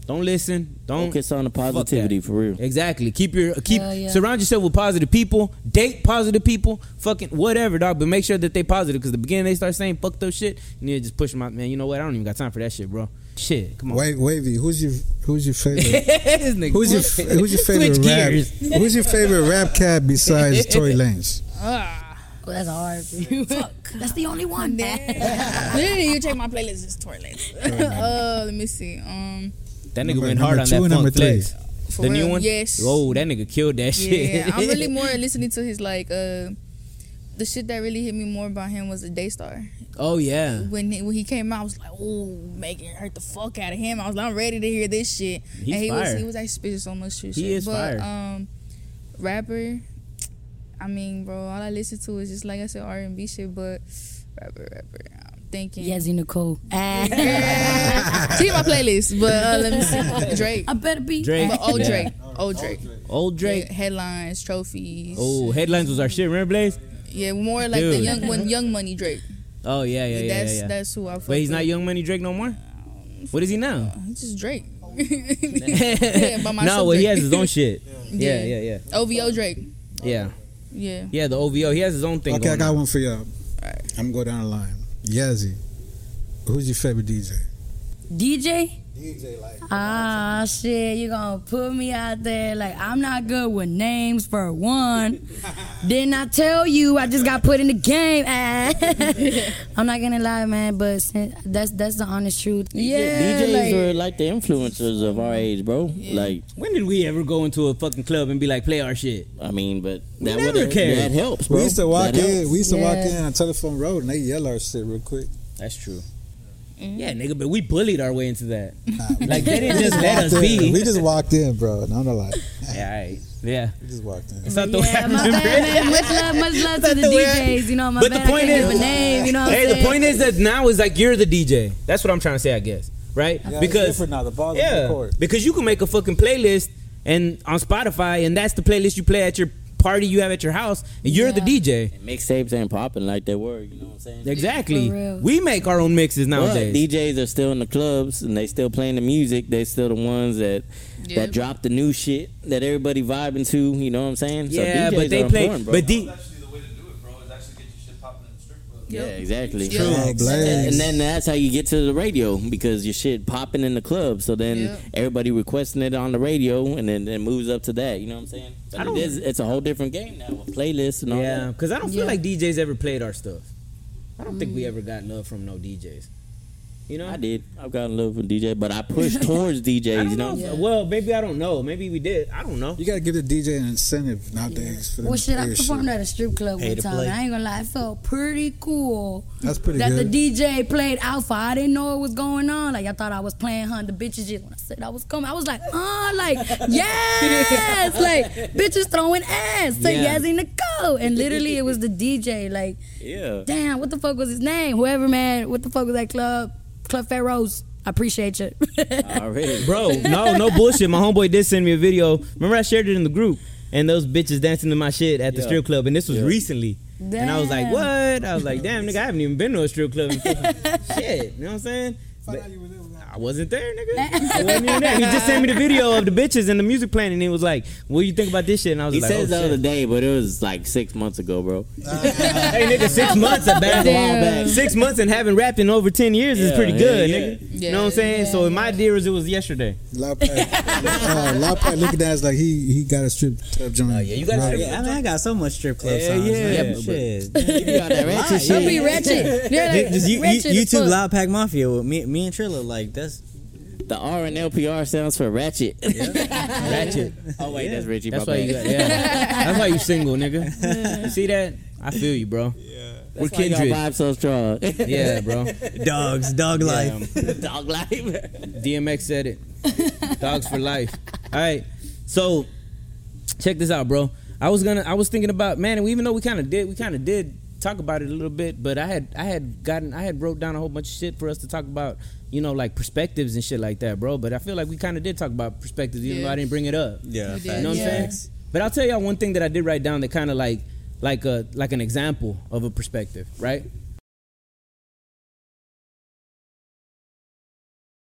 Speaker 2: Don't listen. Don't
Speaker 6: Focus on the
Speaker 2: Fuck that.
Speaker 6: positivity, for real.
Speaker 2: Exactly. Keep your keep
Speaker 3: Hell yeah.
Speaker 2: surround yourself with positive people. Date positive people. Fucking whatever, dog. But make sure that they positive because the beginning they start saying fuck those shit, and you just push them out. Man, you know what? I don't even got time for that shit, bro. Shit, come on.
Speaker 4: Wait, wavy. Who's your Who's your favorite?
Speaker 2: This nigga-
Speaker 4: Who's your Who's your favorite
Speaker 2: Switch
Speaker 4: rap?
Speaker 2: gears.
Speaker 4: Who's your favorite rap cat besides Tory Lanez?
Speaker 1: Ah.
Speaker 3: Well, that's hard. Fuck, that's the only one.
Speaker 1: Literally, you check my playlist. It's Tory Lanez. uh, let me see. Um,
Speaker 2: That nigga
Speaker 4: Number-
Speaker 2: went hard
Speaker 4: number
Speaker 2: on
Speaker 4: two
Speaker 2: that
Speaker 4: and
Speaker 2: funk
Speaker 4: number three.
Speaker 2: flex.
Speaker 1: for
Speaker 2: The
Speaker 1: real,
Speaker 2: new one.
Speaker 1: Yes.
Speaker 2: Oh, that nigga killed that shit.
Speaker 1: Yeah, I'm really more listening to his like uh the shit that really hit me more about him was the Daystar.
Speaker 2: oh yeah.
Speaker 1: When he, when he came out, I was like, "Oh, make it hurt the fuck out of him." I was like, "I'm ready to hear this shit."
Speaker 2: He's
Speaker 1: and he
Speaker 2: fire.
Speaker 1: was he was actually spitting so much shit.
Speaker 2: He
Speaker 1: shit.
Speaker 2: is
Speaker 1: but,
Speaker 2: fire.
Speaker 1: Um, rapper. I mean, bro, all I listen to is just like I said R and B shit, but rapper, rapper. I'm thinking.
Speaker 3: Yazzie Nicole. Ah.
Speaker 1: See my playlist, but uh, let me see Drake.
Speaker 3: I better be.
Speaker 2: Drake.
Speaker 1: But old
Speaker 2: Yeah.
Speaker 1: Drake, old Drake,
Speaker 2: Old Drake.
Speaker 1: Yeah, headlines, trophies.
Speaker 2: Oh, headlines was our shit. Remember Blaze?
Speaker 1: Yeah, more like the
Speaker 2: Dude.
Speaker 1: young one, Young Money Drake.
Speaker 2: Oh yeah, yeah, yeah,
Speaker 1: that's
Speaker 2: yeah.
Speaker 1: that's who I. fuck
Speaker 2: Wait, he's
Speaker 1: with.
Speaker 2: not Young Money Drake no more. What is he now?
Speaker 1: He's just Drake.
Speaker 2: no,
Speaker 1: yeah, by myself.
Speaker 2: well, he
Speaker 1: Drake.
Speaker 2: has his own shit. Yeah,
Speaker 1: Yeah.
Speaker 2: yeah, yeah,
Speaker 1: OVO Drake.
Speaker 2: yeah,
Speaker 1: Yeah.
Speaker 2: yeah. The OVO, he has his own thing.
Speaker 4: Okay, I
Speaker 2: going on.
Speaker 4: got one for y'all. I'm gonna go down the line. Yazzie, who's your favorite DJ?
Speaker 3: DJ? DJ like Ah shit, you gonna put me out there like I'm not good with names for one. Didn't I tell you I just got put in the game? Ah. I'm not gonna lie, man, but since, that's that's the honest truth. Yeah,
Speaker 6: DJs
Speaker 3: like-
Speaker 6: are like the influencers of our age, bro. Like,
Speaker 2: When did we ever go into a fucking club and be like, play our shit?
Speaker 6: I mean, but that
Speaker 2: never
Speaker 6: would've-
Speaker 2: cared.
Speaker 6: That helps, bro.
Speaker 4: We used to walk
Speaker 6: That helps.
Speaker 4: in. We used to walk
Speaker 3: Yeah.
Speaker 4: in on Telephone Road and they yell our shit real quick.
Speaker 2: That's true. Yeah, nigga, but we bullied our way into that.
Speaker 4: Mm. Nah, we
Speaker 2: Like they didn't just let us
Speaker 4: walked in.
Speaker 2: be.
Speaker 4: We just walked in, bro. No, no, like
Speaker 2: Yeah, all right. yeah.
Speaker 4: we just walked in.
Speaker 2: It's not the way I
Speaker 3: yeah, my
Speaker 2: remember it.
Speaker 3: bad, man. Much love, much love to
Speaker 2: That's
Speaker 3: the
Speaker 2: the way I-
Speaker 3: DJs. You know, my
Speaker 2: But the
Speaker 3: bad.
Speaker 2: point
Speaker 3: I can't
Speaker 2: is-
Speaker 3: give a name. You know what I'm
Speaker 2: Hey, the
Speaker 3: saying?
Speaker 2: point is that now it's like you're the DJ. That's what I'm trying to say, I guess. Right?
Speaker 4: Yeah, it's
Speaker 2: because
Speaker 4: different now. The ball's in the
Speaker 2: yeah,
Speaker 4: court.
Speaker 2: because you can make a fucking playlist and on Spotify, and that's the playlist you play at your party you have at your house, and you're the DJ.
Speaker 6: Mixtapes ain't popping like they were. You know what I'm saying?
Speaker 2: Exactly.
Speaker 3: For real.
Speaker 2: We make our own mixes
Speaker 6: But
Speaker 2: nowadays.
Speaker 6: DJs are still in the clubs and they still playing the music. They still the ones that
Speaker 1: Yeah.
Speaker 6: that drop the new shit that everybody vibing to. You know what I'm saying?
Speaker 2: yeah,
Speaker 6: so DJs
Speaker 2: but they
Speaker 6: are
Speaker 2: play.
Speaker 6: important, bro.
Speaker 2: But D-
Speaker 9: actually the way to do it, bro, is actually get your shit popping in the strip club.
Speaker 6: yeah, exactly.
Speaker 1: True.
Speaker 4: Oh, Blaze.
Speaker 6: And then that's how you get to the radio because your shit popping in the club. So then
Speaker 1: Yeah.
Speaker 6: everybody requesting it on the radio, and then it moves up to that. You know what I'm saying? But
Speaker 2: I don't-
Speaker 6: it is, it's a whole different game now with playlists and all
Speaker 2: yeah,
Speaker 6: that.
Speaker 2: because I don't feel
Speaker 1: Yeah.
Speaker 2: like DJs ever played our stuff. I don't think we
Speaker 4: Mm.
Speaker 2: ever got love from no DJs. You know,
Speaker 6: I did. I've gotten love for DJ, but I push towards
Speaker 2: I
Speaker 6: DJs.
Speaker 2: don't
Speaker 6: You know,
Speaker 2: know. Well, maybe I don't know. Maybe we did. I don't know.
Speaker 4: You gotta give the DJ an incentive nowadays for the
Speaker 3: Well, shit, I
Speaker 4: weird
Speaker 3: performed at a strip club
Speaker 5: Pay
Speaker 3: one
Speaker 5: to
Speaker 3: time.
Speaker 5: play.
Speaker 3: and I ain't gonna lie, it felt pretty cool.
Speaker 4: That's pretty
Speaker 3: that
Speaker 4: good.
Speaker 3: the DJ played Alpha. I didn't know what was going on. Like I thought I was playing her. and The bitches just when I said I was coming, I was like, oh, like yes, like bitches throwing ass to
Speaker 6: Yeah.
Speaker 3: Yazzie Nicole, and literally it was the DJ. Like
Speaker 6: yeah.
Speaker 3: damn, what the fuck was his name? Whoever man, what the fuck was that club? Club Pharaohs. I appreciate you.
Speaker 6: Already.
Speaker 2: Bro, no, no bullshit. My homeboy did send me a video. Remember, I shared it in the group. and those bitches dancing to my shit at the
Speaker 6: Yeah.
Speaker 2: strip club, and this was
Speaker 6: Yeah.
Speaker 2: recently. And I was like,
Speaker 3: Damn.
Speaker 2: what? I was like, damn, nigga, I haven't even been to a strip club. in fucking- shit, you know what I'm saying? But- I wasn't there, nigga. I wasn't even there. He just sent me the video of the bitches and the music playing, and he was like, "What do you think about this shit?" And I was
Speaker 6: He
Speaker 2: like,
Speaker 6: says
Speaker 2: "Oh
Speaker 6: the
Speaker 2: shit."
Speaker 6: other day, but it was like six months ago, bro.
Speaker 2: Hey, nigga, six months a bad
Speaker 1: Damn.
Speaker 2: Six months and having rapped in over ten years is
Speaker 6: Yeah,
Speaker 2: pretty
Speaker 6: yeah,
Speaker 2: good,
Speaker 6: yeah.
Speaker 2: nigga.
Speaker 1: Yeah.
Speaker 2: You know what I'm saying? So in my dears, it was yesterday.
Speaker 4: Lopak, uh, Lopak look at that as like he he got a strip club joint.
Speaker 5: Oh, yeah, you got.
Speaker 4: Right.
Speaker 5: Yeah, I mean, I got so much strip club
Speaker 2: Yeah,
Speaker 5: songs.
Speaker 2: yeah.
Speaker 5: man.
Speaker 2: Yeah, but-
Speaker 5: Shit.
Speaker 6: You got that ratchet
Speaker 5: Lie,
Speaker 3: Don't
Speaker 6: shit.
Speaker 3: be
Speaker 5: Yeah.
Speaker 3: ratchet. They're like,
Speaker 5: Just you,
Speaker 3: ratchet
Speaker 5: you,
Speaker 3: as fuck.
Speaker 5: YouTube Loud Pack Mafia with me, me and Trilla. Like that's
Speaker 6: The R and LPR stands for ratchet.
Speaker 2: Ratchet.
Speaker 6: oh wait,
Speaker 5: Yeah.
Speaker 6: that's Richie.
Speaker 2: That's
Speaker 6: my
Speaker 2: why
Speaker 6: bad.
Speaker 2: you got. Yeah. That's why you single, nigga. You see that? I feel you, bro. We're
Speaker 6: That's why y'all
Speaker 2: kindred.
Speaker 6: vibe so strong.
Speaker 2: Yeah, bro.
Speaker 5: dogs, dog life.
Speaker 6: Dog life.
Speaker 2: DMX said it. Dogs for life. All right. So check this out, bro. I was gonna I was thinking about man, and even though we kinda did we kinda did talk about it a little bit, but I had I had gotten I had wrote down a whole bunch of shit for us to talk about, you know, like perspectives and shit like that, bro. But I feel like we kinda did talk about perspectives, even though I
Speaker 1: Yeah.
Speaker 2: didn't bring it up.
Speaker 5: Yeah,
Speaker 1: You did.
Speaker 5: facts.
Speaker 2: You know what I'm
Speaker 3: Yeah.
Speaker 2: saying? But I'll tell y'all one thing that I did write down that kind of like like a like an example of a perspective, right?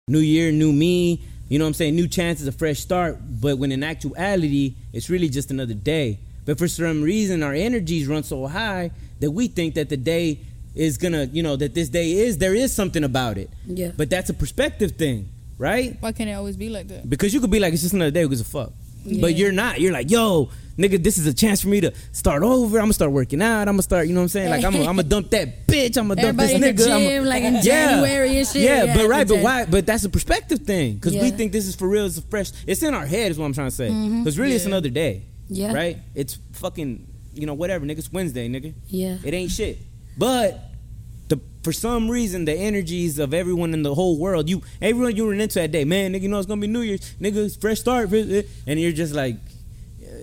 Speaker 2: New year, new me, you know what I'm saying? New chances, a fresh start, but when in actuality, it's really just another day. But for some reason our energies run so high that we think that the day is gonna, you know, that this day is there is something about it.
Speaker 3: Yeah.
Speaker 2: But that's a perspective thing, right?
Speaker 1: Why can't it always be like that?
Speaker 2: Because you could be like, it's just another day, who gives a fuck? But
Speaker 1: Yeah.
Speaker 2: you're not. You're like, yo, nigga, this is a chance for me to start over. I'm gonna start working out. I'm gonna start, you know what I'm saying? Like, I'm gonna, I'm gonna dump that bitch. I'm gonna dump this
Speaker 3: Everybody in the
Speaker 2: nigga. I'ma-
Speaker 3: gym, like in January and shit.
Speaker 2: Yeah,
Speaker 3: Yeah,
Speaker 2: but right, but
Speaker 3: okay.
Speaker 2: why? But that's a perspective thing because we
Speaker 3: Yeah. Mm-hmm.
Speaker 2: think this is for real. It's a fresh. It's in our head, is what I'm trying to say. Because really, it's
Speaker 1: Yeah.
Speaker 2: another day.
Speaker 3: Yeah.
Speaker 2: Right. It's fucking, you know, whatever, nigga. It's Wednesday, nigga.
Speaker 3: Yeah.
Speaker 2: It ain't shit. But the for some reason the energies of everyone in the whole world, you everyone you run into that day, man, nigga, you know it's gonna be New Year's, nigga, it's fresh start, and you're just like,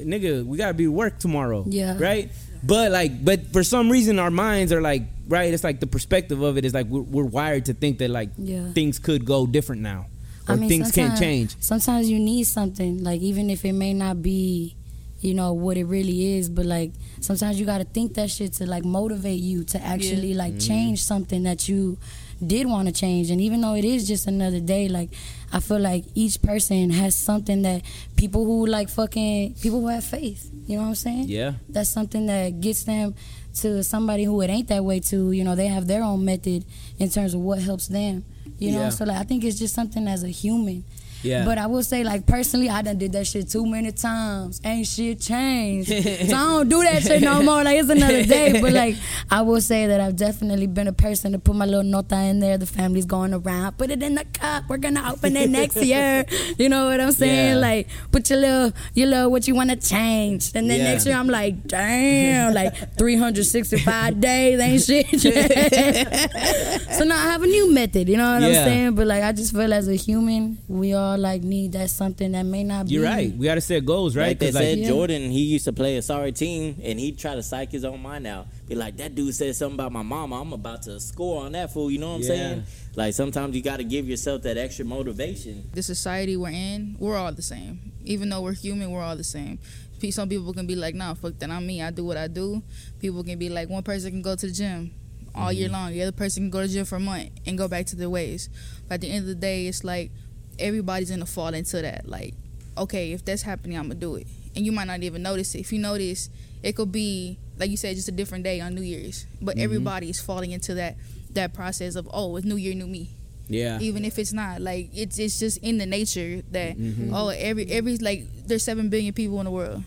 Speaker 2: nigga, we gotta be to work tomorrow,
Speaker 3: Yeah.
Speaker 2: right? But like, but for some reason our minds are like, right? It's like the perspective of it is like we're, we're wired to think that like
Speaker 3: Yeah.
Speaker 2: things could go different now, or things can't
Speaker 3: sometimes-
Speaker 2: change.
Speaker 3: Sometimes you need something, like even if it may not be, you know, what it really is, but like sometimes you gotta think that shit to like motivate you to actually like
Speaker 2: Mm-hmm.
Speaker 3: change something that you did want to change and even though it is just another day like i feel like each person has something that people who like fucking people who have faith you know what i'm saying
Speaker 2: Yeah.
Speaker 3: that's something that gets them to somebody who it ain't that way to you know they have their own method in terms of what helps them you know
Speaker 2: Yeah.
Speaker 3: so like i think it's just something as a human
Speaker 2: Yeah.
Speaker 3: but i will say like personally i done did that shit too many times ain't shit changed so i don't do that shit no more like it's another day but like i will say that i've definitely been a person to put my little nota in there the family's going around put it in the cup we're gonna open it next year you know what i'm saying
Speaker 2: Yeah.
Speaker 3: like put your little your little what you want to change and then
Speaker 2: Yeah.
Speaker 3: next year i'm like damn like 365 days ain't shit so now I have a new method, you know what I'm
Speaker 2: Yeah.
Speaker 3: saying? But like I just feel as a human, we all like need that something that may not
Speaker 2: You're
Speaker 3: be
Speaker 2: right. We gotta set goals, right?
Speaker 6: Like they
Speaker 2: 'Cause, like,
Speaker 6: said,
Speaker 3: Yeah.
Speaker 6: Jordan, he used to play a sorry team, and he try to psych his own mind out. Be like, that dude said something about my mama. I'm about to score on that fool. You know what I'm
Speaker 2: Yeah.
Speaker 6: saying? Like sometimes you got to give yourself that extra motivation.
Speaker 1: the society we're in, we're all the same. Even though we're human, we're all the same. Pe- Some people can be like, nah, fuck that, I'm me, I do what I do. People can be like, one person can go to the gym all year long, the other person can go to the gym for a month and go back to their ways. But at the end of the day, it's like everybody's gonna fall into that. Like, okay, if that's happening, I'm gonna do it. And you might not even notice it. If you notice, it could be, like you said, just a different day on New Year's. But everybody is falling into that that process of, oh, it's New Year, new me
Speaker 2: yeah.
Speaker 1: even if it's not like it's it's just in the nature that
Speaker 2: Mm-hmm.
Speaker 1: oh every every like there's seven billion people in the world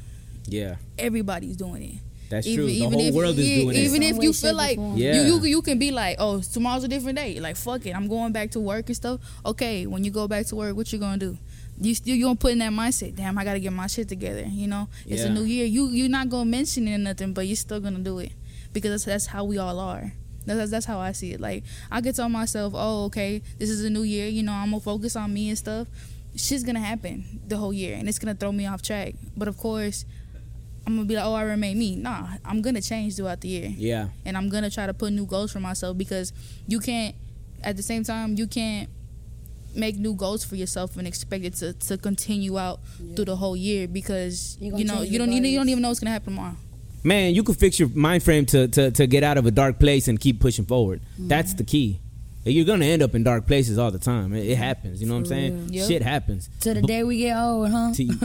Speaker 2: Yeah.
Speaker 1: everybody's doing it
Speaker 2: That's true. The whole
Speaker 1: if,
Speaker 2: world is
Speaker 1: yeah,
Speaker 2: doing it.
Speaker 1: even
Speaker 3: Some
Speaker 1: if
Speaker 3: way,
Speaker 1: you
Speaker 3: shape,
Speaker 1: feel
Speaker 3: or
Speaker 1: like
Speaker 3: form.
Speaker 2: Yeah.
Speaker 1: you, you you can be like oh tomorrow's a different day like fuck it I'm going back to work and stuff okay when you go back to work what you gonna do you still you gonna put in that mindset damn I gotta get my shit together you know it's a
Speaker 2: Yeah.
Speaker 1: new year you you're not gonna mention it or nothing but you're still gonna do it because that's that's how we all are. That's, that's, that's how I see it. Like I could tell myself, oh, okay, this is a new year. You know, I'm gonna focus on me and stuff. Shit's gonna happen the whole year, and it's gonna throw me off track. But of course, I'm gonna be like, oh, I remain me. Nah, I'm gonna change throughout the year,
Speaker 2: Yeah.
Speaker 1: and I'm gonna try to put new goals for myself because you can't. At the same time, you can't make new goals for yourself and expect it to, to continue out through the whole year because
Speaker 3: You
Speaker 1: you,
Speaker 3: gonna
Speaker 1: know
Speaker 3: change
Speaker 1: you don't you,
Speaker 3: regardless.
Speaker 1: don't even know what's gonna happen tomorrow.
Speaker 2: Man, you can fix your mind frame to, to, to get out of a dark place and keep pushing forward. That's the key. You're gonna end up in dark places all the time. It, it happens. You know what I'm
Speaker 3: For
Speaker 2: saying?
Speaker 1: real. Yep.
Speaker 2: Shit happens.
Speaker 3: To the
Speaker 2: Bu-
Speaker 3: day we get old, huh?
Speaker 2: to you.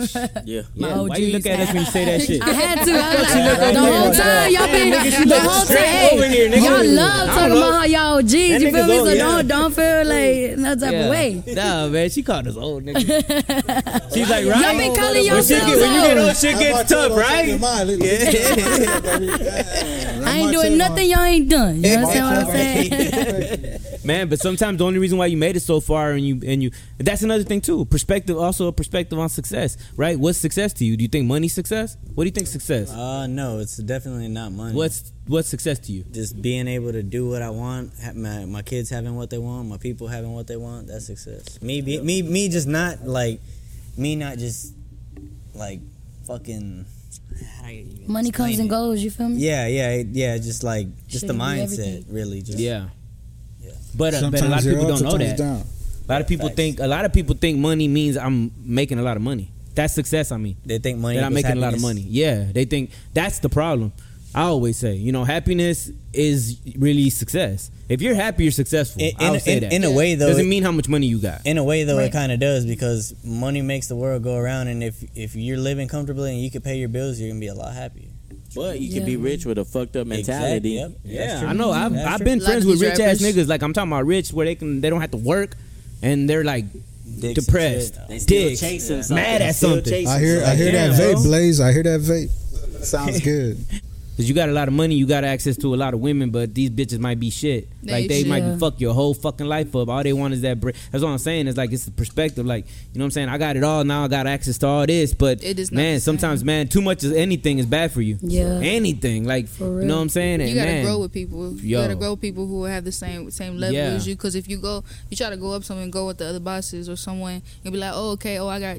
Speaker 2: yeah.
Speaker 6: Yeah.
Speaker 2: Why you look at us when you say that shit?
Speaker 3: I had to. I was like,
Speaker 2: over here
Speaker 3: the whole
Speaker 2: like
Speaker 3: time, y'all been the whole time.
Speaker 2: straight over here,
Speaker 3: Hey,
Speaker 2: nigga.
Speaker 3: y'all love
Speaker 2: I
Speaker 3: talking
Speaker 2: don't
Speaker 3: about
Speaker 2: know.
Speaker 3: how y'all G's.
Speaker 2: That
Speaker 3: You feel
Speaker 2: nigga's
Speaker 3: me?
Speaker 2: old,
Speaker 3: So
Speaker 2: yeah.
Speaker 3: don't don't feel like no type of way.
Speaker 2: Nah, man, she called us old nigga. She's like, right?
Speaker 3: Y'all been calling
Speaker 2: when, shit get, when you get old,
Speaker 3: yourselves
Speaker 2: shit gets tough, right?
Speaker 3: old. I ain't doing nothing y'all ain't done. You understand what I'm saying?
Speaker 2: Man, but sometimes the only reason why you made it so far and you and you that's another thing too. Perspective also a perspective on success, right? What's success to you? Do you think money success? What do you think success?
Speaker 5: Uh, no, it's definitely not money.
Speaker 2: What's what's success to you?
Speaker 5: just being able to do what I want, ha- my, my kids having what they want, my people having what they want, that's success. Me, be, me, me, just not like me, not just like fucking. how do I even
Speaker 3: Money
Speaker 5: explain
Speaker 3: comes and
Speaker 5: it?
Speaker 3: goes. You feel me?
Speaker 5: Yeah, yeah, it- yeah. Just like just the
Speaker 3: Shouldn't be
Speaker 5: mindset,
Speaker 3: everything.
Speaker 5: really. Just
Speaker 2: Yeah.
Speaker 5: Yeah.
Speaker 2: But, uh, but a lot of people don't know that.
Speaker 8: Down.
Speaker 2: A lot of people
Speaker 5: Facts.
Speaker 2: think a lot of people think money means I'm making a lot of money. That's success. I mean,
Speaker 5: They think money.
Speaker 2: that I'm
Speaker 5: equals
Speaker 2: making a lot of
Speaker 5: happiness.
Speaker 2: money. Yeah, they think that's the problem. I always say, you know, happiness is really success. If you're happy, you're successful.
Speaker 5: In,
Speaker 2: I
Speaker 5: in,
Speaker 2: would say
Speaker 5: in-
Speaker 2: that.
Speaker 5: in a way, though,
Speaker 2: doesn't
Speaker 5: it-
Speaker 2: mean how much money you got.
Speaker 5: in a way though
Speaker 3: Right.
Speaker 5: it kind of does because money makes the world go around, and if if you're living comfortably and you can pay your bills, you're gonna be a lot happier.
Speaker 6: But you
Speaker 3: Yeah.
Speaker 6: can be rich with a fucked up mentality.
Speaker 5: Exactly, yep. That's
Speaker 2: Yeah,
Speaker 5: true.
Speaker 2: I know. I've,
Speaker 5: That's
Speaker 2: I've
Speaker 5: true.
Speaker 2: been
Speaker 1: Like
Speaker 2: friends with
Speaker 1: these
Speaker 2: rich ass
Speaker 1: rappers.
Speaker 2: niggas. Like I'm talking about rich, where they can they don't have to work, and they're like
Speaker 5: Dicks and
Speaker 2: depressed,
Speaker 5: shit.
Speaker 6: They still
Speaker 2: dicks,
Speaker 6: chasing
Speaker 2: mad
Speaker 6: something.
Speaker 2: at
Speaker 6: Still
Speaker 2: something.
Speaker 6: chasing
Speaker 8: I hear, I hear
Speaker 2: Damn,
Speaker 8: that vape,
Speaker 2: bro.
Speaker 8: Blaze. I hear that vape. Sounds good.
Speaker 2: Cause you got a lot of money, you got access to a lot of women, but these bitches might be shit.
Speaker 1: They
Speaker 2: like they
Speaker 1: shit.
Speaker 2: might
Speaker 3: Yeah.
Speaker 2: fuck your whole fucking life up. All they want is that bread. That's what I'm saying. It's like it's the perspective. Like you know what I'm saying. I got it all now. I got access to all this, but
Speaker 1: It is not
Speaker 2: man,
Speaker 1: the same.
Speaker 2: sometimes man, too much of anything is bad for you.
Speaker 3: Yeah.
Speaker 2: anything. Like
Speaker 3: For
Speaker 2: you know
Speaker 3: real.
Speaker 2: what I'm saying. And
Speaker 1: you gotta
Speaker 2: man,
Speaker 1: grow with people. You
Speaker 2: Yo.
Speaker 1: gotta grow with people who have the same same level
Speaker 2: Yeah.
Speaker 1: as you. Because if you go, you try to go up someone, go with the other bosses or someone, and be like, oh okay, oh I got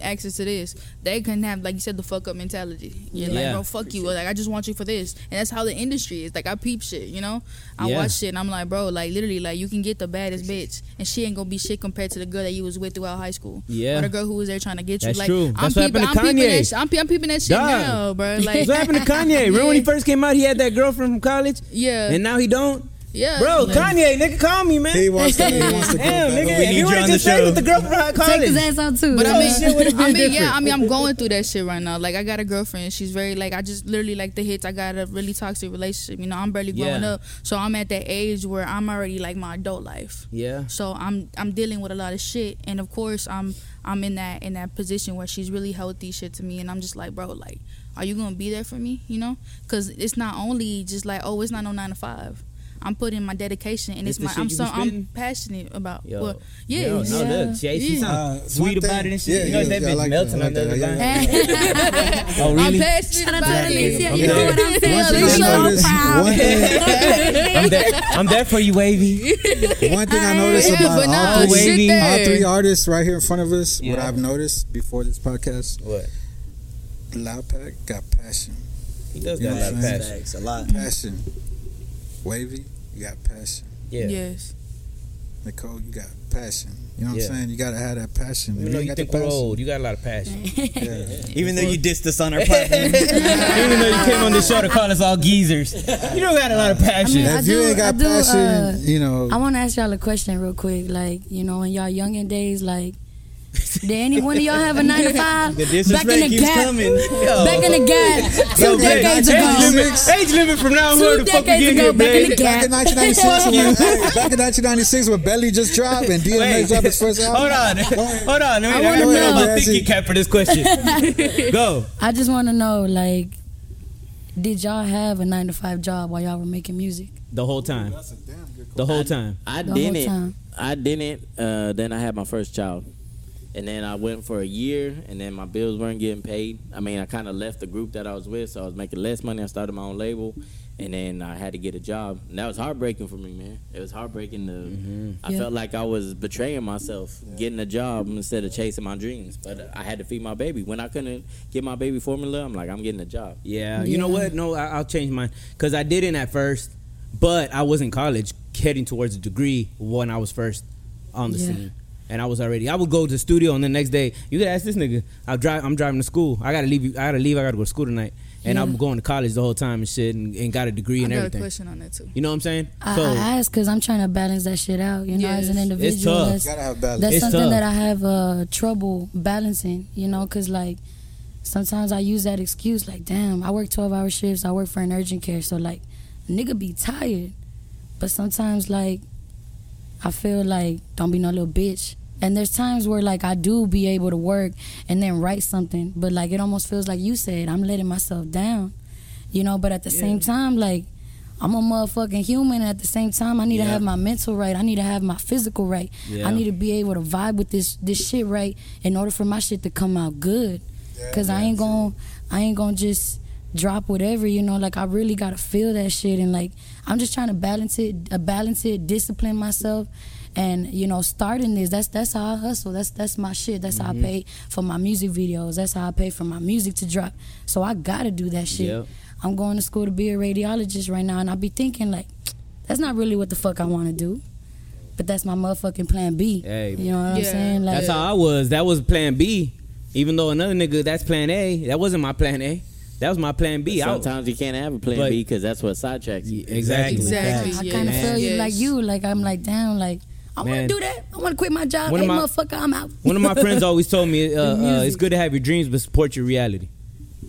Speaker 1: access to this. They can have like you said the fuck up mentality. You're
Speaker 2: Yeah.
Speaker 1: like, bro, fuck you. Or, like I just want you for this, and that's how the industry is. Like I peep shit, you know. I
Speaker 2: Yeah.
Speaker 1: watch shit, and I'm like, bro, like literally, like you can get the baddest bitch, and she ain't gonna be shit compared to the girl that you was with throughout high school.
Speaker 2: Yeah.
Speaker 1: or the girl who was there trying to get you.
Speaker 2: That's
Speaker 1: like,
Speaker 2: true.
Speaker 1: I'm
Speaker 2: That's what happened
Speaker 1: peeping,
Speaker 2: to
Speaker 1: I'm peeping
Speaker 2: Kanye.
Speaker 1: that shit. I'm, pe- I'm peeping that shit
Speaker 2: Dog.
Speaker 1: now, bro. Like,
Speaker 2: what happened to Kanye? Remember when he first came out, he had that girl from college,
Speaker 1: Yeah.
Speaker 2: and now he don't.
Speaker 1: yeah,
Speaker 2: Bro,
Speaker 1: like-
Speaker 2: Kanye, nigga, call me, man.
Speaker 8: He wants to. He wants to go
Speaker 2: Damn,
Speaker 8: back.
Speaker 2: nigga,
Speaker 5: We
Speaker 2: if
Speaker 5: need
Speaker 2: you
Speaker 5: you
Speaker 2: were
Speaker 5: on
Speaker 2: just
Speaker 5: the
Speaker 2: staying
Speaker 5: show.
Speaker 2: with the girl from
Speaker 3: Take his
Speaker 2: college.
Speaker 3: ass out too.
Speaker 1: But I mean,
Speaker 2: shit would've been
Speaker 1: I mean,
Speaker 2: different.
Speaker 1: yeah, I mean, I'm going through that shit right now. Like, I got a girlfriend. She's very like, I just literally like the hits. I got a really toxic relationship. You know, I'm barely growing
Speaker 2: Yeah.
Speaker 1: up, so I'm at that age where I'm already like my adult life.
Speaker 2: Yeah.
Speaker 1: So I'm I'm dealing with a lot of shit, and of course I'm I'm in that in that position where she's really healthy shit to me, and I'm just like, bro, like, are you gonna be there for me? You know, because it's not only just like, oh, it's not no nine to five. I'm putting my dedication, and
Speaker 2: This
Speaker 1: it's,
Speaker 2: the
Speaker 1: my
Speaker 2: shit
Speaker 1: I'm
Speaker 2: you
Speaker 1: so
Speaker 2: was spitting?
Speaker 1: I'm passionate about.
Speaker 2: Yo.
Speaker 1: Well, yeah,
Speaker 2: Yo,
Speaker 1: it's-
Speaker 2: no, look, she, she
Speaker 1: Yeah.
Speaker 2: sound
Speaker 4: Uh,
Speaker 2: sweet
Speaker 4: one
Speaker 2: about
Speaker 4: thing-
Speaker 2: it and shit.
Speaker 8: yeah,
Speaker 2: you know,
Speaker 8: yeah,
Speaker 2: that
Speaker 8: yeah, I
Speaker 2: bitch
Speaker 8: like that,
Speaker 2: melting
Speaker 8: I like
Speaker 2: under
Speaker 8: that,
Speaker 2: the
Speaker 8: yeah,
Speaker 2: line.
Speaker 8: yeah.
Speaker 2: Oh,
Speaker 1: I'm
Speaker 2: really?
Speaker 1: passionate
Speaker 3: Shout out
Speaker 1: about
Speaker 3: to
Speaker 1: it.
Speaker 3: Alicia. You
Speaker 2: Yeah.
Speaker 3: know what I'm saying?
Speaker 8: Once you
Speaker 3: Alicia,
Speaker 8: know this, one
Speaker 3: I'm
Speaker 8: thing-
Speaker 3: proud.
Speaker 2: I'm there, I'm there for you, Wavy.
Speaker 8: One thing I noticed
Speaker 1: Yeah,
Speaker 8: about
Speaker 1: but
Speaker 8: all
Speaker 1: no,
Speaker 8: three,
Speaker 1: sit there.
Speaker 8: all three artists right here in front of us, what
Speaker 2: Yeah.
Speaker 8: I've noticed before this podcast,
Speaker 5: What?
Speaker 8: Loud Pack got passion.
Speaker 5: He does
Speaker 8: Yeah,
Speaker 5: got a lot of
Speaker 8: facts.
Speaker 5: passion. A lot.
Speaker 8: Passion. Wavy, you got passion.
Speaker 5: Yeah.
Speaker 1: Yes.
Speaker 8: Nicole, you got passion. You know what
Speaker 5: Yeah.
Speaker 8: I'm saying? You gotta have that passion.
Speaker 2: Even though you
Speaker 8: got
Speaker 2: think
Speaker 8: the
Speaker 2: we're old, you got a lot of passion.
Speaker 8: passion. Yeah.
Speaker 5: Even though you dissed us on our platform.
Speaker 2: Even though you came on this show to call us all geezers, you don't got a lot of passion.
Speaker 3: I
Speaker 8: if you
Speaker 3: do-
Speaker 8: ain't
Speaker 3: I
Speaker 8: got
Speaker 3: do,
Speaker 8: passion,
Speaker 3: uh,
Speaker 8: you know.
Speaker 3: I want to ask y'all a question real quick. Like, you know, in y'all younger days, like, did any one of y'all have a nine to five?
Speaker 5: The
Speaker 3: back in
Speaker 5: disrespect
Speaker 3: the
Speaker 5: keeps
Speaker 3: gap.
Speaker 5: coming. Yo.
Speaker 3: Back in the gap. Two
Speaker 2: Yo, man,
Speaker 3: decades
Speaker 2: age
Speaker 3: ago.
Speaker 2: limit, age limit from now on, where
Speaker 3: Two
Speaker 2: the fuck we
Speaker 3: decades
Speaker 2: getting
Speaker 3: ago,
Speaker 2: here,
Speaker 3: back in
Speaker 2: man?
Speaker 3: the
Speaker 8: Back in
Speaker 3: gap.
Speaker 8: 1996, when, hey, back in 1996, when Belly just dropped and DMX
Speaker 2: Wait,
Speaker 8: dropped his first album.
Speaker 2: hold on, hold on. Let me,
Speaker 3: I
Speaker 2: I,
Speaker 3: wanna
Speaker 2: got
Speaker 3: know.
Speaker 2: my thinking cap for this question. Go.
Speaker 3: I just want to know, like, did y'all have a nine to five job while y'all were making music?
Speaker 2: The whole time.
Speaker 8: a damn good
Speaker 2: The whole time.
Speaker 6: I
Speaker 3: The whole
Speaker 6: didn't.
Speaker 3: time.
Speaker 6: I didn't. Uh, then I had my first child, and then I went for a year, and then my bills weren't getting paid. I mean, I kind of left the group that I was with, so I was making less money. I started my own label, and then I had to get a job. And that was heartbreaking for me, man. It was heartbreaking. To,
Speaker 2: Mm-hmm.
Speaker 6: I
Speaker 3: Yeah.
Speaker 6: felt like I was betraying myself, getting a job instead of chasing my dreams. But I had to feed my baby. When I couldn't get my baby formula, I'm like, I'm getting a job.
Speaker 2: Yeah, you know
Speaker 3: Yeah.
Speaker 2: what? No, I, I'll change mine because I didn't at first, but I was in college heading towards a degree when I was first on the
Speaker 3: Yeah.
Speaker 2: scene. and I was already. I would go to the studio, and the next day, you could ask this nigga. I drive. I'm driving to school. I gotta leave. you- I gotta leave. I gotta go to school tonight, and I'm going to college the whole time and shit, and, and got a degree
Speaker 1: I
Speaker 2: and
Speaker 1: got a
Speaker 2: everything.
Speaker 1: question on that too.
Speaker 2: You know what I'm saying?
Speaker 3: I,
Speaker 2: so
Speaker 3: I ask because I'm trying to balance that shit out. You know, as an
Speaker 1: Yes.
Speaker 3: individual,
Speaker 2: tough.
Speaker 3: that's,
Speaker 4: Gotta have balance.
Speaker 3: that's
Speaker 2: It's
Speaker 3: something
Speaker 2: tough.
Speaker 3: that I have uh, trouble balancing. You know, because like sometimes I use that excuse, like, damn, I work 12 hour shifts. I work for an urgent care, so like, nigga be tired. But sometimes like, I feel like don't be no little bitch. And there's times where like I do be able to work and then write something, but like it almost feels like you said I'm letting myself down, you know. But at the same time, like I'm a motherfucking human. At the same time, I need to
Speaker 2: Yeah.
Speaker 3: have my mental right. I need to have my physical right.
Speaker 2: Yeah.
Speaker 3: I need to be able to vibe with this this shit right in order for my shit to come out good. Cause I ain't gon' I ain't gonna just drop whatever. You know, like I really gotta feel that shit and like I'm just trying to balance it, uh, balance it, discipline myself. And you know, starting this, that's that's how I hustle. That's that's my shit. That's
Speaker 2: Mm-hmm.
Speaker 3: how I pay for my music videos. That's how I pay for my music to drop. So I gotta do that shit.
Speaker 2: Yep.
Speaker 3: I'm going to school to be a radiologist right now, and I be thinking like, that's not really what the fuck I want to do, but that's my motherfucking plan B.
Speaker 2: Hey.
Speaker 3: you know what I'm
Speaker 1: Yeah.
Speaker 3: saying? Like,
Speaker 2: that's how I was. That was Plan B. Even though another nigga, that's Plan A. That wasn't my Plan A. That was my Plan B. I-
Speaker 6: Sometimes you can't have a plan
Speaker 2: But-
Speaker 6: B because that's what sidetracks you.
Speaker 2: exactly.
Speaker 1: Exactly.
Speaker 3: I
Speaker 1: yes,
Speaker 3: kind of feel you
Speaker 1: yes.
Speaker 3: like you. Like I'm like down. Like I want
Speaker 2: Man.
Speaker 3: to do that. I want to quit my job.
Speaker 2: One
Speaker 3: Hey,
Speaker 2: of my-
Speaker 3: motherfucker, I'm out.
Speaker 2: One of my friends always told me, uh,
Speaker 3: The
Speaker 2: uh, "It's
Speaker 3: music.
Speaker 2: good to have your dreams, but support your reality."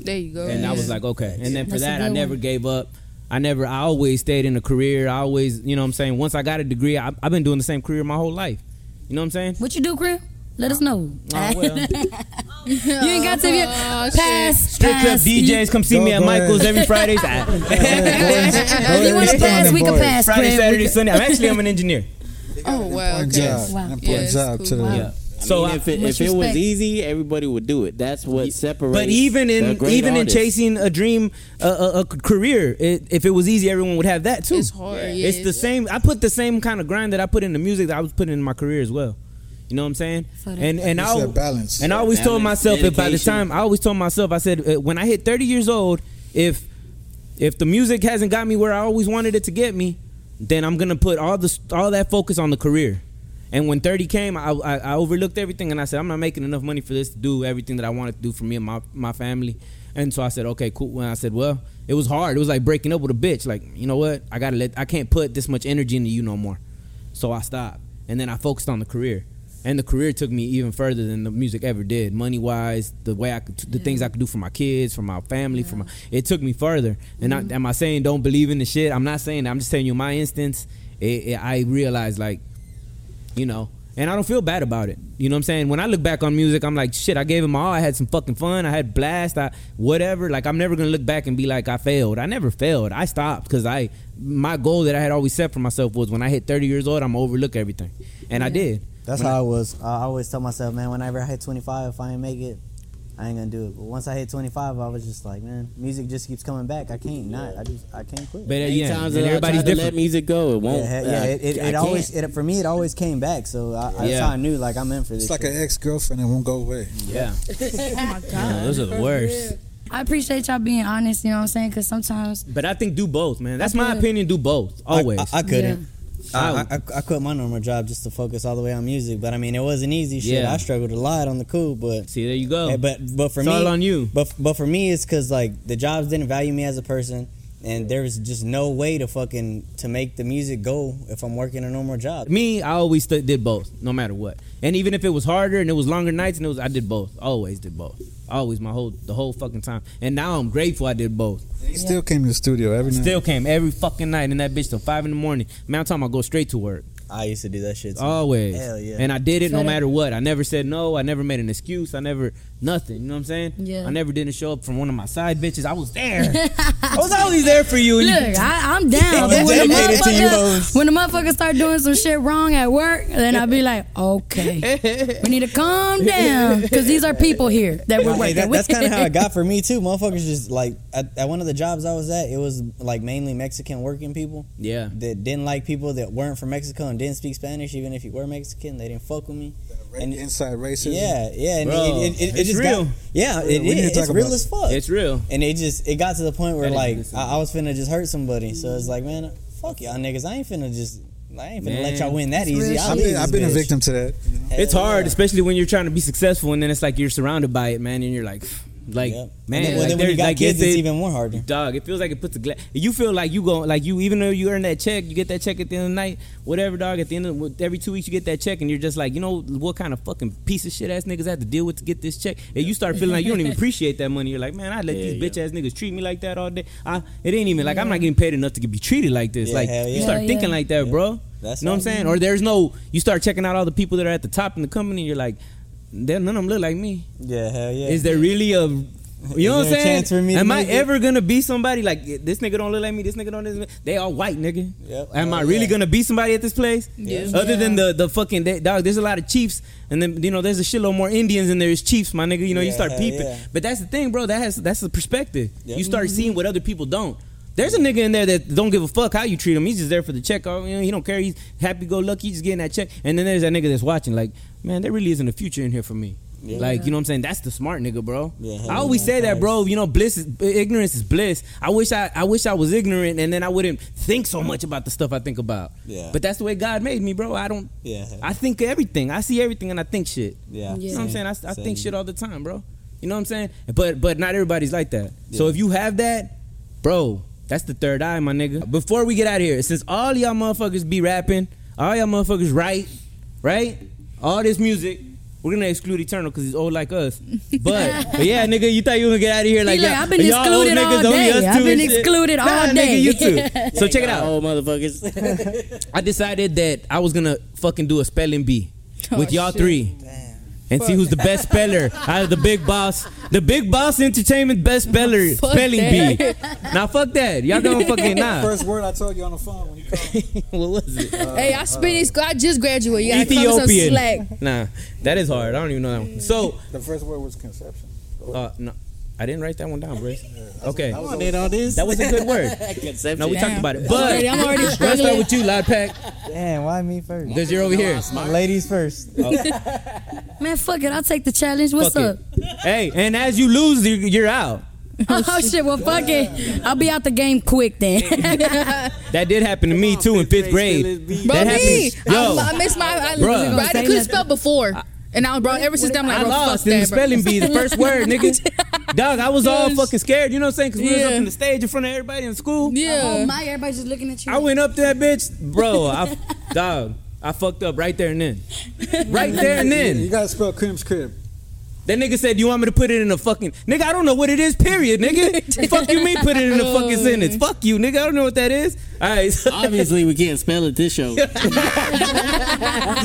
Speaker 1: There you go.
Speaker 2: And I was
Speaker 1: Yeah.
Speaker 2: like, okay. And then for
Speaker 3: That's a
Speaker 2: that,
Speaker 3: good
Speaker 2: I never
Speaker 3: one.
Speaker 2: gave up. I never. I always stayed in a career. I always, you know, what I'm saying. Once I got a degree, I, I've been doing the same career my whole life. You know what I'm saying?
Speaker 3: What you do, Grim? Let us know.
Speaker 2: Oh, well.
Speaker 3: you ain't got to be
Speaker 1: Oh,
Speaker 3: pass.
Speaker 1: shit.
Speaker 2: Strip club
Speaker 3: pass.
Speaker 2: DJs come see me
Speaker 8: Go,
Speaker 2: at
Speaker 8: go ahead.
Speaker 2: Michaels every Fridays. I-
Speaker 3: If you want to pass, we can pass.
Speaker 2: Friday,
Speaker 3: Grim.
Speaker 2: Saturday, Sunday. I'm actually I'm an engineer.
Speaker 1: oh wow,
Speaker 4: Important
Speaker 1: okay.
Speaker 4: job.
Speaker 3: Wow.
Speaker 4: Important
Speaker 1: Yeah, it's
Speaker 4: job
Speaker 1: cool.
Speaker 4: to the
Speaker 1: Wow.
Speaker 2: Yeah.
Speaker 6: So
Speaker 2: So I-
Speaker 6: if it,
Speaker 3: Much
Speaker 6: if it was
Speaker 3: respect.
Speaker 6: easy, everybody would do it. That's what separates.
Speaker 2: But even
Speaker 6: the
Speaker 2: in
Speaker 6: great
Speaker 2: even
Speaker 6: artists.
Speaker 2: in chasing a dream, a, a, a career, it, if it was easy, everyone would have that too.
Speaker 1: It's hard, Yeah. yeah,
Speaker 2: it's the
Speaker 1: it's-
Speaker 2: same. I put the same kind of grind that I put in the music that I was putting in my career as well. You know what I'm saying?
Speaker 3: So that-
Speaker 2: And and
Speaker 4: It's
Speaker 2: I
Speaker 4: that balance.
Speaker 2: And I always told
Speaker 6: Balance,
Speaker 2: myself if by the
Speaker 6: dedication.
Speaker 2: time I always told myself I said uh, when I hit 30 years old, if if the music hasn't got me where I always wanted it to get me, then I'm gonna put all this all that focus on the career. And when 30 came, I, I, I overlooked everything and I said I'm not making enough money for this to do everything that I wanted to do for me and my my family. And so I said, okay, cool. When I said, well, it was hard. It was like breaking up with a bitch. Like, you know what? I gotta let. I can't put this much energy into you no more. So I stopped, and then I focused on the career, and the career took me even further than the music ever did, money wise, the way I could, the things I could do for my kids, for my family, for my, it took me further. And I, am I saying don't believe in the shit? I'm not saying that. I'm just telling you my instance. It, it, I realized like, you know. And I don't feel bad about it. You know what I'm saying? When I look back on music, I'm like, shit, I gave him all. I had some fucking fun. I had blast. I whatever. Like I'm never gonna look back and be like, I failed. I never failed. I stopped because I my goal that I had always set for myself was when I hit 30 years old, I'm gonna overlook everything. And I did.
Speaker 5: That's how I was. I always tell myself, man, whenever I hit 25, if I ain't make it, I ain't gonna do it. But once I hit 25, I was just like, man, music just keeps coming back. I can't not. I just I can't quit.
Speaker 2: But uh,
Speaker 6: Many
Speaker 2: yeah,
Speaker 6: times
Speaker 2: and
Speaker 6: that
Speaker 2: everybody's
Speaker 6: I tried to let
Speaker 2: different.
Speaker 6: music go, it won't.
Speaker 5: yeah, yeah,
Speaker 6: I-
Speaker 5: it, it,
Speaker 6: I
Speaker 5: it
Speaker 6: can't.
Speaker 5: always it, for me it always came back. So I, I, that's
Speaker 2: Yeah.
Speaker 5: how I knew like I'm in for this.
Speaker 4: It's like
Speaker 5: shit.
Speaker 4: an ex girlfriend that won't go away.
Speaker 2: Yeah.
Speaker 1: oh my god.
Speaker 2: Yeah, those are the worst.
Speaker 3: I appreciate y'all being honest. You know what I'm saying? Because sometimes
Speaker 2: But I think do both, man. That's my
Speaker 3: feel-
Speaker 2: opinion. Do both always.
Speaker 5: I, I, I couldn't.
Speaker 2: I-
Speaker 5: I, I, I quit my normal job just to focus all the way on music. But I mean, it wasn't easy. Shit,
Speaker 2: Yeah.
Speaker 5: I struggled a lot on the cool, but
Speaker 2: See, there you go.
Speaker 5: Hey, but but for
Speaker 2: It's
Speaker 5: me,
Speaker 2: all on you.
Speaker 5: But but for me, it's because like the jobs didn't value me as a person, and there was just no way to fucking to make the music go if I'm working a normal job.
Speaker 2: me, I always st- did both, no matter what. And even if it was harder and it was longer nights, and it was, I did both. Always did both. Always my whole the whole fucking time. And now I'm grateful I did both.
Speaker 4: He still came to the studio every night.
Speaker 2: Still came every fucking night in that bitch till five in the morning. Man, I'm talking about go straight to work.
Speaker 5: I used to do that shit. Too.
Speaker 2: Always.
Speaker 5: Hell yeah.
Speaker 2: And I did it no
Speaker 3: Fed up.
Speaker 2: matter what. I never said no. I never made an excuse. I never nothing. You know what I'm saying?
Speaker 3: Yeah.
Speaker 2: I never didn't show up from one of my side bitches. I was there. I was always there for you. And you-
Speaker 3: Look, I, I'm down.
Speaker 5: I'm
Speaker 3: But when, the
Speaker 5: dedicated to you hoes.
Speaker 3: motherfucker, when the motherfucker start doing some shit wrong at work, then I'll be like, okay, we need to calm down because these are people here that we're
Speaker 5: Hey,
Speaker 3: working
Speaker 5: that- that's
Speaker 3: with.
Speaker 5: kind of how it got for me too. Motherfuckers just like at, at one of the jobs I was at, it was like mainly Mexican working people
Speaker 2: yeah.
Speaker 5: that didn't like people that weren't from Mexico and didn't speak Spanish. Even if you were Mexican, they didn't fuck with me.
Speaker 4: Ra-
Speaker 5: And-
Speaker 4: inside racism.
Speaker 5: Yeah, yeah, and
Speaker 2: Bro,
Speaker 5: it, it, it, it
Speaker 2: it's
Speaker 5: just
Speaker 2: real.
Speaker 5: Got, yeah,
Speaker 4: Yeah,
Speaker 5: it,
Speaker 4: we need to
Speaker 5: is.
Speaker 4: talk
Speaker 5: it's real
Speaker 4: about
Speaker 5: as fuck.
Speaker 2: It's real.
Speaker 5: and it just it got to the point where
Speaker 2: That is
Speaker 5: like
Speaker 2: good stuff.
Speaker 5: I, I was finna just hurt somebody. So it's like, man, fuck y'all niggas. I ain't finna just I ain't finna
Speaker 2: Man.
Speaker 5: let y'all win that easy.
Speaker 3: real
Speaker 4: I've
Speaker 5: I'll
Speaker 3: shit.
Speaker 5: leave
Speaker 4: been,
Speaker 5: this
Speaker 4: I've been a
Speaker 5: bitch.
Speaker 4: victim to that.
Speaker 2: It's
Speaker 5: Hell
Speaker 2: hard,
Speaker 5: yeah.
Speaker 2: especially when you're trying to be successful and then it's like you're surrounded by it, man, and you're like, like,
Speaker 5: Yep.
Speaker 2: man,
Speaker 5: And
Speaker 2: like,
Speaker 5: then, well, then when
Speaker 2: there's-
Speaker 5: you got
Speaker 2: like,
Speaker 5: kids,
Speaker 2: is
Speaker 5: it's
Speaker 2: it-
Speaker 5: even more harder.
Speaker 2: Dog, it feels like it puts a glass. You feel like you go like you even though you earn that check, you get that check at the end of the night, whatever, dog. At the end of with- every two weeks, you get that check, and you're just like, you know, what kind of fucking piece of shit ass niggas I have to deal with to get this check? And you start feeling like you don't even appreciate that money. You're like, man, I let
Speaker 6: Yeah,
Speaker 2: these
Speaker 6: yeah.
Speaker 2: bitch ass niggas treat me like that all day. I, it ain't even like I'm not getting paid enough to be treated like this.
Speaker 5: Yeah,
Speaker 2: like
Speaker 5: hell
Speaker 2: you
Speaker 5: yeah.
Speaker 2: start
Speaker 3: Hell
Speaker 2: thinking
Speaker 3: yeah.
Speaker 2: like that,
Speaker 5: Yeah.
Speaker 2: bro.
Speaker 5: That's
Speaker 2: you know what I'm
Speaker 5: all.
Speaker 2: saying? Or there's no, you start checking out all the people that are at the top in the company, and you're like, "Damn, none of them look like me.
Speaker 5: Yeah, hell yeah.
Speaker 2: Is there really a you know what I'm
Speaker 5: there a
Speaker 2: saying?
Speaker 5: chance for me to
Speaker 2: Am I
Speaker 5: make it?
Speaker 2: ever gonna be somebody like this nigga don't look like me, this nigga don't this they all white nigga.
Speaker 5: Yep.
Speaker 2: Am I
Speaker 5: Oh,
Speaker 2: really
Speaker 5: yeah.
Speaker 2: gonna be somebody at this place?
Speaker 1: Yeah.
Speaker 2: Other than
Speaker 1: Yeah.
Speaker 2: the the fucking they, dog, there's a lot of chiefs and then you know there's a shitload more Indians and there's chiefs, my nigga. You know, you
Speaker 5: Yeah,
Speaker 2: start
Speaker 5: hell
Speaker 2: peeping.
Speaker 5: yeah.
Speaker 2: But that's the thing, bro, that has that's the perspective.
Speaker 5: Yep.
Speaker 2: You start seeing what other people don't. There's a nigga in there that don't give a fuck how you treat him. He's just there for the check. Oh, you know, he don't care. He's happy go lucky. He's just getting that check. And then there's that nigga that's watching. Like, man, there really isn't a future in here for me.
Speaker 5: Yeah.
Speaker 2: Like, you know what I'm saying? That's the smart nigga, bro.
Speaker 5: Yeah, hell
Speaker 2: I always
Speaker 5: yeah,
Speaker 2: say that,
Speaker 5: facts.
Speaker 2: bro. You know, bliss is ignorance is bliss. I wish I, I wish I was ignorant, and then I wouldn't think so much about the stuff I think about.
Speaker 5: Yeah.
Speaker 2: But that's the way God made me, bro. I don't.
Speaker 5: Yeah, hell
Speaker 2: I think everything. I see everything, and I think shit.
Speaker 5: yeah.
Speaker 2: You know what I'm saying? I, I
Speaker 5: Same.
Speaker 2: think shit all the time, bro. You know what I'm saying? But but not everybody's like that. So
Speaker 5: Yeah.
Speaker 2: if you have that, bro, that's the third eye, my nigga. Before we get out of here, since all y'all motherfuckers be rapping, all y'all motherfuckers write, right? All this music. We're gonna exclude Eternal because he's old like us. But, but yeah, nigga, you thought you were gonna get out of here like
Speaker 3: like,
Speaker 2: y'all-
Speaker 3: "I've been
Speaker 2: y'all old
Speaker 3: excluded all
Speaker 2: niggas, only
Speaker 3: day.
Speaker 2: us
Speaker 3: I've
Speaker 2: two
Speaker 3: been
Speaker 2: and shit."
Speaker 3: excluded
Speaker 2: Nah,
Speaker 3: all
Speaker 2: Nigga,
Speaker 3: day.
Speaker 2: you too. So check it out.
Speaker 6: Oh, motherfuckers.
Speaker 2: I decided that I was gonna fucking do a spelling bee with
Speaker 1: Oh,
Speaker 2: y'all
Speaker 1: shit.
Speaker 2: three. And see who's the best speller out of the big boss, the big boss entertainment best speller
Speaker 1: Fuck
Speaker 2: spelling
Speaker 1: that.
Speaker 2: bee. Now fuck that, y'all don't fucking nah.
Speaker 4: First word I told you on the phone when you called.
Speaker 2: what was it?
Speaker 1: hey, I spit this. I just graduated. You gotta cut me some slack.
Speaker 2: Ethiopian. Nah, that is hard. I don't even know that one. So,
Speaker 4: The first word was conception.
Speaker 2: uh, no, I didn't write that one down, Brace. Okay,
Speaker 5: I wanted all this.
Speaker 2: that was a good word.
Speaker 6: Conception.
Speaker 2: No, we talked
Speaker 1: Damn.
Speaker 2: about it.
Speaker 1: I'm
Speaker 2: But
Speaker 1: already- I'm already
Speaker 2: let's start
Speaker 1: struggling.
Speaker 2: with you, Loud Pack,
Speaker 5: Damn, why me first?
Speaker 2: because you're over here. Oh.
Speaker 5: Ladies first.
Speaker 3: Man, fuck it. I'll take the challenge. What's
Speaker 2: Fuck
Speaker 3: up?
Speaker 2: it. Hey, and as you lose, you- you're out.
Speaker 3: Oh shit. Well, fuck it. I'll be out the game quick then.
Speaker 2: That did happen to me too in fifth grade.
Speaker 1: Bro,
Speaker 2: that
Speaker 1: me,
Speaker 2: happened. Yo,
Speaker 1: I, I missed my. I,
Speaker 2: Bruh.
Speaker 1: bro, I
Speaker 3: Say
Speaker 1: couldn't
Speaker 3: nothing.
Speaker 1: spell before, and I was bro. Ever since then, I'm like,
Speaker 2: I
Speaker 1: bro,
Speaker 2: lost
Speaker 1: fuck
Speaker 2: in the
Speaker 1: that, bro.
Speaker 2: spelling bee, the first word, nigga. Dog, I was all
Speaker 1: Yes.
Speaker 2: fucking scared. You know what I'm saying? Because we was up
Speaker 1: Yeah.
Speaker 2: on the stage in front of everybody in school.
Speaker 3: Oh
Speaker 1: Yeah.
Speaker 3: my, everybody's just looking at you.
Speaker 2: I went up to that bitch, bro. I, dog, I fucked up right there and then. Right there and
Speaker 4: You
Speaker 2: then.
Speaker 4: gotta spell Crim's crib.
Speaker 2: That nigga said, "You want me to put it in a fucking nigga? I don't know what it is. Period, nigga. Fuck you, me. Put it in a fucking sentence. Fuck you, nigga. I don't know what that is. All right, so-
Speaker 6: Obviously, we can't spell it this show.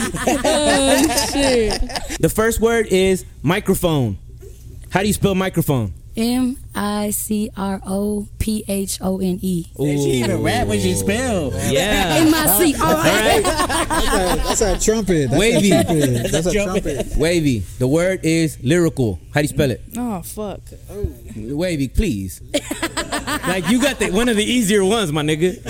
Speaker 1: Oh, shit.
Speaker 2: the first word is microphone. How do you spell microphone?
Speaker 3: M I C R O P H O N E.
Speaker 6: Did she even rap when she spelled?
Speaker 2: Yeah.
Speaker 3: M I C R
Speaker 2: All
Speaker 3: O. E.
Speaker 2: right.
Speaker 4: That's a trumpet. That's
Speaker 2: Wavy.
Speaker 4: a trumpet. That's a trumpet.
Speaker 2: Wavy. The word is lyrical. How do you spell it?
Speaker 1: Oh fuck.
Speaker 2: Wavy, please. like you got the one of the easier ones, my nigga.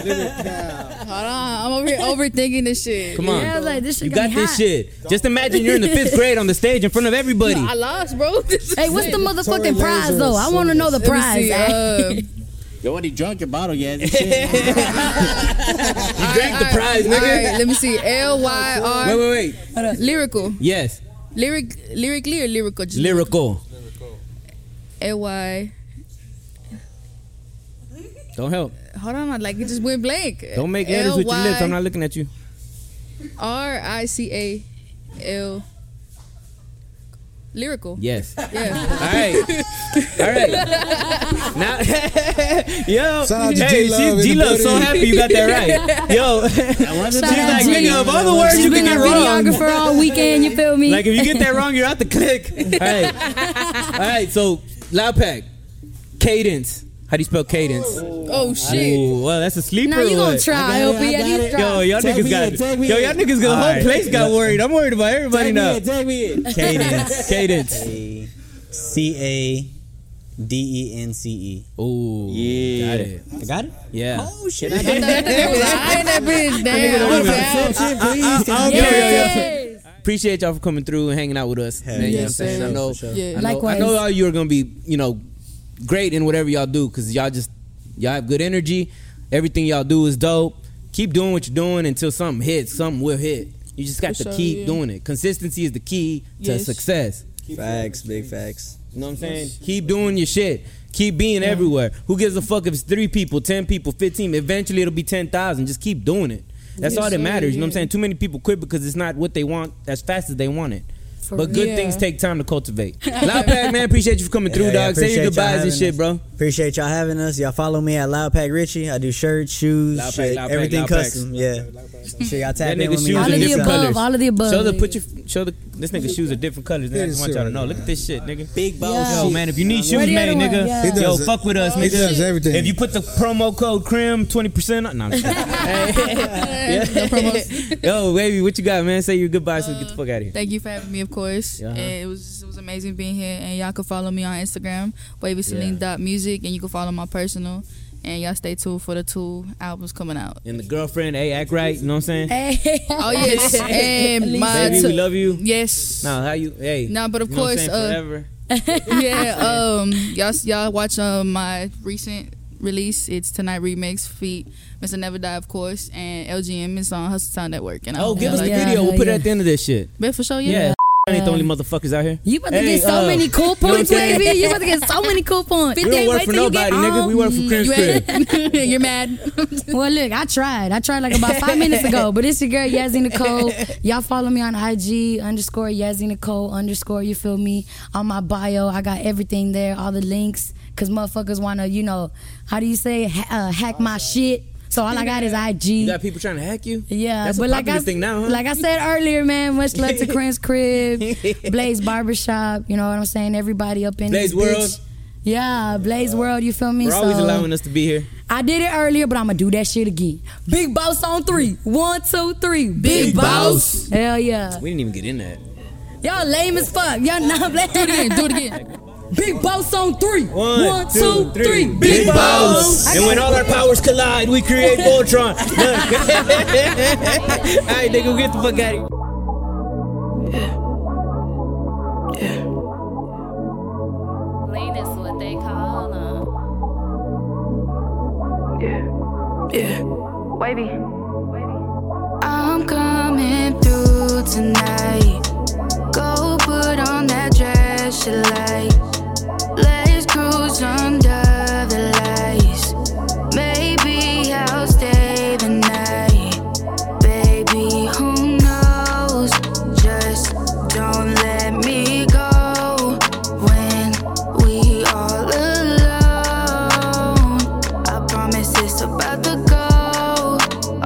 Speaker 1: Hold on. I'm over here overthinking this shit.
Speaker 2: Come on.
Speaker 3: Yeah, I was like, this shit
Speaker 2: you
Speaker 3: gonna
Speaker 2: got
Speaker 3: be
Speaker 2: this
Speaker 3: hot.
Speaker 2: shit. Just imagine you're in the fifth grade on the stage in front of everybody.
Speaker 1: I lost, bro.
Speaker 3: Hey, what's the
Speaker 4: Tory
Speaker 3: motherfucking
Speaker 4: Lanez
Speaker 3: prize
Speaker 4: or
Speaker 3: though? I want to know the
Speaker 1: Let me
Speaker 3: prize.
Speaker 1: see,
Speaker 3: eh?
Speaker 1: uh,
Speaker 6: You already drunk your bottle yet. and shit.
Speaker 2: You drank the prize,
Speaker 1: All
Speaker 2: nigga.
Speaker 1: right, let me see. L
Speaker 2: Wait,
Speaker 1: Y
Speaker 2: wait, wait.
Speaker 1: R lyrical,
Speaker 2: Yes,
Speaker 1: lyric, lyrically or lyrical? Just
Speaker 2: lyrical.
Speaker 1: L Y.
Speaker 2: Don't help.
Speaker 1: Hold on, I like it just went blank.
Speaker 2: Don't make letters with your lips. I'm not looking at you.
Speaker 1: R I C A L. Lyrical.
Speaker 2: Yes. All
Speaker 1: Yeah.
Speaker 2: right. All right. Now, yo,
Speaker 4: Shout out to
Speaker 2: hey,
Speaker 4: G-Love in
Speaker 2: she's
Speaker 4: the
Speaker 2: G Love. So
Speaker 4: building.
Speaker 2: happy you got that right. Yo, she's
Speaker 6: wasn't
Speaker 3: bad.
Speaker 2: like, nigga, of all the
Speaker 3: She's
Speaker 2: words you can
Speaker 3: been
Speaker 2: get
Speaker 3: our
Speaker 2: wrong,
Speaker 3: videographer all weekend. You feel me?
Speaker 2: Like if you get that wrong, you're out the click. All right, all right. So loud pack, cadence. How do you spell cadence?
Speaker 1: Oh shit.
Speaker 2: Ooh, well, that's a sleeper.
Speaker 3: now you
Speaker 2: or
Speaker 3: gonna
Speaker 2: what?
Speaker 3: try,
Speaker 5: I got it,
Speaker 3: LP?
Speaker 5: I
Speaker 3: Yeah,
Speaker 5: got
Speaker 3: you
Speaker 5: it.
Speaker 2: Yo,
Speaker 3: try.
Speaker 2: y'all
Speaker 5: Take
Speaker 2: niggas
Speaker 5: me
Speaker 2: got
Speaker 5: in, take me
Speaker 2: yo,
Speaker 5: in.
Speaker 2: y'all niggas. The
Speaker 5: All
Speaker 2: whole
Speaker 5: right.
Speaker 2: place got worried. I'm worried about everybody now.
Speaker 5: Take me in. Cadence.
Speaker 2: Cadence.
Speaker 5: C A D E N C
Speaker 2: Ooh,
Speaker 6: Yeah.
Speaker 2: got it.
Speaker 5: E. I got it?
Speaker 2: Yeah.
Speaker 5: Oh, shit.
Speaker 1: I thought that was I in that bitch. Damn. I was out.
Speaker 2: Oh, yo, yo, yo.
Speaker 3: Yes.
Speaker 2: Appreciate y'all for coming through and hanging out with us.
Speaker 5: Hell
Speaker 2: man, you know
Speaker 5: yeah,
Speaker 2: what I'm
Speaker 1: for
Speaker 2: saying?
Speaker 1: sure,
Speaker 2: I know,
Speaker 5: for sure.
Speaker 2: I
Speaker 1: Yeah.
Speaker 2: know,
Speaker 3: Likewise.
Speaker 2: I know all you are gonna be, you know, great in whatever y'all do because y'all just y'all have good energy. Everything y'all do is dope. keep doing what you're doing until something hits. Something will hit. You just got to
Speaker 1: For sure,
Speaker 2: keep
Speaker 1: yeah.
Speaker 2: doing it. Consistency is the key to
Speaker 1: Yes.
Speaker 2: success.
Speaker 5: Facts, big facts.
Speaker 2: You know what I'm saying? Keep doing your shit. Keep being everywhere. Who gives a fuck if it's three people, ten people, fifteen? Eventually it'll be ten thousand. Just keep doing it. That's
Speaker 1: Yes,
Speaker 2: all that
Speaker 1: sir,
Speaker 2: matters. You know what I'm
Speaker 1: yeah.
Speaker 2: saying? Too many people quit because it's not what they want as fast as they want it.
Speaker 3: For
Speaker 2: but good
Speaker 1: real.
Speaker 2: things take time to cultivate. Loud Pack, man, appreciate you for coming through,
Speaker 5: Yeah, yeah,
Speaker 2: dog. Say your
Speaker 5: appreciate y'all
Speaker 2: goodbyes and
Speaker 5: having
Speaker 2: shit,
Speaker 5: us.
Speaker 2: bro.
Speaker 5: Appreciate y'all having us. Y'all follow me at Loud Pack Richie. I do shirts, shoes,
Speaker 2: Loud Pack,
Speaker 5: shit,
Speaker 2: Loud Pack,
Speaker 5: everything
Speaker 2: Loud Pack.
Speaker 5: custom. Yeah. Sure, y'all tap
Speaker 2: That
Speaker 5: in
Speaker 2: nigga's
Speaker 5: with
Speaker 2: shoes
Speaker 5: me.
Speaker 2: are
Speaker 3: All of the
Speaker 2: different
Speaker 3: above,
Speaker 2: colors.
Speaker 3: all of the above.
Speaker 2: Show the
Speaker 3: nigga.
Speaker 2: put your show the this nigga shoes are different colors. Man, I just want y'all to know. Look at this shit, nigga.
Speaker 5: Big bone
Speaker 2: Yo,
Speaker 5: shoes.
Speaker 2: man, if you need shoes
Speaker 3: Where the
Speaker 2: made,
Speaker 3: other one?
Speaker 2: nigga,
Speaker 3: Yeah. He
Speaker 2: yo,
Speaker 4: does it.
Speaker 2: fuck with us,
Speaker 4: He
Speaker 2: nigga.
Speaker 4: does everything.
Speaker 2: If you put the promo code CRIM twenty percent, on, no, I'm just kidding.
Speaker 1: No promos.
Speaker 2: yo, baby, what you got, man? Say your goodbyes and get the fuck out of
Speaker 3: Uh,
Speaker 2: here.
Speaker 1: Thank you for having me, of course.
Speaker 2: Yeah.
Speaker 1: And it was it was amazing being here. And y'all can follow me on Instagram, wavyceline.music, and you can follow my personal. And y'all stay tuned for the two albums coming out.
Speaker 2: And the girlfriend, hey, act right. You know what I'm saying?
Speaker 3: Hey.
Speaker 1: Oh yes, and my
Speaker 2: Baby,
Speaker 1: two-
Speaker 2: we love you.
Speaker 1: yes.
Speaker 2: Nah, how you? Hey,
Speaker 1: Nah, but of
Speaker 2: you know what I'm
Speaker 1: course,
Speaker 2: saying,
Speaker 1: uh,
Speaker 2: forever.
Speaker 1: yeah, um, y'all y'all watch um, my recent release. It's tonight remix feat Mr. Never Die, of course, and LGM is on Hustle Sound Network. And I
Speaker 2: Oh,
Speaker 1: hope
Speaker 2: give
Speaker 1: y'all
Speaker 2: us the
Speaker 1: like it.
Speaker 3: yeah,
Speaker 2: video. We'll
Speaker 3: hell
Speaker 2: put it
Speaker 3: yeah.
Speaker 2: at the end of this shit.
Speaker 1: But for sure, yeah.
Speaker 2: Yeah, ain't the only motherfuckers out here.
Speaker 3: You about to
Speaker 2: Hey,
Speaker 3: get so
Speaker 2: uh,
Speaker 3: many cool
Speaker 2: know what I'm
Speaker 3: points,
Speaker 2: saying?
Speaker 3: baby. You about to get so many cool points.
Speaker 2: We don't work for nobody, nigga. We work for Crim's
Speaker 1: You
Speaker 2: Crib.
Speaker 1: ain't- You're mad.
Speaker 3: Well, look, I tried. I tried like about five minutes ago. But it's your girl Yazzie Nicole. Y'all follow me on IG underscore Yazzie Nicole underscore. You feel me? On my bio, I got everything there, all the links. Cause motherfuckers wanna, you know, how do you say, ha- uh, hack my shit. So all I got is IG.
Speaker 2: You got people trying to hack you?
Speaker 3: Yeah,
Speaker 2: that's
Speaker 3: but
Speaker 2: a
Speaker 3: like
Speaker 2: popular
Speaker 3: I
Speaker 2: thing now, huh?
Speaker 3: like I said earlier, man. Much love to Crin's crib, Blaze Barbershop. You know what I'm saying? Everybody up in
Speaker 2: Blaze
Speaker 3: this bitch.
Speaker 2: World. Uh,
Speaker 3: Yeah, Blaze World. You feel me?
Speaker 2: We're
Speaker 3: so
Speaker 2: always allowing us to be here.
Speaker 3: I did it earlier, but I'm gonna do that shit again. Big boss on three. One, two, three. Big,
Speaker 2: Big
Speaker 3: boss. Hell yeah.
Speaker 2: We didn't even get in that.
Speaker 3: Y'all lame as fuck. Y'all not black. Do it again. Do it again. Big boss on three.
Speaker 2: One,
Speaker 3: One, two, three.
Speaker 2: Big balls. And when all our powers collide, we create Voltron. all right, nigga, get the fuck out of here.
Speaker 10: Lean is what they call uh, them.
Speaker 11: Wavy. I'm coming through tonight. Go put on that dress you like. Let's cruise under the lights. Maybe I'll stay the night. Baby, who knows? Just don't let me go when we all alone. I promise it's about to go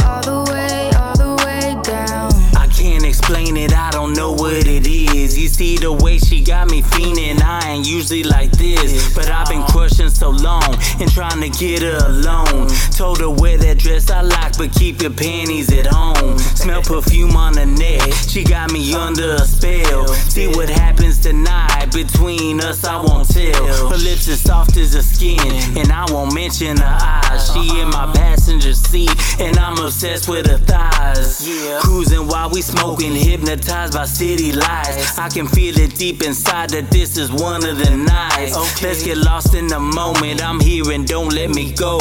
Speaker 11: all the way, all the way down.
Speaker 7: I can't explain it, I don't know what it is. You see the way she got me fiending, I ain't usually like this. But I've been crushing so long and trying to get her alone. Told her wear that dress I like, but keep your panties at home. Smell perfume on her neck, she got me under a spell. See what happens tonight between us, I won't tell. Her lips as soft as her skin, and I won't mention her eyes. She in my passenger seat, and I'm obsessed with her thighs. Cruising while we smoking, hypnotized by city lights. I can feel it deep inside that this is one of the nights. Let's get lost in the moment. I'm here and don't let me go.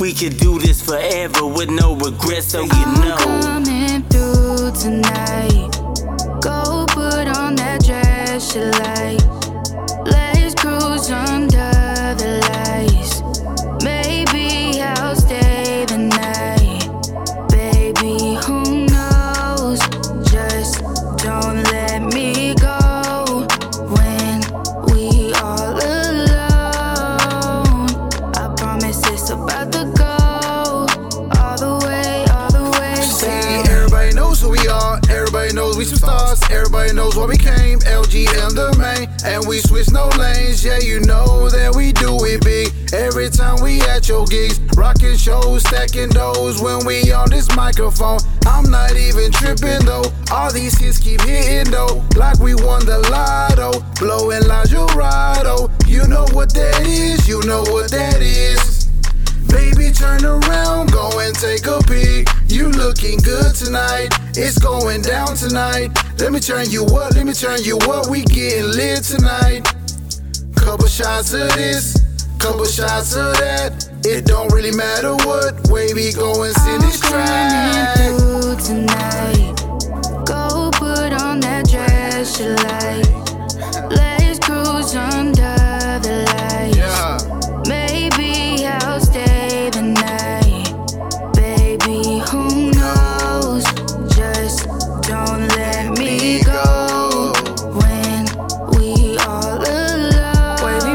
Speaker 7: We could do this forever with no regrets, so you
Speaker 11: I'm
Speaker 7: know.
Speaker 11: coming through tonight. Go put on that dress you like. Let's cruise under the lights. Maybe I'll stay the night. Baby, who knows? Just don't let me go when we all alone. I promise it's about to go all the way, all the way down.
Speaker 8: Everybody knows who we are. Everybody knows we some stars. Everybody knows why we came. LGM the main, and we switch no lanes. Yeah, you know that we do it big. Every time we at your gigs, rocking shows, stacking those. When we on this microphone, I'm not even tripping though. All these hits keep hitting though, like we won the lotto, blowing La Jurado. You know what that is. You know what that is. Baby, turn around, go and take a peek. You looking good tonight. It's going down tonight. Let me turn you up, let me turn you up. We getting lit tonight. Couple shots of this,
Speaker 4: Couple shots of that. It don't really matter what way we go and see this track.
Speaker 11: through tonight. Go put on that dress you like. Let's cruise under the lights. Maybe I'll stay the night. Baby, who knows? Just don't let me go. When we all alone. Wavy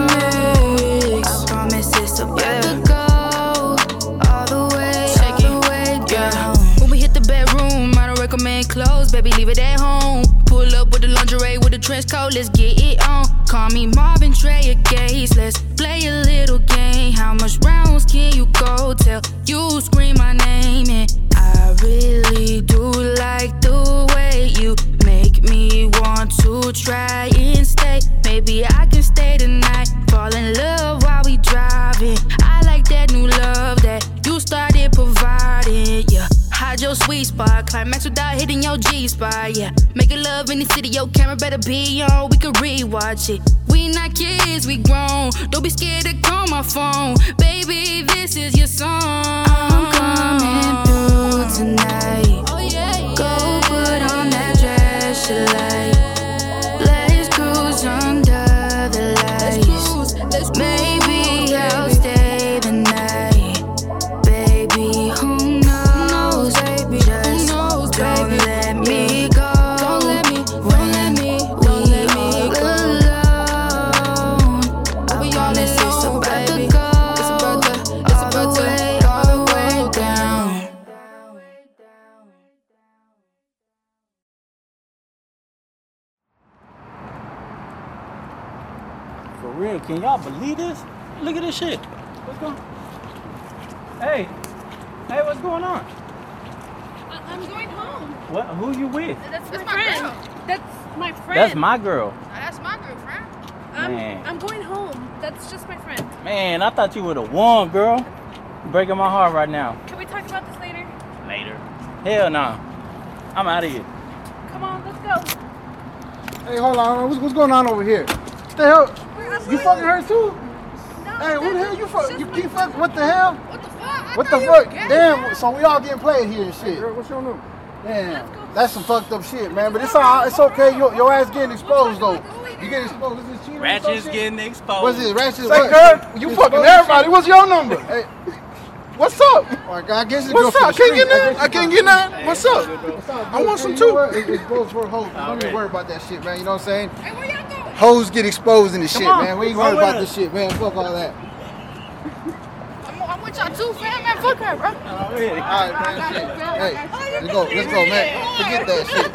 Speaker 11: mix. I promise it's about to go. All the way, all the way down.
Speaker 12: When we hit the bedroom, I don't recommend clothes, baby, leave it at home. Pull up with the lingerie, with the trench coat, let's get it on. Call me Marvin Trey Gates, let's play a little game. How much rounds can you go till you scream my name? And I really do like the way you make me want to try and stay. Maybe I can stay tonight, fall in love while we driving. I like that new love that you started providing, yeah. Hide your sweet spot, climax without hitting your G spot, yeah. Making love in the city, your camera better be on. We can rewatch it. We not kids, we grown. Don't be scared to call my phone, baby. This is your song. I'm coming
Speaker 11: through tonight. Oh yeah, Go put on that dress you like. Let's cruise under the lights. Maybe I'll stay the night. Baby, who knows? Baby, just don't let me go. Don't let me, don't let me, don't let me go. Alone. I promise it's about to go. It's about to, it's about to, way, all the way down.
Speaker 6: For real, can y'all believe this? Look at this shit. What's going? Hey, hey, what's going on?
Speaker 5: I'm going home.
Speaker 6: What? Who you with?
Speaker 5: That's, my, friend. That's my friend.
Speaker 6: That's my girl.
Speaker 5: That's my girlfriend. I'm,
Speaker 6: Man.
Speaker 5: I'm going home. That's just my friend.
Speaker 6: Man, I thought you were the one, girl. You're breaking my heart right now.
Speaker 5: Can we talk about this later?
Speaker 6: Later. Hell no. I'm out of here.
Speaker 5: Come on, let's go.
Speaker 8: Hey, hold on. What's, what's going on over here? What the hell? You fucking her too? hey, who the hell you fuck? You keep fuck? What the hell? What the fuck? What the fuck? Damn. So we all getting played here and shit. girl, what's your number? Damn. That's some fucked up shit, man. But it's all. It's okay. Your, your ass getting exposed though. You getting exposed. Is this cheating? or some
Speaker 6: Ratchet's
Speaker 8: shit?
Speaker 6: getting exposed.
Speaker 8: What's it? Ratchet.
Speaker 6: Say,
Speaker 8: what?
Speaker 6: girl,
Speaker 8: you
Speaker 6: fucking
Speaker 8: everybody. What's your number? Hey. What's up? I guess it's
Speaker 4: What's
Speaker 8: girl from
Speaker 4: up?
Speaker 8: the
Speaker 4: Can't get
Speaker 8: street.
Speaker 4: none? I can't get none? What's up? I want some
Speaker 8: You know
Speaker 4: too.
Speaker 8: what? It- It's both for hoes. Don't even
Speaker 4: Alright.
Speaker 8: worry about that shit, man. You know what I'm saying? Hoes get exposed in this
Speaker 4: Come
Speaker 8: shit,
Speaker 4: on.
Speaker 8: man. We ain't
Speaker 4: Go
Speaker 8: worried
Speaker 4: with
Speaker 8: about
Speaker 4: it.
Speaker 8: this shit, man. Fuck all that.
Speaker 5: I'm, I'm with y'all too, fam. Man, fuck her, bro.
Speaker 8: All right, man. Shit. Hey, let's go. Let's go, man. Forget that shit.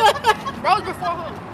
Speaker 5: Bros before her.